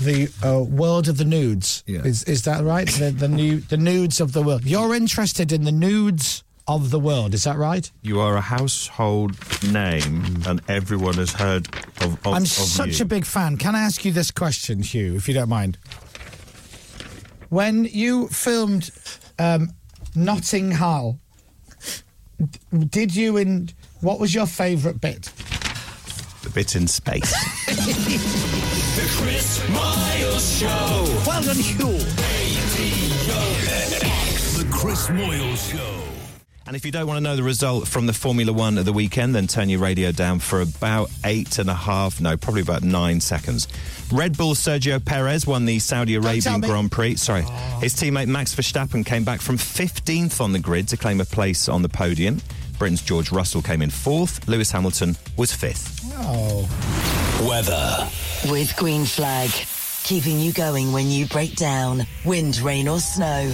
[SPEAKER 7] the uh, world of the nudes. Is is that right? the the, nu- the nudes of the world. You're interested in the nudes of the world. Is that right?
[SPEAKER 8] You are a household name, and everyone has heard of. of
[SPEAKER 7] I'm
[SPEAKER 8] of
[SPEAKER 7] such
[SPEAKER 8] you.
[SPEAKER 7] a big fan. Can I ask you this question, Hugh, if you don't mind? When you filmed um, Notting Hill, d- did you in what was your favourite bit?
[SPEAKER 8] a bit in space.
[SPEAKER 13] The Chris Miles Show.
[SPEAKER 7] Well done, Hugh.
[SPEAKER 1] The Chris Moyle Show.
[SPEAKER 8] And if you don't want to know the result from the Formula One of the weekend, then turn your radio down for about eight and a half, no, probably about nine seconds. Red Bull Sergio Perez won the Saudi
[SPEAKER 7] tell
[SPEAKER 8] Arabian
[SPEAKER 7] me. Oh.
[SPEAKER 8] Grand Prix. Sorry. His teammate Max Verstappen came back from 15th on the grid to claim a place on the podium. Britain's George Russell came in fourth. Lewis Hamilton was fifth.
[SPEAKER 7] Oh.
[SPEAKER 8] Weather.
[SPEAKER 2] With Green Flag, keeping you going when you break down. Wind, rain, or snow.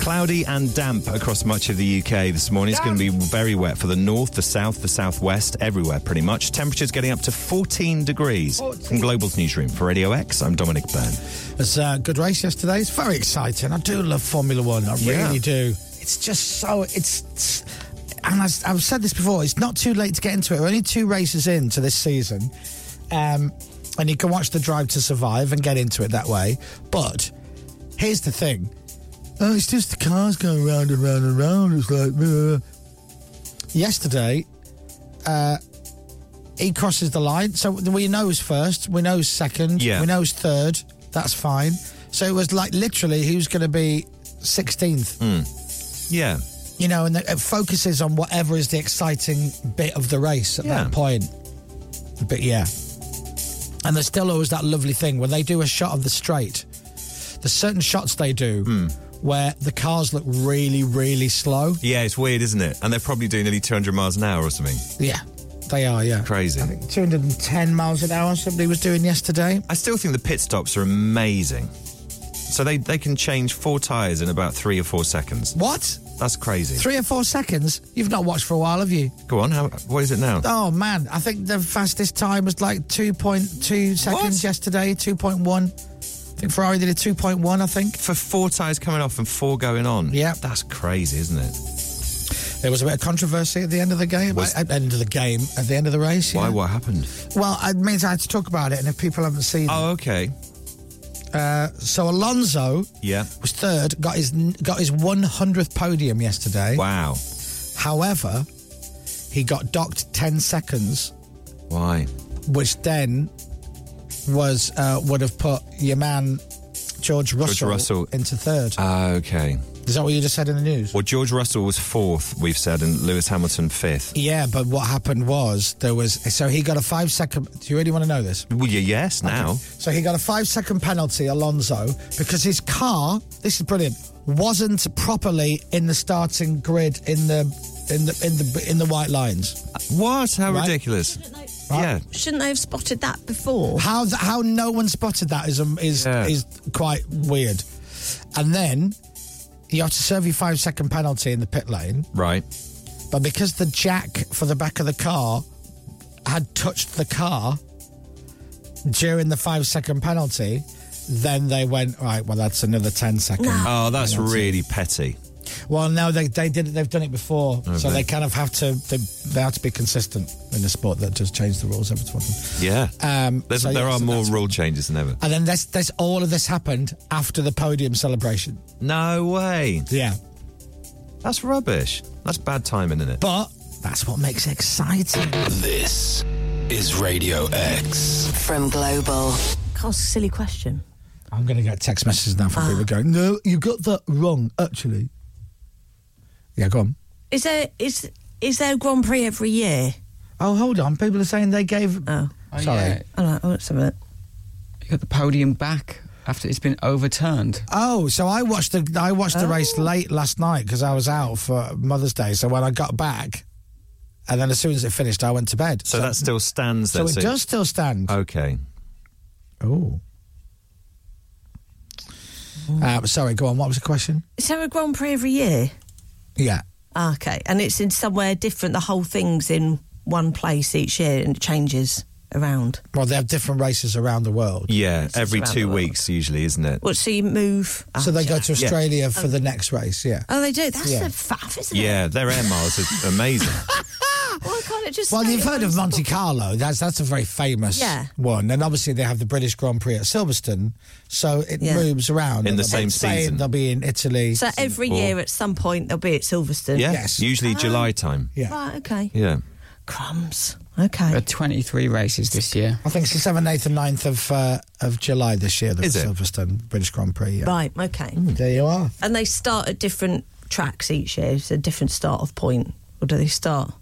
[SPEAKER 8] Cloudy and damp across much of the UK this morning. It's going to be very wet for the north, the south, the southwest, everywhere pretty much. Temperatures getting up to 14 degrees. From Global's newsroom for Radio X, I'm Dominic Byrne.
[SPEAKER 7] It's a uh, good race yesterday. It's very exciting. I do love Formula One. I
[SPEAKER 8] Yeah.
[SPEAKER 7] really do. It's just so. It's. it's- and as I've said this before, it's not too late to get into it. We're only two races into this season. Um, and you can watch the drive to survive and get into it that way. But here's the thing oh, it's just the cars going round and round and round. It's like. uh. Yesterday, uh, he crosses the line. So we know who's first, we know who's second,
[SPEAKER 8] Yeah.
[SPEAKER 7] we know who's third. That's fine. So it was like literally who's going to be 16th,
[SPEAKER 8] Yeah.
[SPEAKER 7] you know, and it focuses on whatever is the exciting bit of the race at
[SPEAKER 8] Yeah.
[SPEAKER 7] that point. But yeah. And there's still always that lovely thing when they do a shot of the straight. There's certain shots they do where the cars look really, really slow.
[SPEAKER 8] Yeah, it's weird, isn't it? And they're probably doing nearly 200 miles an hour or something.
[SPEAKER 7] Yeah, they are, yeah.
[SPEAKER 8] Crazy.
[SPEAKER 7] 210 miles an hour, somebody was doing yesterday.
[SPEAKER 8] I still think the pit stops are amazing. So they, they can change four tyres in about three or four seconds.
[SPEAKER 7] What?
[SPEAKER 8] That's crazy.
[SPEAKER 7] Three or four seconds? You've not watched for a while, have you?
[SPEAKER 8] Go on, how, what is it now?
[SPEAKER 7] Oh man, I think the fastest time was like 2.2 seconds yesterday, 2.1. I think Ferrari did a 2.1, I think.
[SPEAKER 8] For four tyres coming off and four going on. Yeah. That's crazy, isn't it?
[SPEAKER 7] There was a bit of controversy at the end of the game.
[SPEAKER 8] Was-
[SPEAKER 7] At the end of the game, at the end of the race.
[SPEAKER 8] Why?
[SPEAKER 7] yeah.
[SPEAKER 8] What happened?
[SPEAKER 7] Well, it means I had to talk about it, and if people haven't seen
[SPEAKER 8] Oh, okay.
[SPEAKER 7] it. Uh, so Alonso
[SPEAKER 8] Yeah.
[SPEAKER 7] was third, got his got his 100th podium yesterday.
[SPEAKER 8] Wow.
[SPEAKER 7] However, he got docked 10 seconds
[SPEAKER 8] Why?
[SPEAKER 7] which then was uh, would have put your man George Russell,
[SPEAKER 8] Russell.
[SPEAKER 7] into third.
[SPEAKER 8] Ah, okay.
[SPEAKER 7] Is that what you just said in the news?
[SPEAKER 8] Well, George Russell was fourth, we've said, and Lewis Hamilton fifth.
[SPEAKER 7] Yeah, but what happened was there was so he got a five second. Do you really want to know this?
[SPEAKER 8] Well, yeah, yes, now.
[SPEAKER 7] So he got a five second penalty, Alonso, because his car. This is brilliant. Wasn't properly in the starting grid in the in the in the in the white lines.
[SPEAKER 8] What? How
[SPEAKER 7] Right?
[SPEAKER 8] ridiculous. Yeah.
[SPEAKER 7] Shouldn't they have spotted that before? How th- how no one spotted that is um, is is quite weird. And then you have to serve your five second penalty in the pit lane,
[SPEAKER 8] Right.
[SPEAKER 7] but because the jack for the back of the car had touched the car during the five second penalty, then they went right. Well, that's another ten second.
[SPEAKER 8] Oh, that's
[SPEAKER 7] penalty."
[SPEAKER 8] really petty.
[SPEAKER 7] Well, no, they they did it. They've done it before,
[SPEAKER 8] Oh,
[SPEAKER 7] so
[SPEAKER 8] they-
[SPEAKER 7] they kind of have to they, they have to be consistent in a sport that does change the rules every so often.
[SPEAKER 8] Yeah.
[SPEAKER 7] Um,
[SPEAKER 8] There's,
[SPEAKER 7] so,
[SPEAKER 8] there
[SPEAKER 7] yeah,
[SPEAKER 8] are
[SPEAKER 7] so
[SPEAKER 8] more
[SPEAKER 7] that's-
[SPEAKER 8] rule changes than ever.
[SPEAKER 7] And then this, this, all of this happened after the podium celebration.
[SPEAKER 8] No way.
[SPEAKER 7] Yeah.
[SPEAKER 8] That's rubbish. That's bad timing, isn't it?
[SPEAKER 7] But that's what makes it exciting.
[SPEAKER 1] This is Radio X.
[SPEAKER 2] From Global.
[SPEAKER 3] Can't silly question.
[SPEAKER 7] I'm going to get text messages now from people going, no, you got that wrong, actually. Yeah, go on.
[SPEAKER 3] Is there is is there a Grand Prix every year?
[SPEAKER 7] Oh, hold on. People are saying they gave.
[SPEAKER 3] Oh,
[SPEAKER 9] Sorry. yeah.
[SPEAKER 3] All right, oh, that's a minute.
[SPEAKER 9] You got the podium back after it's been overturned.
[SPEAKER 7] Oh, so I watched the I watched the race late last night because I was out for Mother's Day. So when I got back, and then as soon as it finished, I went to bed.
[SPEAKER 8] So Uh, that still stands
[SPEAKER 7] so
[SPEAKER 8] then.
[SPEAKER 7] it does still stand.
[SPEAKER 8] Okay.
[SPEAKER 7] Oh. Uh, sorry, go on. What was the question?
[SPEAKER 3] Is there a Grand Prix every year?
[SPEAKER 7] Yeah.
[SPEAKER 3] Ah, okay, and it's in somewhere different. The whole thing's in one place each year, and it changes. around?
[SPEAKER 7] Well, they have different races around the world.
[SPEAKER 8] Yeah,
[SPEAKER 3] It's
[SPEAKER 8] every
[SPEAKER 3] around
[SPEAKER 8] two
[SPEAKER 3] the world.
[SPEAKER 8] weeks usually, isn't it?
[SPEAKER 3] What, so you move? Ah,
[SPEAKER 7] so they go to
[SPEAKER 8] Yeah.
[SPEAKER 7] Australia for the next race, yeah.
[SPEAKER 3] Oh, they do. That's
[SPEAKER 7] Yeah.
[SPEAKER 3] a faff, isn't it?
[SPEAKER 8] Yeah, their air miles are amazing.
[SPEAKER 3] Why can't it just?
[SPEAKER 7] Well,
[SPEAKER 3] stay
[SPEAKER 7] you've
[SPEAKER 3] at
[SPEAKER 7] heard of Monte Carlo. That's that's a very famous
[SPEAKER 3] Yeah.
[SPEAKER 7] one, and obviously they have the British Grand Prix at Silverstone, so it
[SPEAKER 3] Yeah.
[SPEAKER 7] moves around
[SPEAKER 8] In the
[SPEAKER 7] They'll be in
[SPEAKER 8] same
[SPEAKER 7] Spain,
[SPEAKER 8] season.
[SPEAKER 7] They'll be in Italy.
[SPEAKER 3] So every
[SPEAKER 8] Or-
[SPEAKER 3] year at some point they'll be at Silverstone.
[SPEAKER 8] Yeah, usually July time.
[SPEAKER 7] Yeah.
[SPEAKER 3] Right. Okay.
[SPEAKER 8] Yeah.
[SPEAKER 3] Crumbs. Okay.
[SPEAKER 9] There are 23 races this year.
[SPEAKER 7] I think it's the seventh, eighth, and 9th of uh, of July this year. The
[SPEAKER 9] Is it?
[SPEAKER 7] Silverstone British Grand Prix. Yeah.
[SPEAKER 3] Right. Okay.
[SPEAKER 7] There you are.
[SPEAKER 3] And they start at different tracks each year. It's a different start off point, or do they start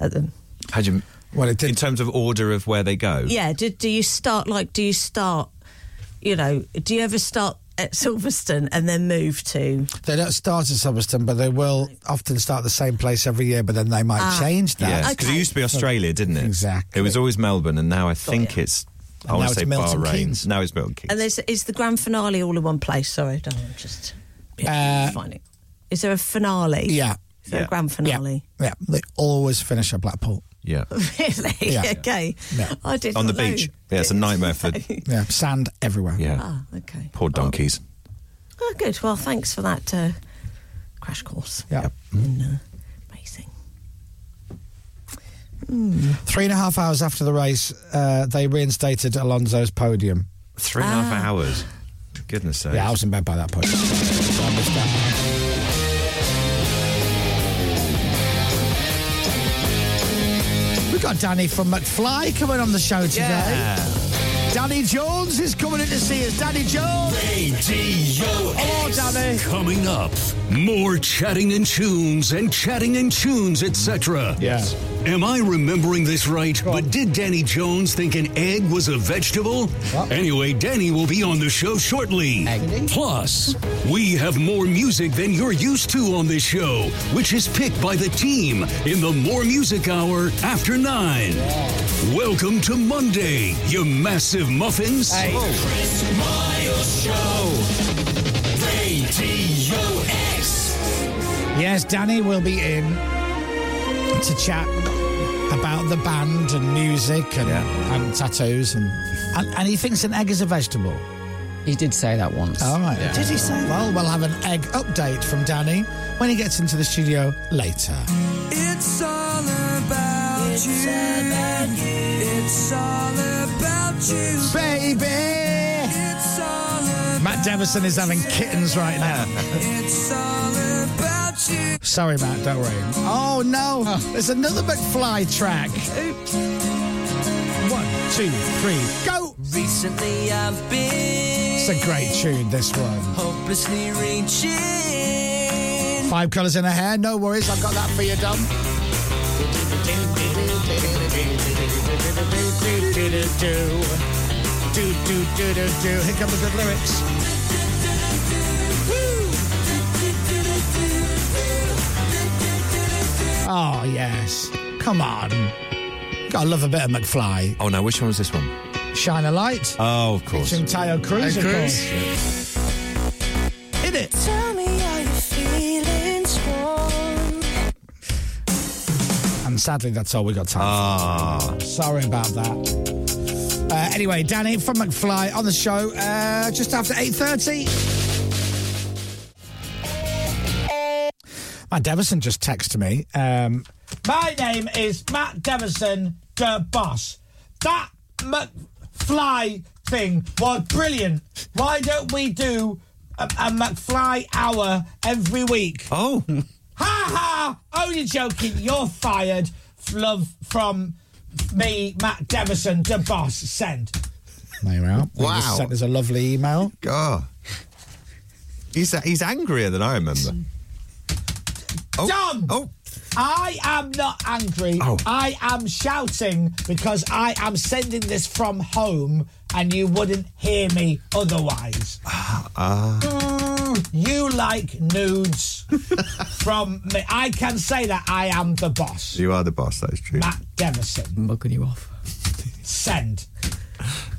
[SPEAKER 3] at them?
[SPEAKER 8] How do you?
[SPEAKER 7] Well,
[SPEAKER 8] in terms of order of where they go.
[SPEAKER 3] Yeah. Do, do you start like? Do you start? You know? Do you ever start at Silverstone and then move to?
[SPEAKER 7] They don't start at Silverstone, but they will often start the same place every year. But then they might
[SPEAKER 3] Ah.
[SPEAKER 7] change that.
[SPEAKER 8] Yeah, because it used to be Australia, didn't it?
[SPEAKER 7] Exactly.
[SPEAKER 8] It was always Melbourne, and now I think it's.
[SPEAKER 7] And
[SPEAKER 8] I
[SPEAKER 7] now
[SPEAKER 8] want to
[SPEAKER 7] it's
[SPEAKER 8] say
[SPEAKER 7] Milton
[SPEAKER 8] Bahrain.
[SPEAKER 7] Keynes.
[SPEAKER 8] Now it's Milton Keynes.
[SPEAKER 3] And there's is the grand finale all in one place? Sorry, don't I'm just
[SPEAKER 7] Uh,
[SPEAKER 3] finding. Is there a finale?
[SPEAKER 7] Yeah.
[SPEAKER 3] Is there
[SPEAKER 7] Yeah.
[SPEAKER 3] a grand finale?
[SPEAKER 7] Yeah, they always finish at Blackpool.
[SPEAKER 8] Yeah.
[SPEAKER 3] really?
[SPEAKER 7] Yeah.
[SPEAKER 3] Okay.
[SPEAKER 7] Yeah.
[SPEAKER 3] I did
[SPEAKER 8] On the
[SPEAKER 3] not know.
[SPEAKER 8] beach. Yeah, it's a nightmare for
[SPEAKER 7] Yeah, sand everywhere.
[SPEAKER 8] Yeah.
[SPEAKER 3] Ah, okay.
[SPEAKER 8] poor donkeys.
[SPEAKER 3] Oh, good. Well, thanks for that uh, crash course. Mm-hmm.
[SPEAKER 7] Yeah.
[SPEAKER 3] Amazing.
[SPEAKER 7] Three and a half hours after the race, uh, they reinstated Alonso's podium.
[SPEAKER 8] Three and a half hours. Goodness sake.
[SPEAKER 7] Ah. Yeah, I was in bed by that point. So I missed that. We've got Danny from McFly coming on the show today. Danny Jones is coming in to see us. Danny Jones. Hello, Danny.
[SPEAKER 1] Coming up, more chatting and tunes and chatting and tunes, etc.
[SPEAKER 7] Yes.
[SPEAKER 1] Am I remembering this right? But did Danny Jones think an egg was a vegetable? Anyway, Danny will be on the show shortly. Plus, we have more music than you're used to on this show, which is picked by the team in the More Music Hour after nine. Welcome to Monday, you massive muffins.
[SPEAKER 13] Oh. Chris Miles Show. Radio X.
[SPEAKER 7] Yes, Danny will be in to chat about the band and music and, and tattoos and, and and he thinks an egg is a vegetable.
[SPEAKER 9] He did say that once.
[SPEAKER 7] All right.
[SPEAKER 9] Yeah.
[SPEAKER 7] Well, we'll have an egg update from Danny when he gets into the studio later.
[SPEAKER 13] It's all about you. It's all about you.
[SPEAKER 7] Baby.
[SPEAKER 13] It's all
[SPEAKER 7] Matt Davison is having kittens right now.
[SPEAKER 13] It's all about you.
[SPEAKER 7] Sorry, Matt, don't worry. Oh no, there's another McFly track. One, two, three, go!
[SPEAKER 13] Recently I've been
[SPEAKER 7] It's a great tune, this one.
[SPEAKER 13] hopelessly reaching.
[SPEAKER 7] Five colours in a hair, no worries, I've got that for you, Dom. Do, do, do, do, do. Here come the good lyrics. Oh, yes. Come on. Gotta love a bit of McFly.
[SPEAKER 8] Oh no, which one was this one?
[SPEAKER 7] Shine a light.
[SPEAKER 8] Oh, of course.
[SPEAKER 7] Featuring Tayo Cruz, of course. Hit it.
[SPEAKER 13] Tell me how you feeling strong.
[SPEAKER 7] And sadly, that's all we got time
[SPEAKER 8] Ah.
[SPEAKER 7] for. Sorry about that. Uh, anyway, Danny from McFly on the show uh, just after 8.30. Matt Devison just texted me. Um, My name is Matt Devison, the boss. That McFly thing was brilliant. Why don't we do a, a McFly hour every week?
[SPEAKER 8] Oh.
[SPEAKER 7] Ha ha! Oh, you're joking. You're fired. Love from me, Matt Devison, the boss. Send. There you are.
[SPEAKER 8] Wow. He just sent
[SPEAKER 7] us a lovely email.
[SPEAKER 8] God. He's, he's angrier than I remember.
[SPEAKER 7] Dom!
[SPEAKER 8] Oh.
[SPEAKER 7] I am not angry.
[SPEAKER 8] Oh.
[SPEAKER 7] I am shouting because I am sending this from home and you wouldn't hear me otherwise.
[SPEAKER 8] Ah.
[SPEAKER 7] Mm, you like nudes from me. I can say that I am the boss.
[SPEAKER 8] you are the boss, that is true.
[SPEAKER 7] Matt Devison.
[SPEAKER 9] Mugging you off.
[SPEAKER 7] Send.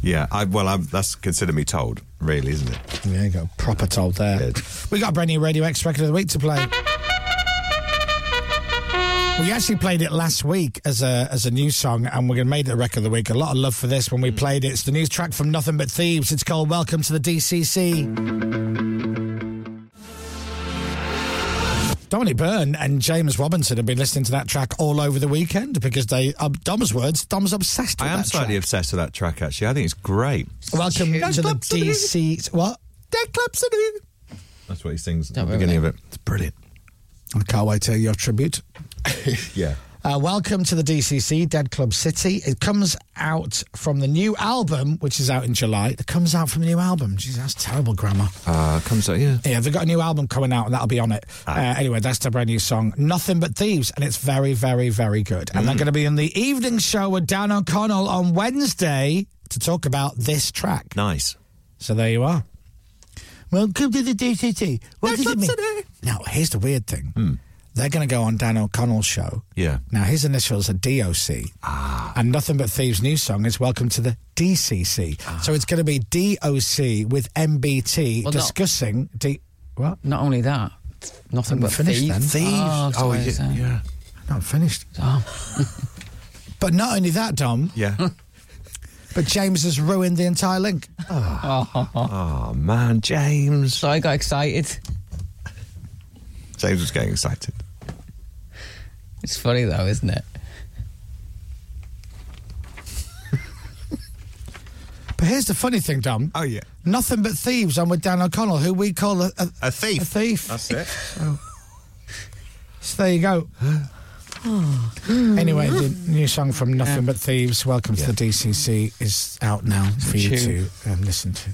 [SPEAKER 8] Yeah, I, well, I'm, that's consider me told, really, isn't it?
[SPEAKER 7] There you go. Proper told there. We got a brand new Radio X record of the week to play. We actually played it last week as a as a new song, and we're gonna made it a record of the week. A lot of love for this
[SPEAKER 8] Mm.
[SPEAKER 7] when we played it. It's the new track from Nothing But Thieves. It's called "Welcome to the DCC." Dominic Byrne and James Robinson have been listening to that track all over the weekend because they, uh, Dom's words, Dom's obsessed
[SPEAKER 8] I
[SPEAKER 7] with
[SPEAKER 8] am
[SPEAKER 7] that track.
[SPEAKER 8] slightly obsessed with that track, actually. I think it's great.
[SPEAKER 7] Welcome to the DC. What? Dead claps
[SPEAKER 8] That's what he sings at the
[SPEAKER 7] Don't ruin
[SPEAKER 8] beginning of it. It's brilliant.
[SPEAKER 7] I can't wait to hear your tribute.
[SPEAKER 8] Yeah.
[SPEAKER 7] Uh, welcome to the DCC, Dead Club City. It comes out from the new album, which is out in July. It comes out from the new album. Jeez, that's terrible grammar.
[SPEAKER 8] Uh, comes out, yeah.
[SPEAKER 7] Yeah, they've got a new album coming out, and that'll be on it. Uh, anyway, that's the brand new song, Nothing But Thieves, and it's very, very, very good. And they're going to be on the evening show with Dan O'Connell on Wednesday to talk about this track.
[SPEAKER 8] Nice.
[SPEAKER 7] So there you are. Welcome to the DCC. What does it mean? Now, here's the weird thing. They're going to go on Dan O'Connell's show.
[SPEAKER 8] Yeah.
[SPEAKER 7] Now, his initials are DOC. And Nothing But Thieves' new song is Welcome to the DCC. So it's going to be DOC with MBT
[SPEAKER 9] Well, not-
[SPEAKER 7] discussing. D- what?
[SPEAKER 9] Not only that, nothing
[SPEAKER 7] I'm
[SPEAKER 9] but
[SPEAKER 7] finished
[SPEAKER 9] thieves. Ah.
[SPEAKER 7] then. Thieves.
[SPEAKER 9] Oh,
[SPEAKER 7] Oh,
[SPEAKER 9] sorry,
[SPEAKER 7] yeah,
[SPEAKER 9] sorry.
[SPEAKER 8] yeah.
[SPEAKER 7] Not finished. but not only that, Dom,
[SPEAKER 8] Yeah.
[SPEAKER 7] but James has ruined the entire link.
[SPEAKER 8] Oh, man, James.
[SPEAKER 9] So I got excited.
[SPEAKER 8] James was getting excited.
[SPEAKER 9] It's funny though, isn't it?
[SPEAKER 7] But here's the funny thing, Dom.
[SPEAKER 8] Oh, yeah.
[SPEAKER 7] Nothing But Thieves on with Dan O'Connell, who we call a, a,
[SPEAKER 8] a thief.
[SPEAKER 7] A thief.
[SPEAKER 8] That's it.
[SPEAKER 7] So, so there you go. Anyway, the new song from Nothing But Thieves, Welcome to the DCC, is out now for you
[SPEAKER 3] Tune.
[SPEAKER 7] to um, listen to.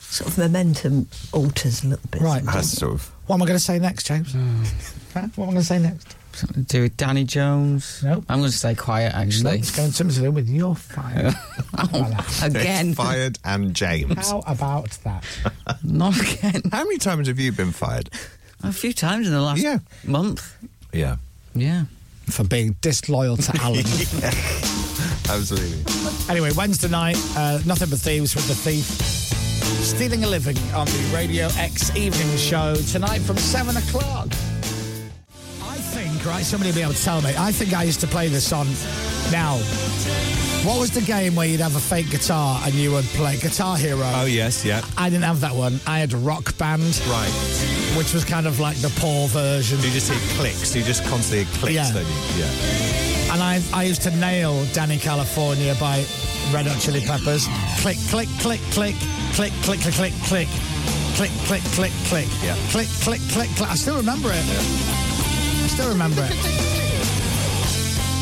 [SPEAKER 3] Sort of momentum alters a little bit.
[SPEAKER 7] Right.
[SPEAKER 8] That's sort of.
[SPEAKER 7] What am I going to say next, James? Huh? What am I going to say next?
[SPEAKER 9] Something to do with Danny Jones.
[SPEAKER 7] Nope.
[SPEAKER 9] I'm going to stay quiet
[SPEAKER 7] No,
[SPEAKER 9] actually.
[SPEAKER 7] it's going something to do with your fire.
[SPEAKER 9] Again.
[SPEAKER 8] Fired and James.
[SPEAKER 7] How about that?
[SPEAKER 9] Not again.
[SPEAKER 8] How many times have you been fired?
[SPEAKER 9] A few times in the last
[SPEAKER 8] Yeah.
[SPEAKER 9] month.
[SPEAKER 8] Yeah.
[SPEAKER 9] Yeah.
[SPEAKER 7] For being disloyal to Alan.
[SPEAKER 8] Absolutely.
[SPEAKER 7] Anyway, Wednesday night, uh, Nothing But Thieves with the Thief. Stealing a Living on the Radio X Evening Show tonight from 7 o'clock. I think, right, somebody will be able to tell me. I think I used to play this on now. What was the game where you'd have a fake guitar and you would play Guitar Hero?
[SPEAKER 8] Oh, yes, yeah.
[SPEAKER 7] I didn't have that one. I had Rock Band.
[SPEAKER 8] Right.
[SPEAKER 7] Which was kind of like the poor version.
[SPEAKER 8] You just hear clicks. You just constantly hear clicks,
[SPEAKER 7] Yeah.
[SPEAKER 8] don't you? Yeah.
[SPEAKER 7] And I, I used to nail Danny California by Red Hot Chili Peppers. Click, click, click, click, click, click, click, click, click, click, click, click, click,
[SPEAKER 8] Yeah.
[SPEAKER 7] click, click, click, click. I still remember it. I still remember it.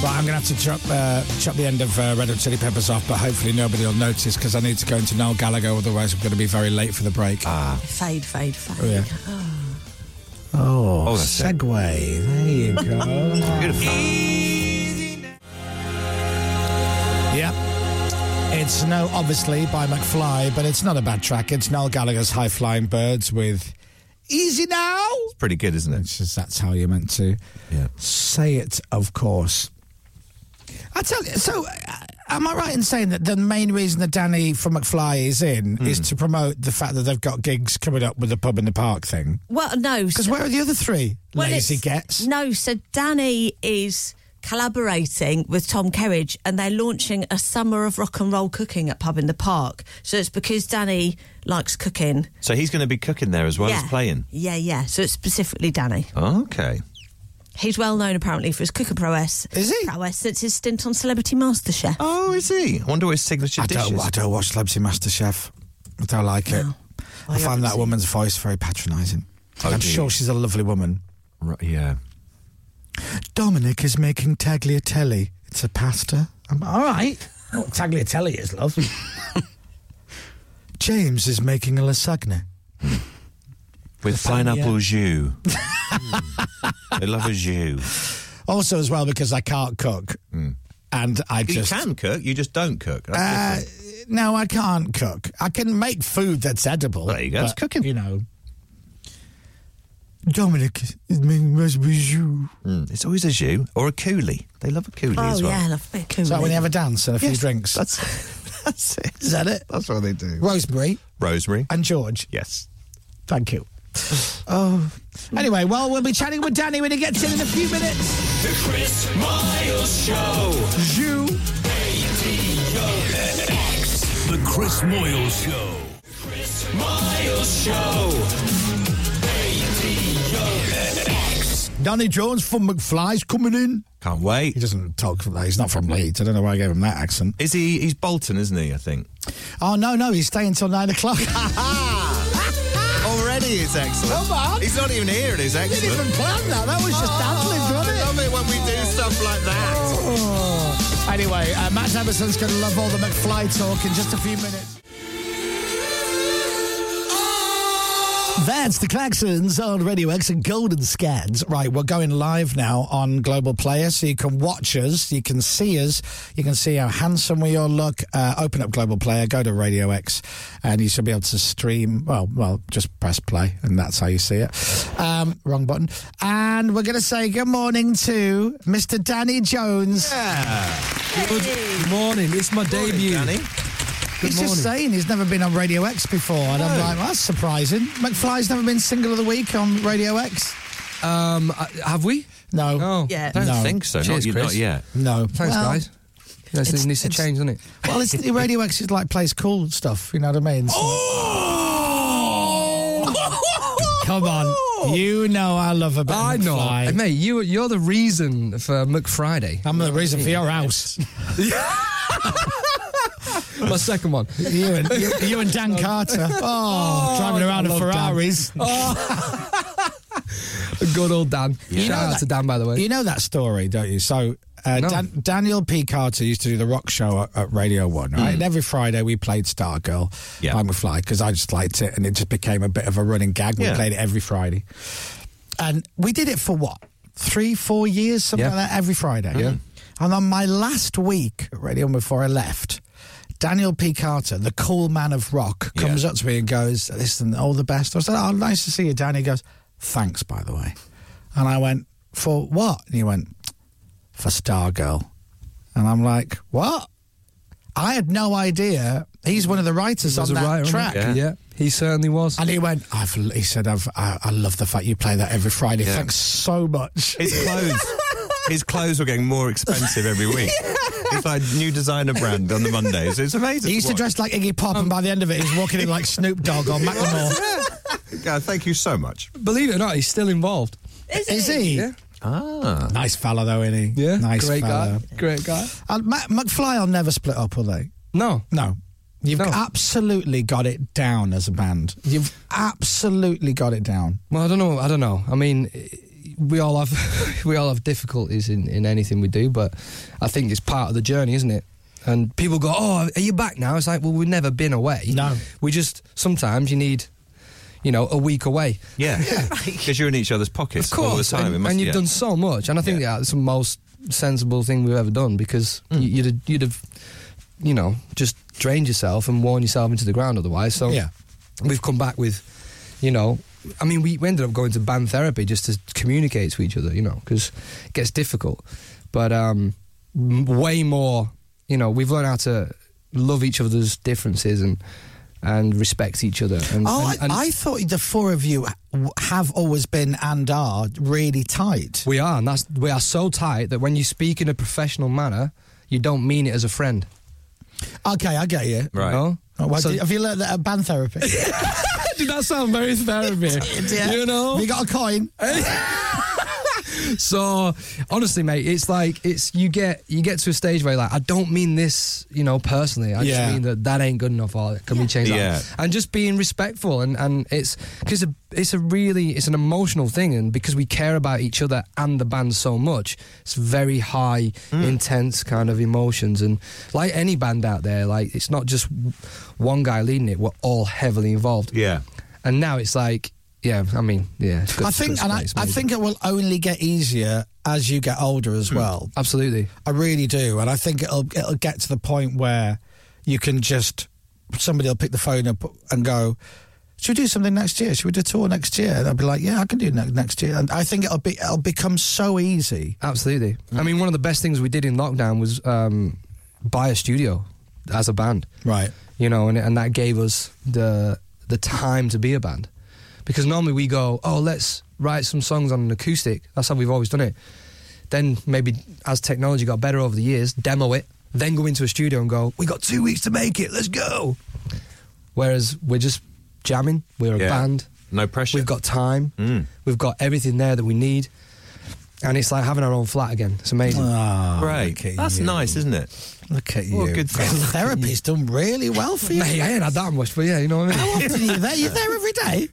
[SPEAKER 7] Right, I'm going to have to chop, uh, chop the end of uh, Red Hot Chili Peppers off, but hopefully nobody will notice because I need to go into Noel Gallagher, otherwise I'm going to be very late for the break. Ah.
[SPEAKER 3] Fade, fade, fade.
[SPEAKER 7] Oh, yeah. Oh,
[SPEAKER 8] Oh, that's it.
[SPEAKER 7] segue. There you go. Yep. It's No Obviously by McFly, but it's not a bad track. It's Noel Gallagher's High Flying Birds with Easy Now.
[SPEAKER 8] It's pretty good, isn't it?
[SPEAKER 7] Which is, that's how you're meant to
[SPEAKER 8] Yeah.
[SPEAKER 7] say it, of course. I tell you, so uh, am I right in saying that the main reason that Danny from McFly is in is to promote the fact that they've got gigs coming up with the pub in the park thing?
[SPEAKER 3] Well, no.
[SPEAKER 7] Because where are the other three?
[SPEAKER 3] Well,
[SPEAKER 7] Lazy
[SPEAKER 3] it's-
[SPEAKER 7] Gets.
[SPEAKER 3] No, so Danny is collaborating with Tom Kerridge and they're launching a summer of rock and roll cooking at Pub in the Park. So it's because Danny likes cooking.
[SPEAKER 8] So he's going to be cooking there as well
[SPEAKER 3] yeah.
[SPEAKER 8] as playing.
[SPEAKER 3] Yeah, yeah. So it's specifically Danny.
[SPEAKER 8] Okay.
[SPEAKER 3] He's well known apparently for his cooker prowess.
[SPEAKER 7] Is he?
[SPEAKER 3] Prowess since his stint on Celebrity MasterChef.
[SPEAKER 8] Oh, is he? I wonder what his signature
[SPEAKER 7] I
[SPEAKER 8] dish
[SPEAKER 7] don't,
[SPEAKER 8] is.
[SPEAKER 7] I don't watch Celebrity MasterChef. I don't like it. I, find that woman's voice very patronising.
[SPEAKER 8] Oh,
[SPEAKER 7] I'm
[SPEAKER 8] do
[SPEAKER 7] sure
[SPEAKER 8] you?
[SPEAKER 7] she's a lovely woman.
[SPEAKER 8] Right, yeah.
[SPEAKER 7] Dominic is making tagliatelle. It's a pasta. I'm all right. Know what tagliatelle is, love. James is making a lasagna.
[SPEAKER 8] With pineapple jus. I love a jus.
[SPEAKER 7] Also, as well, because I can't cook, and I
[SPEAKER 8] You
[SPEAKER 7] just
[SPEAKER 8] can cook, you just don't cook. That's
[SPEAKER 7] Uh,
[SPEAKER 8] different.
[SPEAKER 7] no, I can't cook. I can make food that's edible.
[SPEAKER 8] There you go, it's
[SPEAKER 7] cooking. You know. Dominic is making raspberry jus.
[SPEAKER 8] Mm, it's always a jus or a coolie. They love a coolie
[SPEAKER 3] oh
[SPEAKER 8] as well.
[SPEAKER 3] yeah, lovely. Cool.
[SPEAKER 7] Is that when you have a dance and a few
[SPEAKER 8] Yes,
[SPEAKER 7] drinks?
[SPEAKER 8] That's, that's it.
[SPEAKER 7] Is that it?
[SPEAKER 8] That's what they do.
[SPEAKER 7] Rosemary
[SPEAKER 8] Rosemary.
[SPEAKER 7] and George.
[SPEAKER 8] Yes.
[SPEAKER 7] Thank you. Oh. Anyway, well, we'll be chatting with Danny when he gets in in a few minutes.
[SPEAKER 13] The Chris Miles Show.
[SPEAKER 7] You.
[SPEAKER 13] Radio X.
[SPEAKER 1] The Chris Moyle Show.
[SPEAKER 13] Chris Miles Show. Radio X.
[SPEAKER 7] Danny Jones from McFly's coming in.
[SPEAKER 8] Can't wait.
[SPEAKER 7] He doesn't talk from that. He's not from Leeds. I don't know why I gave him that accent.
[SPEAKER 8] Is he? He's Bolton, isn't he? I think.
[SPEAKER 7] Oh, no, no. He's staying till nine o'clock.
[SPEAKER 8] Already, it's excellent.
[SPEAKER 7] Ah! Come on.
[SPEAKER 8] He's not even here. and It's
[SPEAKER 7] I
[SPEAKER 8] excellent.
[SPEAKER 7] didn't even plan that. That was just ad-libbed, wasn't
[SPEAKER 8] I love it when we do stuff like that.
[SPEAKER 7] Oh. Anyway, uh, Matt Emerson's going to love all the McFly talk in just a few minutes. That's the Claxons on Radio X and Golden Scads. Right, we're going live now on Global Player, so you can watch us, you can see us, you can see how handsome we all look. Uh, open up Global Player, go to Radio X, and you should be able to stream. Well, well, just press play, and that's how you see it. Um, wrong button. And we're going to say good morning to Mr. Danny Jones.
[SPEAKER 12] Good morning. It's my debut. Good
[SPEAKER 7] he's
[SPEAKER 12] morning.
[SPEAKER 7] just saying he's never been on Radio X before, and I'm
[SPEAKER 12] No.
[SPEAKER 7] like, well, that's surprising. McFly's never been single of the week on Radio X.
[SPEAKER 12] Um, uh, have we?
[SPEAKER 7] No.
[SPEAKER 12] Oh,
[SPEAKER 7] Yeah.
[SPEAKER 8] don't think so. Not-
[SPEAKER 12] Cheers,
[SPEAKER 8] you're
[SPEAKER 12] Chris.
[SPEAKER 8] not yet.
[SPEAKER 7] No.
[SPEAKER 12] Thanks,
[SPEAKER 7] Well,
[SPEAKER 12] guys. You know, it's,
[SPEAKER 7] it's-
[SPEAKER 12] needs to
[SPEAKER 7] it's-
[SPEAKER 12] change, doesn't it?
[SPEAKER 7] Well, it's, Radio X is like plays cool stuff. You know what I mean? oh! Come on, you know I love a bit
[SPEAKER 12] I
[SPEAKER 7] of
[SPEAKER 12] know,
[SPEAKER 7] McFly.
[SPEAKER 12] Hey, mate. You, you're the reason for McFriday.
[SPEAKER 7] I'm the reason for your house.
[SPEAKER 12] My second one.
[SPEAKER 7] You and, you, you and Dan Carter. Oh, driving around in
[SPEAKER 12] I love Dan.
[SPEAKER 7] Ferraris.
[SPEAKER 12] Good old Dan.
[SPEAKER 7] You know
[SPEAKER 12] Shout out
[SPEAKER 7] that-
[SPEAKER 12] to Dan, by the way.
[SPEAKER 7] You know that story, don't you? So uh, Dan- Daniel P. Carter used to do the rock show at, at Radio One,
[SPEAKER 12] Mm.
[SPEAKER 7] right? And every Friday we played Star Girl yeah. by McFly because I just liked it, and it just became a bit of a running gag. We
[SPEAKER 8] Yeah.
[SPEAKER 7] played it every Friday, and we did it for what three, four years, something
[SPEAKER 12] Yeah.
[SPEAKER 7] like that, every Friday. Yeah. And on my last week at Radio One before I left. Daniel P. Carter, the cool man of rock, comes up to me and goes, Listen, all the best. I said, Oh, nice to see you, Danny. He goes, Thanks, by the way. And I went, For what? And he went, For Stargirl. And I'm like, What? I had no idea. He's one of the writers
[SPEAKER 12] He was
[SPEAKER 7] on
[SPEAKER 12] a
[SPEAKER 7] that
[SPEAKER 12] writer, wasn't
[SPEAKER 7] track.
[SPEAKER 12] he? Yeah. Yeah, he certainly was.
[SPEAKER 7] And he went, I've, he said, I've, I, I love the fact you play that every Friday. Thanks so much.
[SPEAKER 8] His clothes, his clothes were getting more expensive every week. It's like new designer brand on the Mondays. It's amazing.
[SPEAKER 7] He used to
[SPEAKER 8] What?
[SPEAKER 7] dress like Iggy Pop, and by the end of it, he's walking in like Snoop Dogg or Macklemore.
[SPEAKER 8] Yeah, thank you so much.
[SPEAKER 12] Believe it or not, he's still involved.
[SPEAKER 7] Is, he?
[SPEAKER 12] Yeah.
[SPEAKER 8] Ah,
[SPEAKER 7] Nice fella, though, isn't he?
[SPEAKER 12] Yeah.
[SPEAKER 7] Nice
[SPEAKER 12] Great
[SPEAKER 7] fella.
[SPEAKER 12] guy. Great guy.
[SPEAKER 7] And Ma- McFly will never split up, will they?
[SPEAKER 12] No.
[SPEAKER 7] No. You've absolutely got it down as a band. You've absolutely got it down.
[SPEAKER 12] Well, I don't know. I don't know. I mean, we all have we all have difficulties in, in anything we do, but I think it's part of the journey, isn't it? And people go, "Oh, are you back now?" It's like, well, we've never been away. No, we just sometimes you need, you know, a week away.
[SPEAKER 8] yeah, because you're in each other's pockets
[SPEAKER 12] Of course,
[SPEAKER 8] all the time.
[SPEAKER 12] and,
[SPEAKER 8] It must-
[SPEAKER 12] and you've
[SPEAKER 8] yeah.
[SPEAKER 12] done so much, and I think that's the most sensible thing we've ever done because y you'd have, you'd have, you know, just drained yourself and worn yourself into the ground otherwise. So
[SPEAKER 7] Yeah.
[SPEAKER 12] we've come back with, you know, I mean, we, we ended up going to band therapy just to communicate to each other, you know, because it gets difficult. But um, m- way more, you know, we've learned how to love each other's differences and and respect each other. And,
[SPEAKER 7] Oh,
[SPEAKER 12] and- and-
[SPEAKER 7] I, I thought the four of you w- have always been and are really tight.
[SPEAKER 12] We are, and that's we are so tight that when you speak in a professional manner, you don't mean it as a friend.
[SPEAKER 7] Okay, I get you.
[SPEAKER 8] Right.
[SPEAKER 12] No?
[SPEAKER 7] Oh, well,
[SPEAKER 12] So-
[SPEAKER 7] did- have you learnt that at band therapy?
[SPEAKER 12] Did that sound very therapy? You know.
[SPEAKER 7] you got a coin.
[SPEAKER 12] So honestly, mate, it's like it's you get you get to a stage where you're like I don't mean this, you know, personally. I
[SPEAKER 7] Yeah.
[SPEAKER 12] just mean that that ain't good enough. Or can we change that?
[SPEAKER 8] Yeah.
[SPEAKER 12] And just being respectful and and it's because it's a really it's an emotional thing, and because we care about each other and the band so much, it's very high,
[SPEAKER 7] Mm.
[SPEAKER 12] intense kind of emotions. And like any band out there, like it's not just one guy leading it. We're all heavily involved.
[SPEAKER 8] Yeah.
[SPEAKER 12] And now it's like, yeah, I mean, yeah. it's good-
[SPEAKER 7] I
[SPEAKER 12] it's
[SPEAKER 7] think,
[SPEAKER 12] good
[SPEAKER 7] and I,
[SPEAKER 12] space,
[SPEAKER 7] I
[SPEAKER 12] mate.
[SPEAKER 7] think it will only get easier as you get older
[SPEAKER 12] Hmm.
[SPEAKER 7] as well.
[SPEAKER 12] Absolutely.
[SPEAKER 7] I really do, and I think it'll it'll get to the point where you can just somebody will pick the phone up and go, "Should we do something next year? Should we do a tour next year?" And I'll be like, "Yeah, I can do ne- next year." And I think it'll be it'll become so easy.
[SPEAKER 12] Absolutely. I mean, one of the best things we did in lockdown was um, buy a studio as a band.
[SPEAKER 7] Right.
[SPEAKER 12] You know, and, and that gave us the the time to be a band. Because normally we go, oh, let's write some songs on an acoustic. That's how we've always done it. Then maybe as technology got better over the years, demo it, then go into a studio and go, we got two weeks to make it, let's go. Whereas we're just jamming, we're a
[SPEAKER 8] Yeah.
[SPEAKER 12] band,
[SPEAKER 8] No pressure.
[SPEAKER 12] we've got time,
[SPEAKER 8] Mm.
[SPEAKER 12] we've got everything there that we need. And it's like having our own flat again. It's amazing.
[SPEAKER 8] Great. That's nice, isn't it?
[SPEAKER 7] Look at
[SPEAKER 8] What a good thing.
[SPEAKER 7] Therapy's done really well for you.
[SPEAKER 12] Mate, I ain't had that much, but yeah, you know what I mean?
[SPEAKER 7] How often are you there? You're there every day.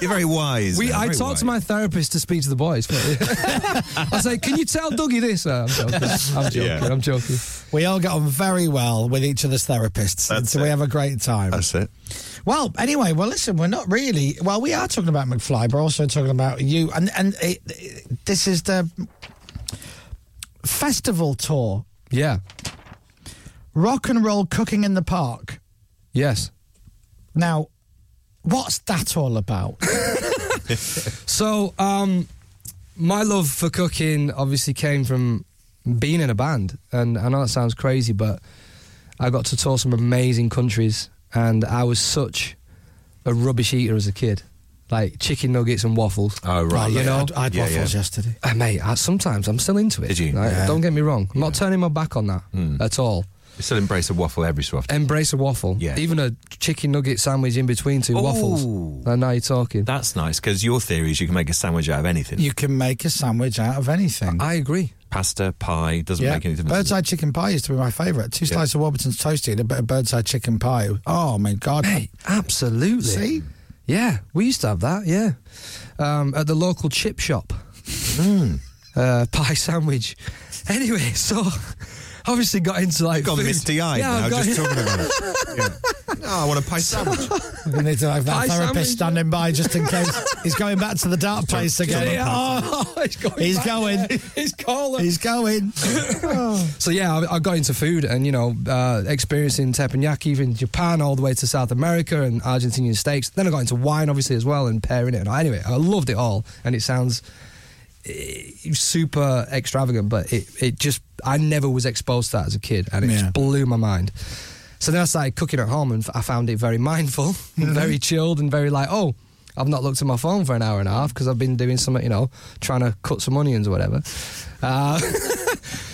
[SPEAKER 8] You're very wise.
[SPEAKER 12] We,
[SPEAKER 8] You're
[SPEAKER 12] I
[SPEAKER 8] very
[SPEAKER 12] talked to my therapist to speak to the boys. I say, can you tell Dougie this? Uh, I'm joking. I'm joking.
[SPEAKER 7] Yeah.
[SPEAKER 12] I'm joking.
[SPEAKER 7] We all get on very well with each other's therapists, and so we have a great time.
[SPEAKER 8] That's it.
[SPEAKER 7] Well, anyway, well, listen, we're not really. Well, we are talking about McFly, but we're also talking about you, and and it, it- this is the festival tour,
[SPEAKER 12] Yeah.
[SPEAKER 7] rock and roll cooking in the park.
[SPEAKER 12] Yes.
[SPEAKER 7] Now, what's that all about?
[SPEAKER 12] So, um, my love for cooking obviously came from being in a band, and I know that sounds crazy, but I got to tour some amazing countries, and I was such a rubbish eater as a kid, like chicken nuggets and waffles.
[SPEAKER 8] Oh right,
[SPEAKER 12] you
[SPEAKER 8] yeah.
[SPEAKER 12] know,
[SPEAKER 7] I had
[SPEAKER 8] Yeah,
[SPEAKER 7] waffles
[SPEAKER 8] yeah.
[SPEAKER 7] yesterday.
[SPEAKER 12] Uh, mate, I, sometimes I'm still into it.
[SPEAKER 8] Did you?
[SPEAKER 12] Like,
[SPEAKER 8] Yeah.
[SPEAKER 12] Don't get me wrong. I'm not turning my back on that
[SPEAKER 7] Hmm.
[SPEAKER 12] at all.
[SPEAKER 8] You still embrace a waffle every so
[SPEAKER 1] Um,
[SPEAKER 8] often.
[SPEAKER 12] Embrace a waffle.
[SPEAKER 8] Yeah.
[SPEAKER 12] Even a chicken nugget sandwich in between two waffles. And now you're talking.
[SPEAKER 8] That's nice because your theory is you can make a sandwich out of anything.
[SPEAKER 7] You can make a sandwich out of anything.
[SPEAKER 12] I agree.
[SPEAKER 8] Pasta, pie, doesn't make any difference.
[SPEAKER 7] Bird's eye chicken pie used to be my favourite. Two
[SPEAKER 8] Yeah.
[SPEAKER 7] slices of Warburton's toasty and a bit of bird's eye chicken pie. Oh my god!
[SPEAKER 12] Absolutely.
[SPEAKER 7] See,
[SPEAKER 12] Yeah, we used to have that, yeah. Um, at the local chip shop. Uh, pie sandwich. Anyway, so obviously got into like.
[SPEAKER 8] I've gone
[SPEAKER 12] food.
[SPEAKER 8] misty eyed
[SPEAKER 12] Yeah,
[SPEAKER 8] now
[SPEAKER 12] I've got-
[SPEAKER 8] just talking about it. Yeah. Oh, I want a pie sandwich.
[SPEAKER 7] we need to have that
[SPEAKER 12] Pie
[SPEAKER 7] therapist
[SPEAKER 12] sandwich.
[SPEAKER 7] standing by just in case he's going back to the dark place again.
[SPEAKER 12] Yeah, yeah. Oh, he's going.
[SPEAKER 7] He's
[SPEAKER 12] back
[SPEAKER 7] going.
[SPEAKER 12] there. He's calling.
[SPEAKER 7] He's going.
[SPEAKER 12] So yeah, I, I got into food and you know uh, experiencing teppanyaki from Japan all the way to South America and Argentinian steaks. Then I got into wine obviously as well and pairing it. And anyway, I loved it all, and it sounds eh, super extravagant, but it it just I never was exposed to that as a kid, and it
[SPEAKER 7] Yeah.
[SPEAKER 12] just blew my mind. So then I started cooking at home, and f- I found it very mindful,
[SPEAKER 7] Mm-hmm.
[SPEAKER 12] and very chilled, and very like oh. I've not looked at my phone for an hour and a half because I've been doing something, you know, trying to cut some onions or whatever. Uh,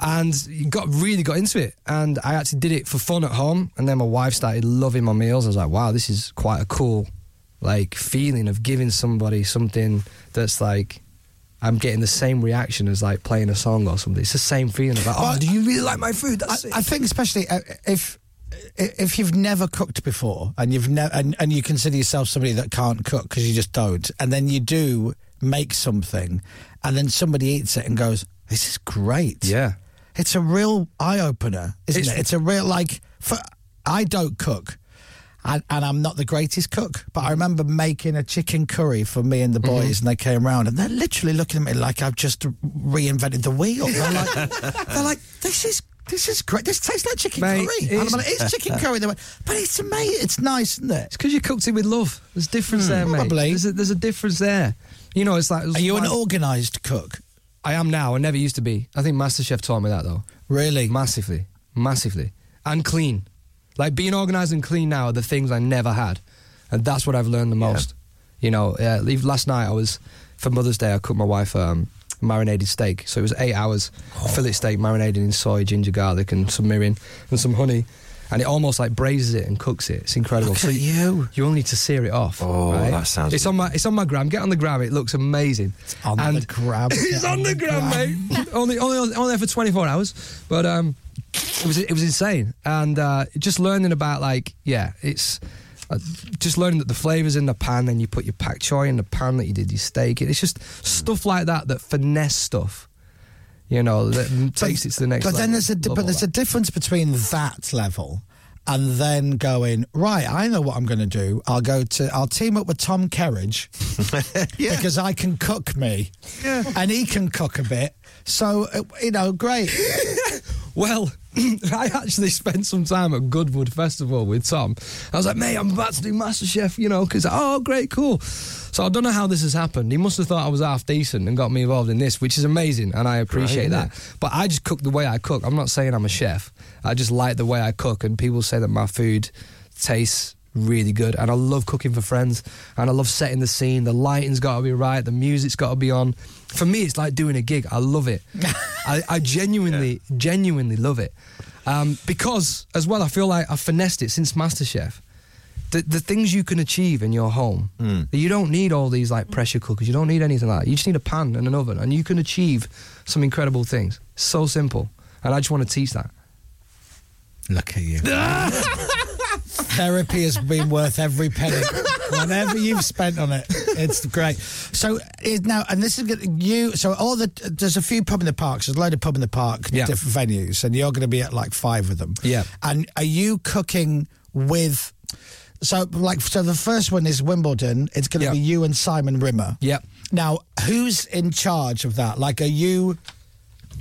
[SPEAKER 12] and you got really got into it. And I actually did it for fun at home. And then my wife started loving my meals. I was like, wow, this is quite a cool like feeling of giving somebody something that's like I'm getting the same reaction as like playing a song or something. It's the same feeling of like, oh,
[SPEAKER 7] Well,
[SPEAKER 12] do you really like my food?
[SPEAKER 7] I,
[SPEAKER 12] That's it.
[SPEAKER 7] I think especially uh, if if you've never cooked before and you've never and, and you consider yourself somebody that can't cook because you just don't, and then you do make something, and then somebody eats it and goes, "This is great."
[SPEAKER 12] yeah.
[SPEAKER 7] It's a real eye opener, isn't
[SPEAKER 12] It's-
[SPEAKER 7] it? It's a real like. For, I don't cook, and, and I'm not the greatest cook, but I remember making a chicken curry for me and the
[SPEAKER 12] Mm-hmm.
[SPEAKER 7] boys, and they came round, and they're literally looking at me like I've just reinvented the wheel. They're like, they're like this is. This is great. This tastes like chicken
[SPEAKER 12] Mate,
[SPEAKER 7] curry.
[SPEAKER 12] it's-
[SPEAKER 7] It's, like, it's chicken curry. They went, but it's amazing. It's nice, isn't
[SPEAKER 12] It's
[SPEAKER 7] it?
[SPEAKER 12] because you cooked it with love. There's a difference
[SPEAKER 7] Hmm.
[SPEAKER 12] there, mate.
[SPEAKER 7] Probably.
[SPEAKER 12] There's a, there's a difference there. You know, it's like.
[SPEAKER 7] Are you an
[SPEAKER 12] I-
[SPEAKER 7] organised cook?
[SPEAKER 12] I am now. I never used to be. I think MasterChef taught me that though.
[SPEAKER 7] Really?
[SPEAKER 12] Massively, massively, and clean. Like being organised and clean now are the things I never had, and that's what I've learned the most. You know, uh, leave- last night I was for Mother's Day. I cooked my wife um, marinated steak, so it was eight hours
[SPEAKER 7] Oh.
[SPEAKER 12] fillet steak marinated in soy, ginger, garlic, and some mirin and some honey, and it almost like braises it and cooks it. It's incredible.
[SPEAKER 7] Look
[SPEAKER 12] so
[SPEAKER 7] at you.
[SPEAKER 12] you only need to sear it off.
[SPEAKER 8] Oh,
[SPEAKER 12] right?
[SPEAKER 8] that sounds-
[SPEAKER 12] It's on my it's on my gram. Get on the gram. It looks amazing.
[SPEAKER 7] On
[SPEAKER 12] And-
[SPEAKER 7] the grab.
[SPEAKER 12] He's on the gram, mate. only, only, only there for 24 hours, but um, it was it was insane. And uh, just learning about like, yeah, it's uh, just learning that the flavors in the pan, then you put your pak choi in the pan that you did your steak. in. It's just stuff like that that finesse stuff. You know, that takes it to the next.
[SPEAKER 7] But then
[SPEAKER 12] level.
[SPEAKER 7] there's a
[SPEAKER 12] Love all
[SPEAKER 7] but there's
[SPEAKER 12] that.
[SPEAKER 7] a difference between that level and then going right. I know what I'm going to do. I'll go to I'll team up with Tom Kerridge because I can cook me, and he can cook a bit. So uh, you know, great.
[SPEAKER 12] Well, I actually spent some time at Goodwood Festival with Tom. I was like, mate, I'm about to do MasterChef, you know, because, oh, great, cool. So I don't know how this has happened. He must have thought I was half decent and got me involved in this, which is amazing, and I appreciate that. But I just cook the way I cook. I'm not saying I'm a chef. I just like the way I cook, and people say that my food tastes really good. And I love cooking for friends, and I love setting the scene. The lighting's got to be right, the music's got to be on. For me, it's like doing a gig. I love it. I, I genuinely, genuinely love it. Um, because as well, I feel like I've finessed it since MasterChef. The, the things you can achieve in your home,
[SPEAKER 7] Mm.
[SPEAKER 12] you don't need all these like pressure cookers. You don't need anything like that. You just need a pan and an oven, and you can achieve some incredible things. So simple, and I just want to teach that.
[SPEAKER 7] Look at you. Therapy has been worth every penny, whatever you've spent on it. It's great. So is now, and this is gonna- you. So all the there's a few pub in the parks. There's a load of pub in the park,
[SPEAKER 12] Yeah.
[SPEAKER 7] different venues, and you're going to be at like five of them.
[SPEAKER 12] Yeah.
[SPEAKER 7] And are you cooking with? So like, so the first one is Wimbledon. It's going to be you and Simon Rimmer.
[SPEAKER 12] Yep.
[SPEAKER 7] Now, who's in charge of that? Like, are you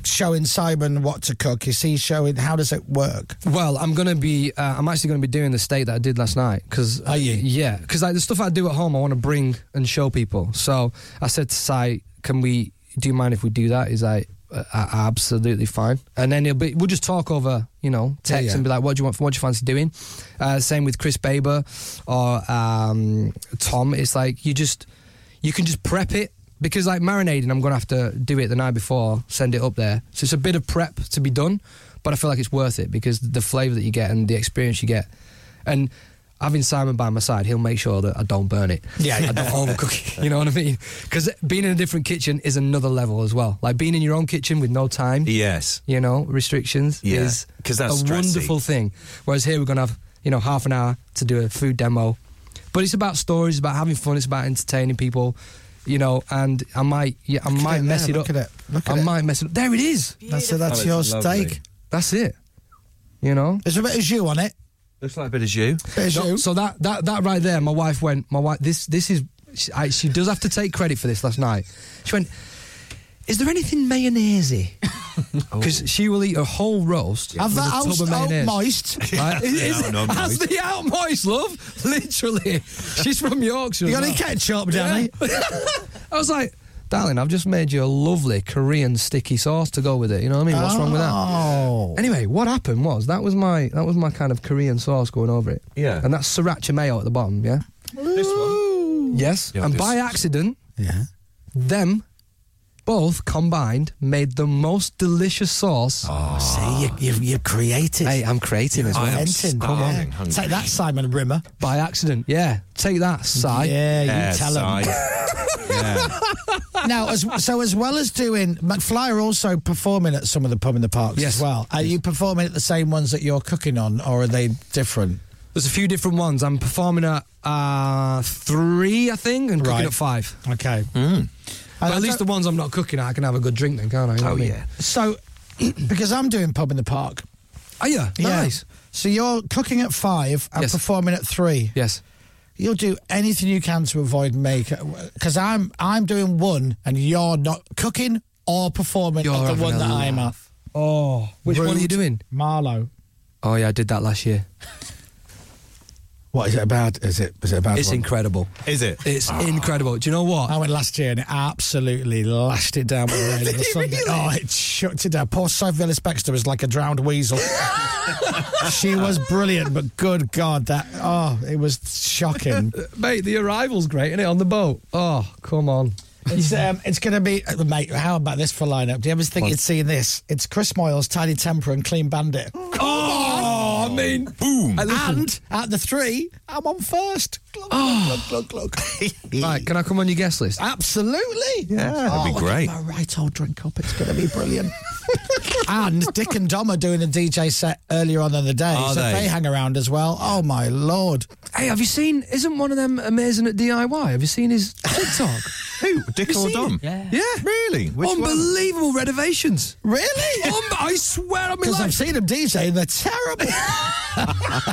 [SPEAKER 7] showing Simon what to cook? Is he showing? How does it work?
[SPEAKER 12] Well, I'm gonna be. Uh, I'm actually gonna be doing the steak that I did last night because. Are you? Yeah, because like the stuff I do at home, I want to bring and show people. So I said to Si, "Can we? Do you mind if we do that?" He's like, "Uh, uh, "Absolutely fine." And then he'll be. We'll just talk over, you know, text
[SPEAKER 7] Yeah, yeah.
[SPEAKER 12] and be like, "What do you want? What do you fancy doing?" Uh, same with Chris Baber or um, Tom. It's like you just you can just prep it because like marinating i'm gonna have to do it the night before send it up there so it's a bit of prep to be done but i feel like it's worth it because the flavor that you get and the experience you get and having simon by my side he'll make sure that i don't burn it
[SPEAKER 7] Yeah, yeah.
[SPEAKER 12] i don't overcook it you know what i mean because being in a different kitchen is another level as well like being in your own kitchen with no time
[SPEAKER 8] Yes.
[SPEAKER 12] you know restrictions
[SPEAKER 8] Yeah,
[SPEAKER 12] is
[SPEAKER 8] 'cause that's
[SPEAKER 12] a
[SPEAKER 8] stressy.
[SPEAKER 12] wonderful thing whereas here we're gonna have you know half an hour to do a food demo but it's about stories it's about having fun it's about entertaining people you know and i might yeah i might
[SPEAKER 7] it
[SPEAKER 12] mess
[SPEAKER 7] there,
[SPEAKER 12] it up
[SPEAKER 7] look at it, look at
[SPEAKER 12] i
[SPEAKER 7] it.
[SPEAKER 12] might mess it up there it is
[SPEAKER 7] That's- so that's your steak.
[SPEAKER 12] that's it you know
[SPEAKER 7] There's a bit of jus on it.
[SPEAKER 8] Looks like a bit of jus.
[SPEAKER 12] No, so that that that right there, my wife went. My wife, this this is. She, I, she does have to take credit for this last night. She went. Is there anything mayonnaisey? Because she will eat a whole roast.
[SPEAKER 7] Have
[SPEAKER 12] with
[SPEAKER 7] that
[SPEAKER 12] a tub
[SPEAKER 7] oust
[SPEAKER 12] of
[SPEAKER 7] out
[SPEAKER 12] mayonnaise.
[SPEAKER 7] moist.
[SPEAKER 12] Right?
[SPEAKER 7] Yeah,
[SPEAKER 12] Is-
[SPEAKER 7] out not
[SPEAKER 12] has
[SPEAKER 7] moist.
[SPEAKER 12] the out moist, love. Literally, she's from Yorkshire.
[SPEAKER 7] You
[SPEAKER 12] as
[SPEAKER 7] got any
[SPEAKER 12] well.
[SPEAKER 7] ketchup,
[SPEAKER 12] Yeah.
[SPEAKER 7] Danny?
[SPEAKER 12] I was like, darling, I've just made you a lovely Korean sticky sauce to go with it. You know what I mean? What's wrong with
[SPEAKER 7] that?
[SPEAKER 12] Anyway, what happened was that was my that was my kind of Korean sauce going over it.
[SPEAKER 8] Yeah.
[SPEAKER 12] And that's sriracha mayo at the bottom. Yeah.
[SPEAKER 8] This one.
[SPEAKER 12] Yes.
[SPEAKER 8] Yeah,
[SPEAKER 12] and
[SPEAKER 8] this-
[SPEAKER 12] by accident,
[SPEAKER 7] yeah,
[SPEAKER 12] them both combined made the most delicious sauce.
[SPEAKER 7] Oh, see, you, you've, you've created.
[SPEAKER 12] Hey, I'm creating as well.
[SPEAKER 7] I am Inventing. Come on. starving, hungry. Take that, Simon Rimmer.
[SPEAKER 12] By accident, yeah. Take that, Si.
[SPEAKER 7] Yeah, you Yeah, tell 'em. Si.
[SPEAKER 8] yeah.
[SPEAKER 7] now, as, so as well as doing, McFly are also performing at some of the pub in the parks
[SPEAKER 12] Yes.
[SPEAKER 7] as well. Are you performing at the same ones that you're cooking on, or are they different?
[SPEAKER 12] There's a few different ones. I'm performing at uh, three, I think, and cooking
[SPEAKER 7] Right.
[SPEAKER 12] at five.
[SPEAKER 7] Okay.
[SPEAKER 12] But
[SPEAKER 7] I
[SPEAKER 12] at least the
[SPEAKER 7] don't-
[SPEAKER 12] ones I'm not cooking at, I can have a good drink then, can't I? You know
[SPEAKER 8] Oh,
[SPEAKER 12] what I mean?
[SPEAKER 8] yeah.
[SPEAKER 7] So, because I'm doing pub in the park.
[SPEAKER 12] Oh yeah, nice.
[SPEAKER 7] So you're cooking at five and performing at three.
[SPEAKER 12] Yes.
[SPEAKER 7] You'll do anything you can to avoid make because I'm I'm doing one and you're not cooking or performing
[SPEAKER 12] You're
[SPEAKER 7] at the
[SPEAKER 12] having
[SPEAKER 7] one
[SPEAKER 12] a
[SPEAKER 7] that I'm at.
[SPEAKER 12] laugh. Oh, which one are you
[SPEAKER 7] Rude.
[SPEAKER 12] doing?
[SPEAKER 7] Marlowe.
[SPEAKER 12] Oh yeah, I did that last year.
[SPEAKER 7] What is it about? Is it is it about?
[SPEAKER 12] It's incredible.
[SPEAKER 8] Is it?
[SPEAKER 12] It's incredible. Do you know what?
[SPEAKER 7] I went last year and it absolutely lashed it down. with the rain on the Sunday. Oh, it shut it down. Poor Sophie Ellis Bextor was like a drowned weasel. she was brilliant, but good God, that oh, it was shocking.
[SPEAKER 12] Mate, the arrival's great, isn't it? On the boat. Oh, come on.
[SPEAKER 7] It's um, it's going to be uh, mate. How about this for lineup? Do you ever think you'd see this? It's Chris Moyles, Tiny Temper, and Clean Bandit.
[SPEAKER 12] Oh, I mean,
[SPEAKER 8] boom.
[SPEAKER 7] And at the three, I'm on first. Glug,
[SPEAKER 8] Oh.
[SPEAKER 7] glug, glug, glug, glug.
[SPEAKER 12] Right, can I come on your guest list?
[SPEAKER 7] Absolutely. Oh, Yeah,
[SPEAKER 8] that'd be great.
[SPEAKER 7] All right, I'll drink up. It's going to be brilliant. and Dick and Dom are doing a DJ set earlier on in the day,
[SPEAKER 8] Are
[SPEAKER 7] so
[SPEAKER 8] they?
[SPEAKER 7] they? hang around as well. Oh my lord!
[SPEAKER 12] Hey, have you seen? Isn't one of them amazing at DIY? Have you seen his TikTok?
[SPEAKER 8] Who? Dick
[SPEAKER 12] You
[SPEAKER 8] or
[SPEAKER 12] seen
[SPEAKER 8] Dom?
[SPEAKER 12] it?
[SPEAKER 8] Yeah.
[SPEAKER 12] yeah,
[SPEAKER 8] Really? Which one?
[SPEAKER 12] unbelievable renovations.
[SPEAKER 7] Really?
[SPEAKER 8] Oh,
[SPEAKER 12] Um, I swear on my
[SPEAKER 7] Because I've
[SPEAKER 12] life.
[SPEAKER 7] seen them DJ, and they're terrible.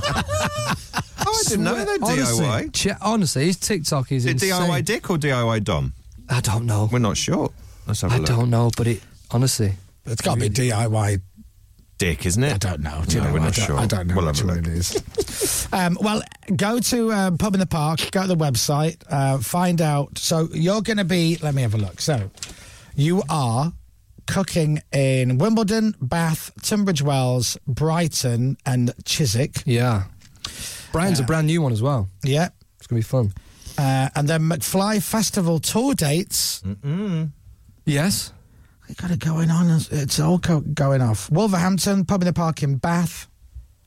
[SPEAKER 8] Oh, I didn't know they
[SPEAKER 12] honestly,
[SPEAKER 8] DIY.
[SPEAKER 12] che- honestly, his TikTok is
[SPEAKER 8] Is it
[SPEAKER 12] insane.
[SPEAKER 8] DIY Dick or DIY Dom?
[SPEAKER 12] I don't know.
[SPEAKER 8] We're not sure. Let's have a
[SPEAKER 12] I
[SPEAKER 8] look.
[SPEAKER 12] don't know, but it honestly.
[SPEAKER 7] it's got to be DIY
[SPEAKER 8] Dick, isn't it?
[SPEAKER 7] I don't know. Do you
[SPEAKER 8] No,
[SPEAKER 7] know?
[SPEAKER 8] we're
[SPEAKER 7] I
[SPEAKER 8] not
[SPEAKER 7] don't,
[SPEAKER 8] sure.
[SPEAKER 7] I don't know
[SPEAKER 8] We'll
[SPEAKER 7] which
[SPEAKER 8] have a
[SPEAKER 7] one
[SPEAKER 8] look.
[SPEAKER 7] it is. um, well, go to um, Pub in the Park, go to the website, uh, find out. So you're going to be, let me have a look. So you are cooking in Wimbledon, Bath, Tunbridge Wells, Brighton, and Chiswick. Uh,
[SPEAKER 12] Yeah. Brian's a brand new one as well.
[SPEAKER 7] Yeah.
[SPEAKER 12] It's going to be fun.
[SPEAKER 7] Uh, and then McFly Festival tour dates.
[SPEAKER 8] Mm-mm.
[SPEAKER 12] Yes.
[SPEAKER 7] They got it going on. It's all co- going off. Wolverhampton, Pub in the Park in Bath.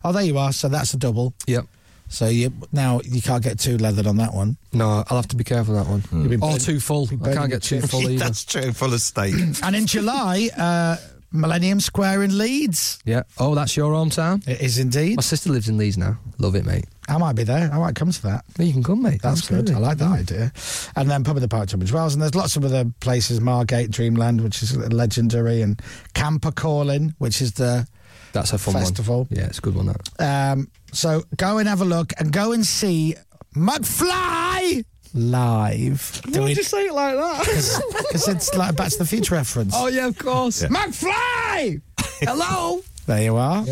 [SPEAKER 7] Oh, there you are. So that's a double.
[SPEAKER 12] Yep.
[SPEAKER 7] So you now you can't get too leathered on that one.
[SPEAKER 12] No, I'll have to be careful that one.
[SPEAKER 7] You've been
[SPEAKER 12] Or
[SPEAKER 7] burning-
[SPEAKER 12] too full.
[SPEAKER 7] been
[SPEAKER 12] I
[SPEAKER 7] burning
[SPEAKER 12] can't get too
[SPEAKER 7] your
[SPEAKER 12] full either.
[SPEAKER 8] That's true. Full of steak.
[SPEAKER 7] and in July, uh, Millennium Square in Leeds.
[SPEAKER 12] Yeah. Oh, that's your hometown?
[SPEAKER 7] It is indeed.
[SPEAKER 12] My sister lives in Leeds now. Love it, mate.
[SPEAKER 7] I might be there. I might come to that.
[SPEAKER 12] You can come, mate.
[SPEAKER 7] That's
[SPEAKER 12] Absolutely.
[SPEAKER 7] good. I like that idea. And then Pub in the Park, Tunbridge Wells. And there's lots of other places Margate, Dreamland, which is legendary, and Camper Calling, which is the
[SPEAKER 12] That's a fun
[SPEAKER 7] festival.
[SPEAKER 12] one. Yeah, it's a good one, that.
[SPEAKER 7] Um, so go and have a look and go and see McFly live. Why
[SPEAKER 5] you say it like that?
[SPEAKER 7] Because it's like a Back to the Future reference.
[SPEAKER 5] oh, yeah, of course.
[SPEAKER 7] McFly!
[SPEAKER 5] Hello?
[SPEAKER 7] There you are.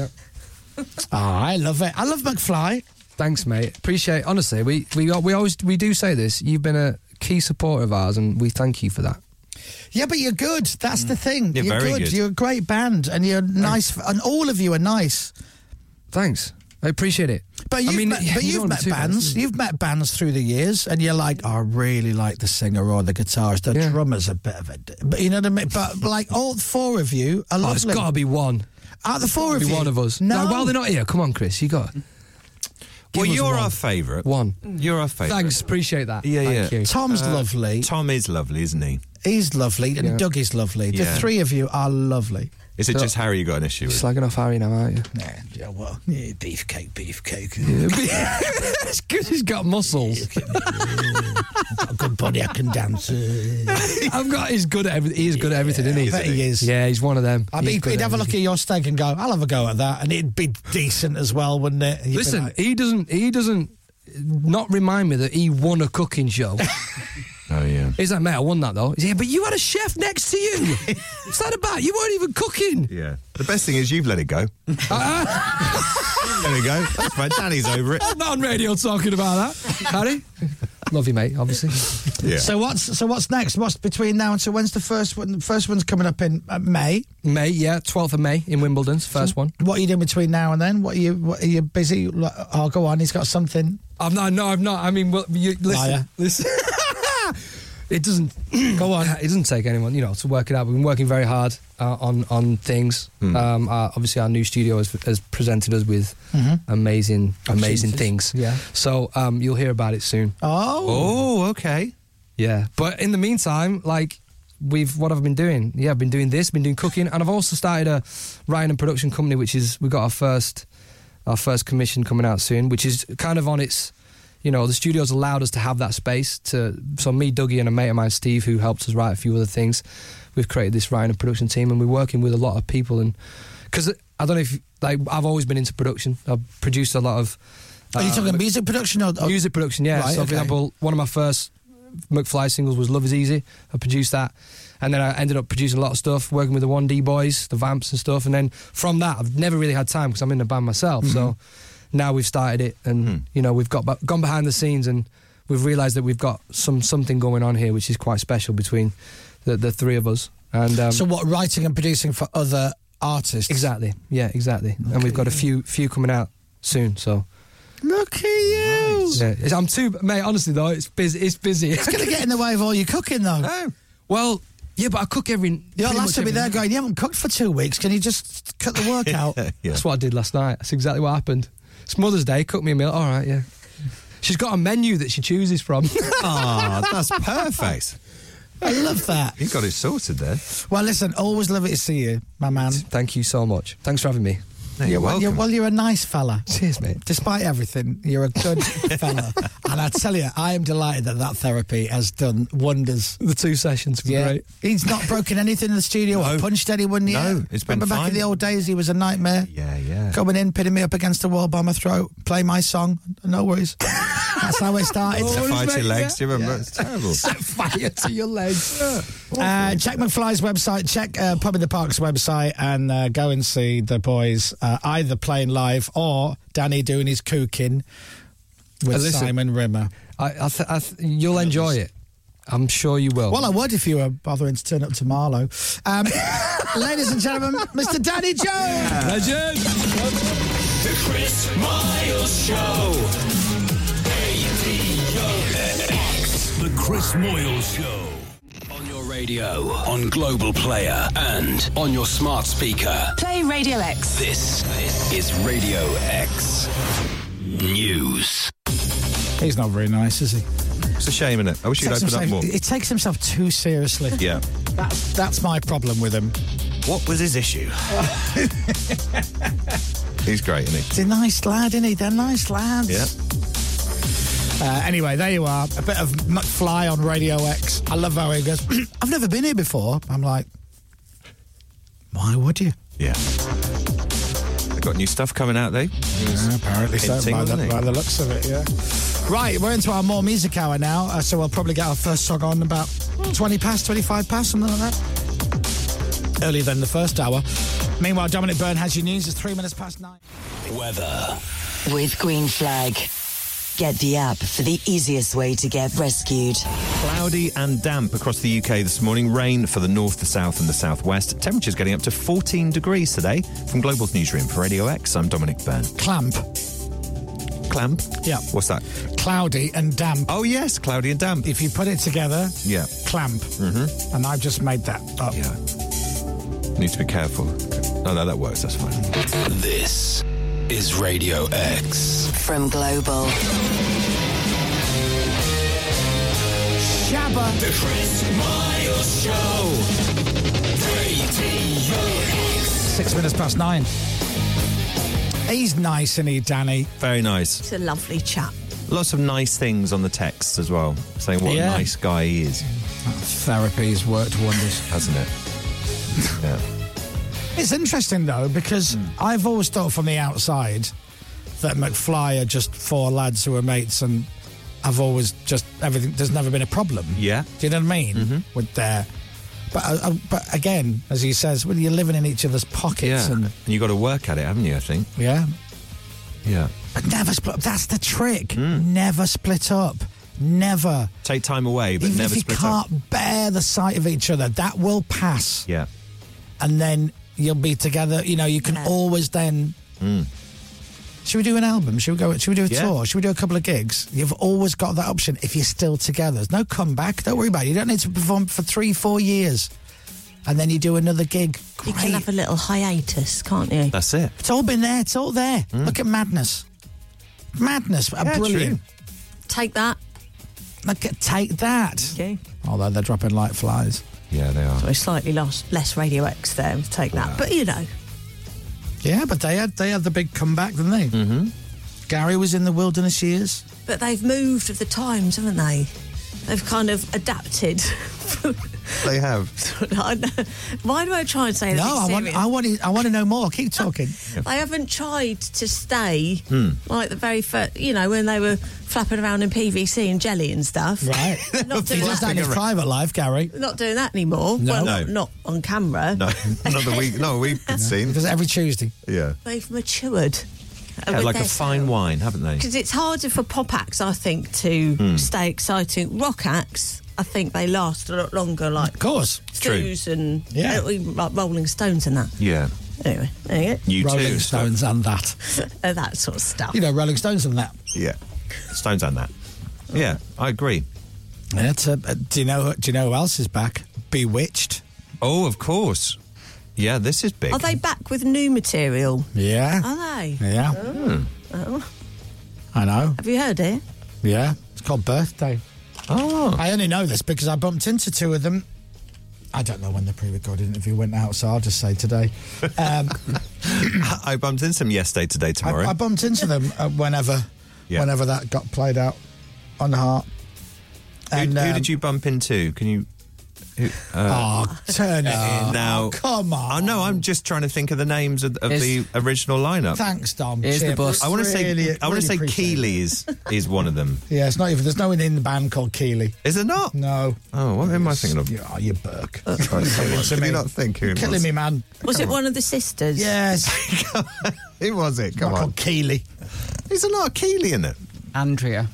[SPEAKER 7] Ah, I love it. I love McFly.
[SPEAKER 12] Thanks, mate. Appreciate it. Honestly, we, we, we always we do say this. You've been a key supporter of ours, and we thank you for that.
[SPEAKER 7] Yeah, but you're good. That's
[SPEAKER 12] Mm.
[SPEAKER 7] the thing.
[SPEAKER 8] You're very good.
[SPEAKER 7] You're a great band, and you're nice, and all of you are nice.
[SPEAKER 12] Thanks. I appreciate it.
[SPEAKER 7] But you've
[SPEAKER 12] I mean,
[SPEAKER 7] met,
[SPEAKER 12] you
[SPEAKER 7] but
[SPEAKER 12] don't
[SPEAKER 7] you've
[SPEAKER 12] wanna
[SPEAKER 7] met
[SPEAKER 12] do that,
[SPEAKER 7] bands.
[SPEAKER 12] do you?
[SPEAKER 7] You've met bands through the years, and you're like, oh, I really like the singer or the guitarist. The
[SPEAKER 12] Yeah.
[SPEAKER 7] drummer's a bit of a, d-" but you know what I mean. But like all four of you are
[SPEAKER 12] Oh, it's
[SPEAKER 7] lovely.
[SPEAKER 12] got to be one.
[SPEAKER 7] Out of the four of
[SPEAKER 12] Be
[SPEAKER 7] you,
[SPEAKER 12] one of us.
[SPEAKER 7] No,
[SPEAKER 12] well, they're not here. Come on, Chris. You got
[SPEAKER 8] well,
[SPEAKER 12] us
[SPEAKER 8] you're
[SPEAKER 12] one.
[SPEAKER 8] our favourite.
[SPEAKER 12] one.
[SPEAKER 8] You're our favourite.
[SPEAKER 12] Thanks. Appreciate that.
[SPEAKER 8] Yeah,
[SPEAKER 12] Thank
[SPEAKER 8] yeah.
[SPEAKER 12] You.
[SPEAKER 7] Tom's lovely.
[SPEAKER 8] Tom is lovely, isn't he?
[SPEAKER 7] He's lovely, and
[SPEAKER 12] Uh, Yeah.
[SPEAKER 7] Doug is lovely.
[SPEAKER 8] Yeah.
[SPEAKER 7] The three of you are lovely.
[SPEAKER 8] Is it
[SPEAKER 12] So-
[SPEAKER 8] just Harry you got an issue with?
[SPEAKER 12] Slagging off Harry now, aren't you?
[SPEAKER 7] Nah, yeah, well, yeah, beefcake, beefcake.
[SPEAKER 12] it's because he's got muscles.
[SPEAKER 7] Got a good body, I can dance.
[SPEAKER 12] I've got. He's good at everything. He's good at everything, isn't he?
[SPEAKER 7] I bet he is.
[SPEAKER 12] Yeah, he's one of them.
[SPEAKER 7] I mean,
[SPEAKER 12] He's
[SPEAKER 7] he'd,
[SPEAKER 12] good
[SPEAKER 7] he'd
[SPEAKER 12] at
[SPEAKER 7] have a look at
[SPEAKER 12] everything.
[SPEAKER 7] your steak and go, I'll have a go at that. And it'd be decent as well, wouldn't it? You'd be
[SPEAKER 12] Listen,
[SPEAKER 7] like-
[SPEAKER 12] he doesn't. He doesn't. Not remind me that he won a cooking show.
[SPEAKER 8] Oh, yeah.
[SPEAKER 12] He's like, mate, I won that though. He's like, yeah, but you had a chef next to you. What's that about? You weren't even cooking.
[SPEAKER 8] Yeah. The best thing is you've let it go. there we go. That's fine. Danny's over it.
[SPEAKER 12] I'm not on radio talking about that, Harry. Love you, mate. Obviously.
[SPEAKER 8] Yeah.
[SPEAKER 7] So what's so what's next? What's between now and so when's the first one? The first one's coming up in uh, May.
[SPEAKER 12] May, yeah, 12th of May in Wimbledon's first one.
[SPEAKER 7] What are you doing between now and then? What are you what are you busy? Like, oh, go on. He's got something.
[SPEAKER 12] I'm not. No, I'm not. I mean, well, you, listen,
[SPEAKER 7] Liar.
[SPEAKER 12] listen. it doesn't go on. It doesn't take anyone, you know, to work it out. We've been working very hard uh, on on things. Um, uh, obviously, our new studio has, has presented us with amazing, amazing things.
[SPEAKER 7] Mm-hmm. Yeah.
[SPEAKER 12] So um, you'll hear about it soon.
[SPEAKER 7] Oh,
[SPEAKER 8] Oh, okay.
[SPEAKER 12] Yeah. But in the meantime, like we've what I've been doing. Yeah, I've been doing this, been doing cooking, and I've also started a writing and production company, which is we got our first our first commission coming out soon, which is kind of on its you know, the studio's allowed us to have that space to so me, Dougie and a mate of mine, Steve, who helped us write a few other things, we've created this writing and production team and we're working with a lot of people and because I don't know if like I've always been into production. I've produced a lot of
[SPEAKER 7] are you
[SPEAKER 12] uh,
[SPEAKER 7] talking music production or, or
[SPEAKER 12] music production, yeah.
[SPEAKER 7] Oh, Right,
[SPEAKER 12] so, for
[SPEAKER 7] okay.
[SPEAKER 12] example, one of my first McFly singles was Love Is Easy. I produced that. And then I ended up producing a lot of stuff, working with the 1D boys, the Vamps and stuff. And then from that, I've never really had time because I'm in the band myself. So
[SPEAKER 7] Mm-hmm.
[SPEAKER 12] now we've started it and,
[SPEAKER 7] Hmm.
[SPEAKER 12] you know, we've got ba- gone behind the scenes and we've realised that we've got some something going on here, which is quite special between the, the three of us. And um,
[SPEAKER 7] So what? Writing and producing for other artists.
[SPEAKER 12] Exactly. Yeah, exactly. And we've got a few few coming out soon. So
[SPEAKER 7] Look at you.
[SPEAKER 12] yeah, it's, I'm too mate. Honestly though, it's busy. It's busy.
[SPEAKER 7] It's gonna get in the way of all your cooking though.
[SPEAKER 12] Well, yeah, but I cook every.
[SPEAKER 7] Your
[SPEAKER 12] pretty
[SPEAKER 7] lass
[SPEAKER 12] much
[SPEAKER 7] will be
[SPEAKER 12] every
[SPEAKER 7] there
[SPEAKER 12] night.
[SPEAKER 7] going, you haven't cooked for two weeks. Can you just cut the work out?
[SPEAKER 8] Yeah.
[SPEAKER 12] That's what I did last night. That's exactly what happened. It's Mother's Day. Cooked me a meal. All right, yeah. She's got a menu that she chooses from.
[SPEAKER 8] Ah, that's perfect.
[SPEAKER 7] I love that.
[SPEAKER 8] You got it sorted there.
[SPEAKER 7] Well, listen, always love it to see you, my man.
[SPEAKER 12] Thank you so much. Thanks for having me.
[SPEAKER 8] No, you're welcome.
[SPEAKER 7] You're, well, you're a nice fella.
[SPEAKER 12] Cheers, mate.
[SPEAKER 7] Despite everything, you're a good fella. And I tell you, I am delighted that that therapy has done wonders.
[SPEAKER 12] The two sessions were great.
[SPEAKER 7] He's not broken anything in the studio or punched anyone yet.
[SPEAKER 8] No, it's been
[SPEAKER 7] Remember back
[SPEAKER 8] fine.
[SPEAKER 7] in the old days, he was a nightmare.
[SPEAKER 8] Yeah, yeah.
[SPEAKER 7] Coming in, pinning me up against the wall by my throat, play my song, no worries. That's how it started.
[SPEAKER 8] to fight
[SPEAKER 12] mate,
[SPEAKER 8] your legs. Do you remember? It's terrible.
[SPEAKER 12] Fire to your legs.
[SPEAKER 7] Uh, check McFly's website, check uh, Pub in the Park's website, and uh, go and see the boys uh, either playing live or Danny doing his cooking with
[SPEAKER 12] Uh, listen.
[SPEAKER 7] Simon Rimmer.
[SPEAKER 12] I, I th- I th- you'll enjoy it. I'm sure you will.
[SPEAKER 7] Well, I would if you were bothering to turn up to Marlow. Um, ladies and gentlemen, Mr. Danny Jones.
[SPEAKER 12] Legend.
[SPEAKER 1] The
[SPEAKER 5] Chris Miles Show.
[SPEAKER 1] The Chris Moyle Show.
[SPEAKER 18] On your radio, on Global Player, and on your smart speaker.
[SPEAKER 2] Play Radio X.
[SPEAKER 18] This is Radio X News.
[SPEAKER 7] He's not very nice, is he?
[SPEAKER 8] It's a shame, isn't it? I wish you'd
[SPEAKER 7] Takes
[SPEAKER 8] open up more.
[SPEAKER 7] himself- It takes himself too seriously.
[SPEAKER 8] Yeah.
[SPEAKER 7] That's, that's my problem with him.
[SPEAKER 8] What was his issue? He's great, isn't
[SPEAKER 7] He's a nice lad, isn't he? They're nice lads.
[SPEAKER 8] he? Yeah.
[SPEAKER 7] Uh, anyway, there you are. A bit of McFly on Radio X. I love how he goes, I've never been here before. I'm like, why would you?
[SPEAKER 8] Yeah. They've got new stuff coming out, though.
[SPEAKER 7] apparently so, by the, by the looks of it, yeah. Right, we're into our more music hour now, uh, so we'll probably get our first song on about 20 past, 25 past, something like that. Earlier than the first hour. Meanwhile, Dominic Byrne has your news. It's three minutes past nine.
[SPEAKER 18] Weather.
[SPEAKER 2] With Green Flag. Get the app for the easiest way to get rescued.
[SPEAKER 8] Cloudy and damp across the UK this morning. Rain for the north, the south, and the southwest. Temperatures getting up to 14 degrees today. From Global's newsroom for Radio X, I'm Dominic Byrne.
[SPEAKER 7] Clamp.
[SPEAKER 8] Clamp?
[SPEAKER 7] Yeah.
[SPEAKER 8] What's that?
[SPEAKER 7] Cloudy and damp.
[SPEAKER 8] Oh, yes, cloudy and damp.
[SPEAKER 7] If you put it together,
[SPEAKER 8] Yeah.
[SPEAKER 7] clamp. Mm-hmm. And I've just made that up.
[SPEAKER 8] Yeah. Need to be careful. Oh, no, that works. That's fine.
[SPEAKER 18] This is Radio X.
[SPEAKER 2] From Global.
[SPEAKER 7] Shabba.
[SPEAKER 5] The Chris Miles Show. Radio X.
[SPEAKER 7] Six minutes past nine. He's nice, isn't he, Danny?
[SPEAKER 8] Very nice.
[SPEAKER 3] It's a lovely chap.
[SPEAKER 8] Lots of nice things on the text as well, saying what
[SPEAKER 7] Yeah.
[SPEAKER 8] a nice guy he is,
[SPEAKER 7] Therapy's worked wonders.
[SPEAKER 8] hasn't it? yeah.
[SPEAKER 7] It's interesting though because
[SPEAKER 8] Hmm.
[SPEAKER 7] I've always thought from the outside that McFly are just four lads who are mates, and I've always just everything. There's never been a problem.
[SPEAKER 8] Yeah. Mm-hmm.
[SPEAKER 7] Do you know what I mean? With their, but I, I, but again, as he says, well, you're living in each other's pockets,
[SPEAKER 8] Yeah.
[SPEAKER 7] and
[SPEAKER 8] And you got to work at it, haven't you, I think?
[SPEAKER 7] yeah,
[SPEAKER 8] Yeah.
[SPEAKER 7] but never split. That's the trick.
[SPEAKER 8] Hmm.
[SPEAKER 7] Never split up. Never.
[SPEAKER 8] Take time away, but
[SPEAKER 7] Even
[SPEAKER 8] never
[SPEAKER 7] if you
[SPEAKER 8] split
[SPEAKER 7] can't
[SPEAKER 8] up.
[SPEAKER 7] bear the sight of each other, that will pass,
[SPEAKER 8] Yeah.
[SPEAKER 7] and then you'll be together. You know, you can always then
[SPEAKER 8] Mm.
[SPEAKER 7] Should we do an album? Should we go? Should we do a
[SPEAKER 8] Yeah.
[SPEAKER 7] tour? Should we do a couple of gigs? You've always got that option if you're still together. There's no comeback. Don't worry about it. You don't need to perform for three, four years, and then you do another gig.
[SPEAKER 3] You can have a little hiatus, can't you?
[SPEAKER 8] That's it.
[SPEAKER 7] It's all been there. It's all there. Look at madness. Madness. are
[SPEAKER 3] Yeah,
[SPEAKER 7] brilliant.
[SPEAKER 3] Take that.
[SPEAKER 7] Look at take that. Although they're dropping like flies.
[SPEAKER 8] Yeah, they are.
[SPEAKER 3] So it's slightly lost, less Radio X there. Take that. But you know,
[SPEAKER 7] Yeah, but they had they had the big comeback, didn't they? Mm-hmm. Gary was in the wilderness years.
[SPEAKER 3] but they've moved with the times, haven't they? They've kind of adapted.
[SPEAKER 8] They have.
[SPEAKER 3] I know. Why do I try and say
[SPEAKER 7] No,
[SPEAKER 3] anything
[SPEAKER 7] I want
[SPEAKER 3] serious?
[SPEAKER 7] I want to- I want to know more. Keep talking.
[SPEAKER 3] They haven't tried to stay
[SPEAKER 7] Hmm.
[SPEAKER 3] like the very first, you know, when they were flapping around in PVC and jelly and stuff.
[SPEAKER 7] Right.
[SPEAKER 3] not, doing
[SPEAKER 7] He does that in
[SPEAKER 3] that,
[SPEAKER 7] his private life, Gary.
[SPEAKER 3] not doing that anymore.
[SPEAKER 7] No.
[SPEAKER 3] Well,
[SPEAKER 7] No.
[SPEAKER 3] Not, not on camera.
[SPEAKER 8] No, not that we, no, we've seen.
[SPEAKER 7] Does it every Tuesday.
[SPEAKER 8] Yeah.
[SPEAKER 3] They've matured.
[SPEAKER 8] yeah like a fine wine, haven't they?
[SPEAKER 3] Because it's harder for pop acts, I think, to
[SPEAKER 8] Hmm.
[SPEAKER 3] stay exciting. Rock acts, I think they last a lot longer, like. Of
[SPEAKER 7] course.
[SPEAKER 8] True.
[SPEAKER 3] Stews and
[SPEAKER 8] Yeah.
[SPEAKER 3] uh, even like Rolling Stones and that.
[SPEAKER 8] Yeah.
[SPEAKER 3] Anyway, there you go.
[SPEAKER 8] You
[SPEAKER 7] Rolling
[SPEAKER 8] too.
[SPEAKER 7] Stones and that.
[SPEAKER 3] Uh, that sort of stuff.
[SPEAKER 7] You know, Rolling Stones and that.
[SPEAKER 8] Yeah. Stones and that. Yeah, I agree.
[SPEAKER 7] Yeah, it's, uh, uh, do you know? Do you know who else is back? Bewitched.
[SPEAKER 8] Oh, of course. Yeah, this is big.
[SPEAKER 3] Are they back with new material?
[SPEAKER 7] Yeah.
[SPEAKER 3] Are they?
[SPEAKER 7] Yeah.
[SPEAKER 3] Oh. Oh.
[SPEAKER 7] I know.
[SPEAKER 3] Have you heard it?
[SPEAKER 7] Yeah. It's called Birthday.
[SPEAKER 8] Oh.
[SPEAKER 7] I only know this because I bumped into two of them. I don't know when the pre-recorded interview went out, so I'll just say today. Um,
[SPEAKER 8] I bumped into them yesterday, today, tomorrow.
[SPEAKER 7] I, I bumped into them uh, whenever,
[SPEAKER 8] Yeah.
[SPEAKER 7] whenever that got played out on Heart.
[SPEAKER 8] who, who
[SPEAKER 7] um,
[SPEAKER 8] did you bump into? Can you? Who, uh,
[SPEAKER 7] Oh, turn it in.
[SPEAKER 8] now,
[SPEAKER 7] come on.
[SPEAKER 8] I know. I'm just trying to think of the names of, of the original lineup.
[SPEAKER 7] Thanks, Dom. Cheer.
[SPEAKER 8] I want to say.
[SPEAKER 7] Really-
[SPEAKER 8] I want
[SPEAKER 7] really
[SPEAKER 8] to say
[SPEAKER 7] appreciate it.
[SPEAKER 8] Keely is is one of them.
[SPEAKER 7] Yeah, it's not even. There's no one in the band called Keeley.
[SPEAKER 8] Is there not?
[SPEAKER 7] No.
[SPEAKER 8] Oh, what am I thinking of?
[SPEAKER 7] Oh, you Burke.
[SPEAKER 8] Uh, Can you not think who it
[SPEAKER 7] Killing
[SPEAKER 8] was?
[SPEAKER 7] me, man.
[SPEAKER 3] Was it one of the sisters?
[SPEAKER 7] Yes.
[SPEAKER 8] Who was it? Come
[SPEAKER 7] Not
[SPEAKER 8] on.
[SPEAKER 7] called Keeley.
[SPEAKER 8] There's a lot of Keely in it.
[SPEAKER 9] Andrea.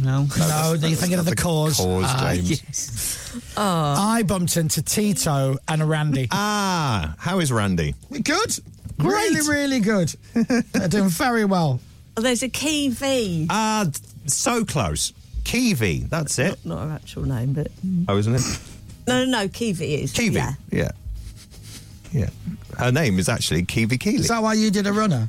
[SPEAKER 9] No.
[SPEAKER 7] No, you're thinking of the cause.
[SPEAKER 8] Cause,
[SPEAKER 7] Ah,
[SPEAKER 8] James.
[SPEAKER 7] I bumped into Tito and Randy.
[SPEAKER 8] Ah, how is Randy?
[SPEAKER 7] Good. Really, really good. They're doing very well.
[SPEAKER 3] Oh, there's a Kiwi.
[SPEAKER 8] Ah, so close. Kiwi, that's it.
[SPEAKER 3] Not her actual name, but.
[SPEAKER 8] Oh, isn't it?
[SPEAKER 3] No, no, no, Kiwi is. Kiwi. Yeah.
[SPEAKER 8] Yeah. Yeah. Her name is actually Kiwi Keely.
[SPEAKER 7] Is that why you did a runner?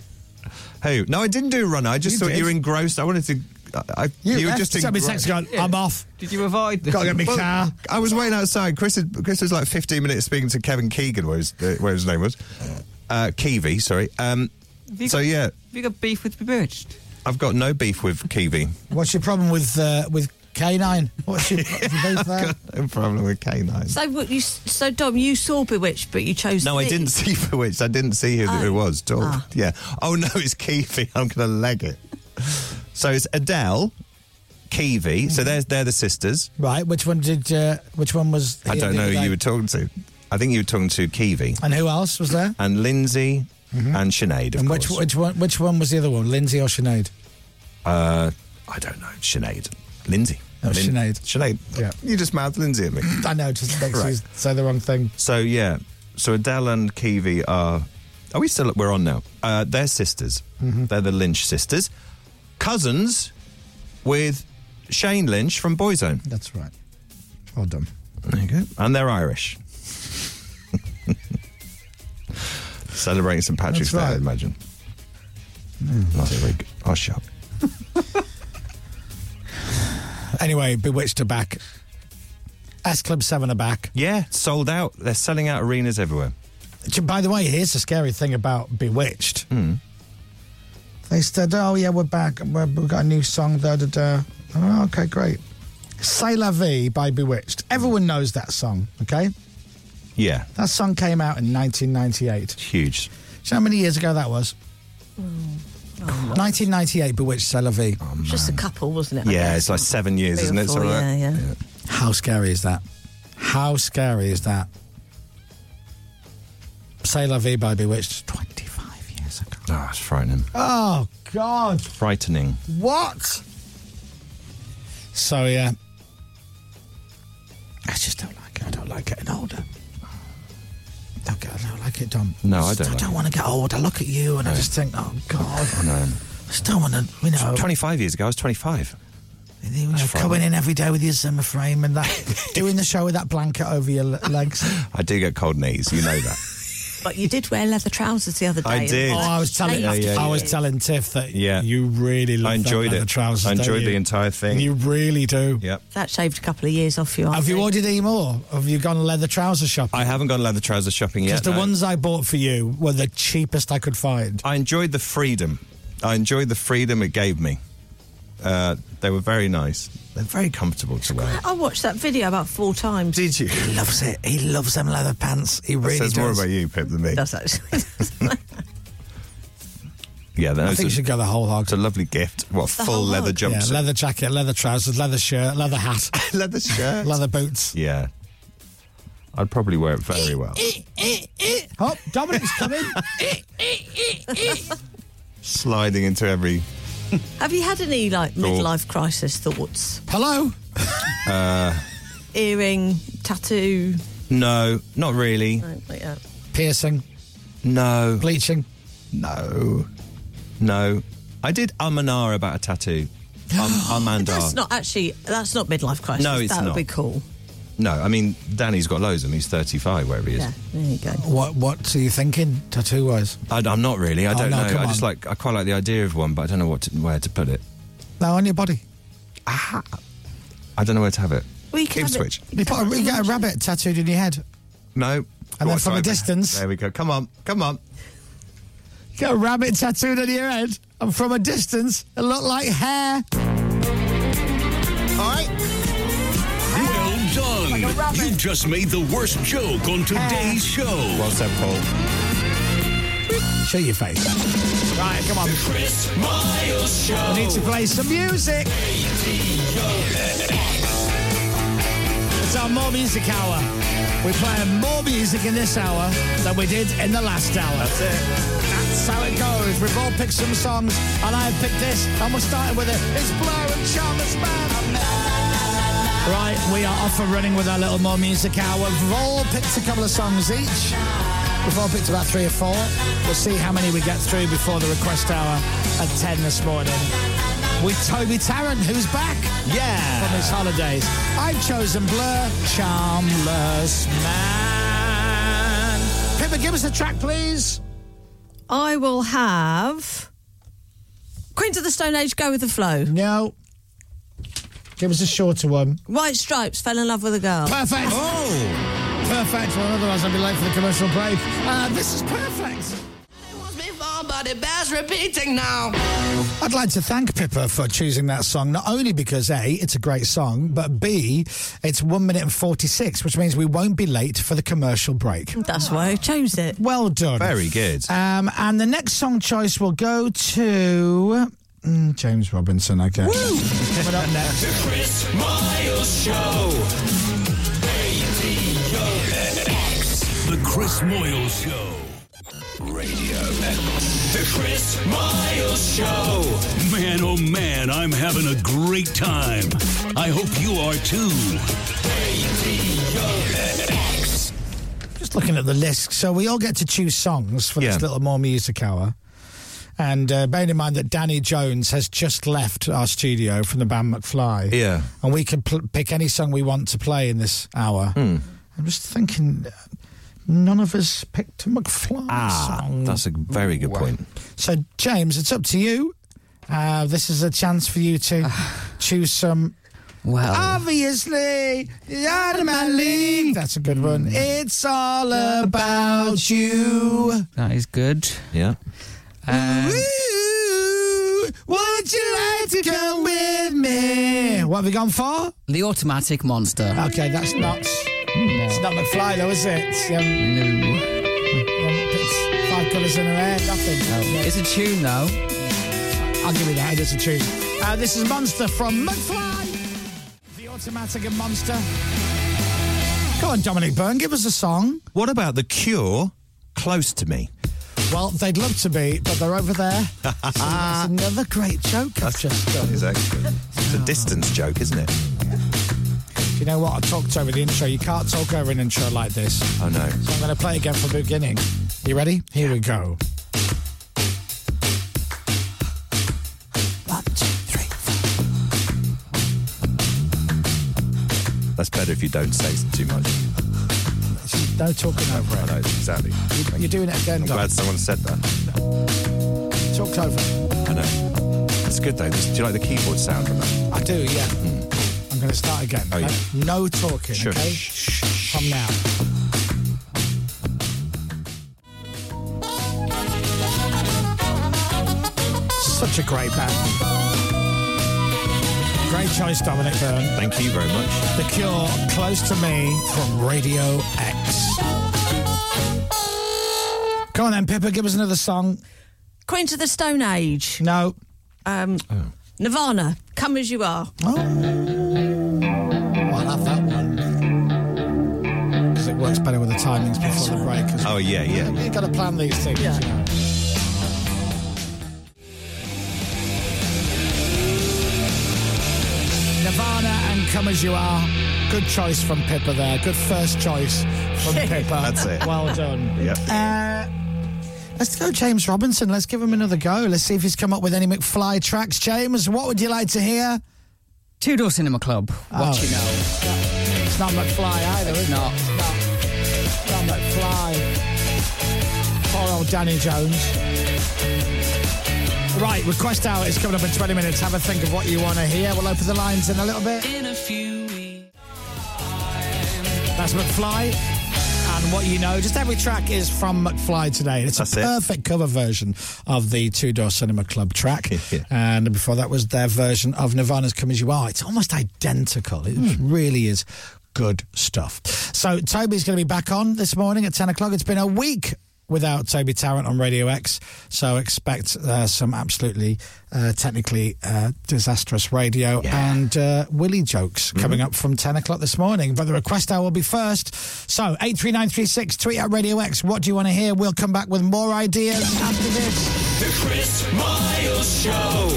[SPEAKER 8] Who? No, I didn't do a runner. I just
[SPEAKER 7] You
[SPEAKER 8] thought
[SPEAKER 7] did.
[SPEAKER 8] you were engrossed. I wanted to. I, I-
[SPEAKER 7] You
[SPEAKER 8] you were
[SPEAKER 7] left.
[SPEAKER 8] just
[SPEAKER 7] You sent me text going, "I'm off."
[SPEAKER 8] Did you avoid?
[SPEAKER 7] Gotta get me car.
[SPEAKER 8] I was waiting outside. Chris, had, Chris was like 15 minutes speaking to Kevin Keegan, where his, uh, where his name was. Uh, Kiwi, sorry. Um, so yeah,
[SPEAKER 19] Have you got beef with Bewitched?
[SPEAKER 8] I've got no beef with Kiwi.
[SPEAKER 7] What's your problem with uh, with canine? What's your what's your beef there?
[SPEAKER 8] No problem with canines.
[SPEAKER 3] So, what you, so Dom, you saw Bewitched, but you chose.
[SPEAKER 8] No, I
[SPEAKER 3] this.
[SPEAKER 8] didn't see Bewitched. I didn't see who
[SPEAKER 3] Oh.
[SPEAKER 8] it was. at all.
[SPEAKER 3] Ah.
[SPEAKER 8] Yeah. Oh no, it's Kiwi. I'm going to leg it. So it's Adele, Kiwi.
[SPEAKER 3] Mm-hmm.
[SPEAKER 8] So they're they're the sisters.
[SPEAKER 7] Right, which one did? Uh, which one was?
[SPEAKER 8] I
[SPEAKER 7] here
[SPEAKER 8] don't
[SPEAKER 7] the
[SPEAKER 8] know
[SPEAKER 7] other
[SPEAKER 8] who you
[SPEAKER 7] day?
[SPEAKER 8] were talking to. I think you were talking to Kiwi
[SPEAKER 7] And who else was there?
[SPEAKER 8] and Lindsay and Sinead. Of
[SPEAKER 7] Mm-hmm. and
[SPEAKER 8] course.
[SPEAKER 7] which which one which one was the other one? Lindsay or Sinead?
[SPEAKER 8] Uh, I don't know. Sinead, Lindsay.
[SPEAKER 7] No, Oh, Sinead.
[SPEAKER 8] Sinead.
[SPEAKER 7] Yeah.
[SPEAKER 8] You just mouthed Lindsay at me.
[SPEAKER 7] I know, just makes
[SPEAKER 8] Right.
[SPEAKER 7] you say the wrong thing.
[SPEAKER 8] So yeah. So Adele and Kiwi are. Are we still? We're on now. Uh, they're sisters.
[SPEAKER 7] Mhm.
[SPEAKER 8] They're the Lynch sisters, cousins with Shane Lynch from Boyzone,
[SPEAKER 7] That's right. Well done.
[SPEAKER 8] There you go. and they're Irish. Celebrating St Patrick's
[SPEAKER 7] That's right. Hmm.
[SPEAKER 8] Day, I imagine. Not a week. Oh, shut up.
[SPEAKER 7] Anyway, Bewitched are back. S Club Seven are back.
[SPEAKER 8] Yeah, sold out. They're selling out arenas everywhere.
[SPEAKER 7] J- By the way, here's the scary thing about Bewitched. They said, "Oh yeah, we're back. We're, we've got a new song." Da da da. Oh, okay, great. "Say La Vie" by Bewitched. Everyone knows that song. Okay,
[SPEAKER 8] Yeah,
[SPEAKER 7] that song came out in 1998.
[SPEAKER 8] huge.
[SPEAKER 7] So how many years ago that was?
[SPEAKER 3] Oh,
[SPEAKER 7] 1998, Bewitched, C'est La Vie.
[SPEAKER 3] just a couple, wasn't it? I
[SPEAKER 8] Oh, Yeah,
[SPEAKER 3] guess?
[SPEAKER 8] it's like seven years,
[SPEAKER 3] Three
[SPEAKER 8] isn't
[SPEAKER 3] or
[SPEAKER 8] it?
[SPEAKER 3] four,
[SPEAKER 8] Something like
[SPEAKER 3] yeah,
[SPEAKER 8] that.
[SPEAKER 3] yeah.
[SPEAKER 7] How scary is that? How scary is that? Say La Vie by Bewitched. 25 years ago.
[SPEAKER 8] Oh, it's frightening.
[SPEAKER 7] Oh, God.
[SPEAKER 8] Frightening.
[SPEAKER 7] What? So, yeah. I just don't like it. I don't like getting older. Don't get, I don't like it, Dom.
[SPEAKER 8] No, I
[SPEAKER 7] Just-
[SPEAKER 8] don't
[SPEAKER 7] I
[SPEAKER 8] like
[SPEAKER 7] don't
[SPEAKER 8] it.
[SPEAKER 7] want to get old. I look at you and I just think, oh, God.
[SPEAKER 8] I know.
[SPEAKER 7] I just don't want to, you
[SPEAKER 3] Oh.
[SPEAKER 7] know.
[SPEAKER 8] 25 years ago, I was 25.
[SPEAKER 7] You know, coming in every day with your Zimmer frame and that, doing the show with that blanket over your le- legs.
[SPEAKER 8] I do get cold knees, you know that.
[SPEAKER 3] But you did wear leather trousers the other day.
[SPEAKER 8] I did.
[SPEAKER 7] Oh, I was telling,
[SPEAKER 8] Yeah, yeah,
[SPEAKER 7] I
[SPEAKER 8] yeah.
[SPEAKER 7] was telling Tiff that
[SPEAKER 8] Yeah.
[SPEAKER 7] you really love
[SPEAKER 8] I enjoyed
[SPEAKER 7] that leather
[SPEAKER 8] it.
[SPEAKER 7] Trousers,
[SPEAKER 8] I
[SPEAKER 7] don't
[SPEAKER 8] enjoyed
[SPEAKER 7] you?
[SPEAKER 8] the entire thing.
[SPEAKER 7] You really do.
[SPEAKER 8] Yep.
[SPEAKER 3] That shaved a couple of years off you.
[SPEAKER 7] Have you ordered any more? Have you gone leather trouser shopping?
[SPEAKER 8] I haven't gone leather trouser shopping
[SPEAKER 7] Because
[SPEAKER 8] yet.
[SPEAKER 7] the
[SPEAKER 8] no.
[SPEAKER 7] ones I bought for you were the cheapest I could find.
[SPEAKER 8] I enjoyed the freedom. I enjoyed the freedom it gave me. Uh, they were very nice. They're very comfortable to wear.
[SPEAKER 3] I watched that video about four times.
[SPEAKER 8] Did you? He
[SPEAKER 7] loves it. He loves them leather pants. He
[SPEAKER 8] that says more about you, Pip, than me.
[SPEAKER 3] Does actually.
[SPEAKER 8] Yeah, that
[SPEAKER 7] I
[SPEAKER 8] was
[SPEAKER 7] think
[SPEAKER 8] a-
[SPEAKER 7] you should go the whole hog.
[SPEAKER 8] It's a lovely gift. What
[SPEAKER 7] The
[SPEAKER 8] full
[SPEAKER 7] whole
[SPEAKER 8] leather
[SPEAKER 7] hog. Yeah,
[SPEAKER 8] jumpsuit?
[SPEAKER 7] leather jacket, leather trousers, leather shirt, leather hat,
[SPEAKER 8] leather shirt,
[SPEAKER 7] leather boots.
[SPEAKER 8] Yeah. I'd probably wear it very well.
[SPEAKER 7] Oh, Dominic's coming.
[SPEAKER 8] Sliding into every.
[SPEAKER 3] Have you had any like midlife crisis thoughts?
[SPEAKER 7] Hello.
[SPEAKER 8] Uh,
[SPEAKER 3] Earring, tattoo.
[SPEAKER 8] no, not really.
[SPEAKER 3] No, but yeah.
[SPEAKER 7] Piercing.
[SPEAKER 8] No.
[SPEAKER 7] Bleaching.
[SPEAKER 8] No. No. I did um and ah about a tattoo. Um, um and ah.
[SPEAKER 3] That's not actually. That's not midlife crisis.
[SPEAKER 8] No, it's
[SPEAKER 3] that
[SPEAKER 8] not.
[SPEAKER 3] would be cool.
[SPEAKER 8] No, I mean, Danny's got loads of them. He's 35, wherever he is.
[SPEAKER 3] Yeah. There you go.
[SPEAKER 7] What What are you thinking, tattoo wise?
[SPEAKER 8] I, am not really. I
[SPEAKER 7] Oh,
[SPEAKER 8] don't
[SPEAKER 7] no,
[SPEAKER 8] know.
[SPEAKER 7] come
[SPEAKER 8] I just
[SPEAKER 7] on.
[SPEAKER 8] like. I quite like the idea of one, but I don't know what to, where to put it.
[SPEAKER 7] No, on your body.
[SPEAKER 8] I don't know where to have it.
[SPEAKER 3] We
[SPEAKER 8] can have it- Ipswich.
[SPEAKER 7] You, put a, you get a rabbit tattooed in your head.
[SPEAKER 8] No.
[SPEAKER 7] And then
[SPEAKER 8] What
[SPEAKER 7] from a
[SPEAKER 8] type?
[SPEAKER 7] distance-
[SPEAKER 8] There we go. Come on. Come on.
[SPEAKER 7] You get a rabbit tattooed on your head, and from a distance, it look like hair.
[SPEAKER 8] All right.
[SPEAKER 1] Well done. you just made the worst joke on today's show.
[SPEAKER 8] Well said, Paul.
[SPEAKER 7] Show your face. Right, come on.
[SPEAKER 5] Chris Miles Show.
[SPEAKER 7] We need to play some music. It's our more music hour. We're playing more music in this hour than we did in the last hour. That's it. That's how it goes. We've all picked some songs, and I've picked this, and we're starting with it. It's Blair and Chalmers Man. Right, we are off and running with our little more music hour. We've all picked a couple of songs each. Before I picked about three or four.
[SPEAKER 19] We'll see how many we get through before the request hour at 10 this morning. With Toby Tarrant, who's back. Yeah. From his holidays. I've chosen Blur, Charmless Man. Pippa, give us the track, please.
[SPEAKER 3] I will have Queens of the Stone Age go with the flow.
[SPEAKER 19] No.
[SPEAKER 7] Give us a shorter one.
[SPEAKER 3] White Stripes fell in love with a girl.
[SPEAKER 19] Perfect.
[SPEAKER 7] Oh.
[SPEAKER 19] Perfect one, otherwise I'd be late for the commercial break. Uh, this is perfect.
[SPEAKER 5] but it bears repeating now.
[SPEAKER 7] I'd like to thank Pippa for choosing that song, not only because A, it's a great song, but B, it's 1 minute and 46, which means we won't be late for the commercial break.
[SPEAKER 3] That's why I chose it.
[SPEAKER 7] Well done.
[SPEAKER 8] Very good.
[SPEAKER 7] Um, and the next song choice will go to mm, James Robinson, I guess. uh, Coming up next.
[SPEAKER 5] The Chris Miles Show. Radio X.
[SPEAKER 1] The Chris Moyle Show.
[SPEAKER 5] Radio X. The Chris Miles Show.
[SPEAKER 1] Man, oh man, I'm having a great time. I hope you are too.
[SPEAKER 7] Just looking at the list, so we all get to choose songs for this
[SPEAKER 8] Yeah.
[SPEAKER 7] little more music hour. And uh, bearing in mind that Danny Jones has just left our studio from the band McFly,
[SPEAKER 8] Yeah.
[SPEAKER 7] and we can pl- pick any song we want to play in this hour.
[SPEAKER 8] Hmm.
[SPEAKER 7] I'm just thinking, uh, none of us picked a McFly
[SPEAKER 8] Ah,
[SPEAKER 7] song.
[SPEAKER 8] that's a very good point.
[SPEAKER 7] So, James, it's up to you. Uh, this is a chance for you to choose some. Um,
[SPEAKER 9] Well.
[SPEAKER 7] Ah. Obviously, you're out of my league. That's a good one. It's all about you.
[SPEAKER 9] That is good.
[SPEAKER 8] Yeah.
[SPEAKER 9] Um,
[SPEAKER 7] Ooh, would you like to come with me? What have we gone for?
[SPEAKER 9] the automatic monster.
[SPEAKER 7] Okay, that's not. It's not McFly, though, is it? It's, um, it's five colours in her hair, nothing.
[SPEAKER 9] It's a tune, though.
[SPEAKER 7] I'll give you that. It is a tune. Uh, this is Monster from McFly. The Automatic and Monster. Go on, Dominic Byrne, give us a song.
[SPEAKER 8] What about The Cure, Close to Me?
[SPEAKER 7] Well, they'd love to be, but they're over there. So that's another great joke. That's just done.
[SPEAKER 8] Is excellent. It's a distance joke, isn't it?
[SPEAKER 7] You know what? I talked over the intro. You can't talk over an intro like this.
[SPEAKER 8] Oh, no.
[SPEAKER 7] So I'm going to play again from the beginning. You ready? Here we go. One, two, three,
[SPEAKER 8] That's better if you don't say too much.
[SPEAKER 7] four. No talking over it.
[SPEAKER 8] I know, exactly.
[SPEAKER 7] You- You're doing it again,
[SPEAKER 8] I'm
[SPEAKER 7] Dom.
[SPEAKER 8] glad someone said that.
[SPEAKER 7] Talked over it.
[SPEAKER 8] I know. It's good, though. Do you like the keyboard sound from that?
[SPEAKER 7] I do, yeah. I'm going to start again.
[SPEAKER 8] Oh, yeah.
[SPEAKER 7] No- No talking,
[SPEAKER 8] Sure.
[SPEAKER 7] okay? From now. Such a great band. Great choice, Dominic Byrne.
[SPEAKER 8] Thank you very much.
[SPEAKER 7] The Cure, Close to Me from Radio X. Come on then, Pippa, give us another song.
[SPEAKER 3] Queens of the Stone Age.
[SPEAKER 7] No.
[SPEAKER 3] Um, Nirvana, come as you are.
[SPEAKER 7] I love Oh. that one. Because it works better with the timings before the break. as well.
[SPEAKER 8] Oh, yeah, yeah.
[SPEAKER 7] You've got to plan these things. You know. Nirvana and Come As You Are. Good choice from Pippa there. Good first choice from Pippa.
[SPEAKER 8] That's it.
[SPEAKER 7] Well done.
[SPEAKER 8] Yep.
[SPEAKER 7] Uh, let's go, James Robinson. Let's give him another go. Let's see if he's come up with any McFly tracks. James, what would you like to hear?
[SPEAKER 9] Two Door Cinema Club. What
[SPEAKER 7] Oh.
[SPEAKER 9] you know.
[SPEAKER 7] It's not McFly either, is
[SPEAKER 9] It's not.
[SPEAKER 7] it? No. It's not McFly. Poor old Danny Jones. Right, request hour is coming up in 20 minutes. Have a think of what you want to hear. We'll open the lines in a little bit.
[SPEAKER 5] In a few weeks.
[SPEAKER 7] That's McFly. And what you know, just every track is from McFly today. It's
[SPEAKER 8] That's
[SPEAKER 7] a
[SPEAKER 8] it.
[SPEAKER 7] perfect cover version of the Two Door Cinema Club track. and before that was their version of Nirvana's Come As You Are. It's almost identical. It really is good stuff. So Toby's going to be back on this morning at 10 o'clock. It's been a week without Toby Tarrant on Radio X. So expect uh, some absolutely uh, technically uh, disastrous radio and uh, Willy jokes coming up from 10 o'clock this morning. But the request hour will be first. So 83936, tweet at Radio X. What do you want to hear? We'll come back with more ideas after this.
[SPEAKER 5] The Chris Miles Show.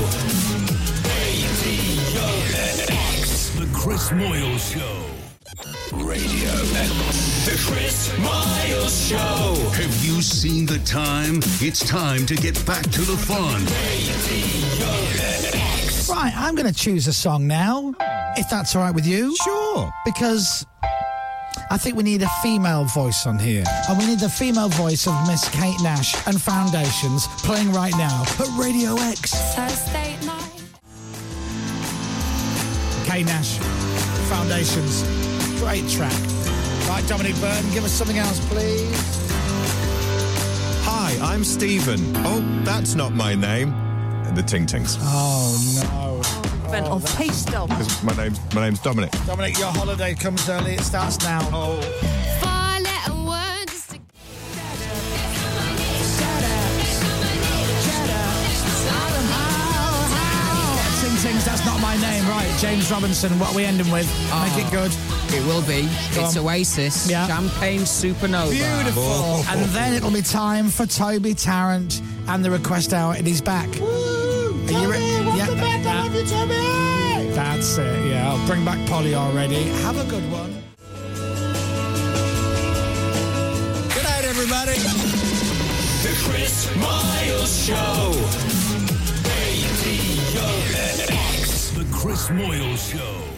[SPEAKER 5] Radio X.
[SPEAKER 1] The Chris Moyle Show.
[SPEAKER 5] Radio. The Chris Miles Show.
[SPEAKER 1] Have you seen the time? It's time to get back to the fun.
[SPEAKER 7] Right, I'm going to choose a song now, if that's all right with you.
[SPEAKER 8] Sure.
[SPEAKER 7] Because I think we need a female voice on here. And we need the female voice of Miss Kate Nash and Foundations playing right now at Radio X.
[SPEAKER 5] Thursday night.
[SPEAKER 7] Kate Nash, Foundations. Great track. Right, Dominic Burton, give us something else, please.
[SPEAKER 8] Hi, I'm Stephen. Oh, that's not my name. The Ting Tings.
[SPEAKER 7] Oh,
[SPEAKER 8] no.
[SPEAKER 3] Went off pace, Dom.
[SPEAKER 8] Because my name's, my name's Dominic.
[SPEAKER 7] Dominic, your holiday comes early. It starts now. Oh. Ting Tings, that's not my name. Right, James Robinson, what are we ending with? Make it good.
[SPEAKER 9] Ah. It will be.
[SPEAKER 7] Go
[SPEAKER 9] it's
[SPEAKER 7] on.
[SPEAKER 9] Oasis. Champagne Supernova. Oh.
[SPEAKER 7] Beautiful. and then it'll be time for Toby Tarrant and the request hour. It is back. Are you ready? Yeah, that- That's it, yeah. I'll bring back Polly already. Have a good one.
[SPEAKER 5] Good night, everybody. The Chris Miles Show. Radio X.
[SPEAKER 1] The Chris Moyle Show.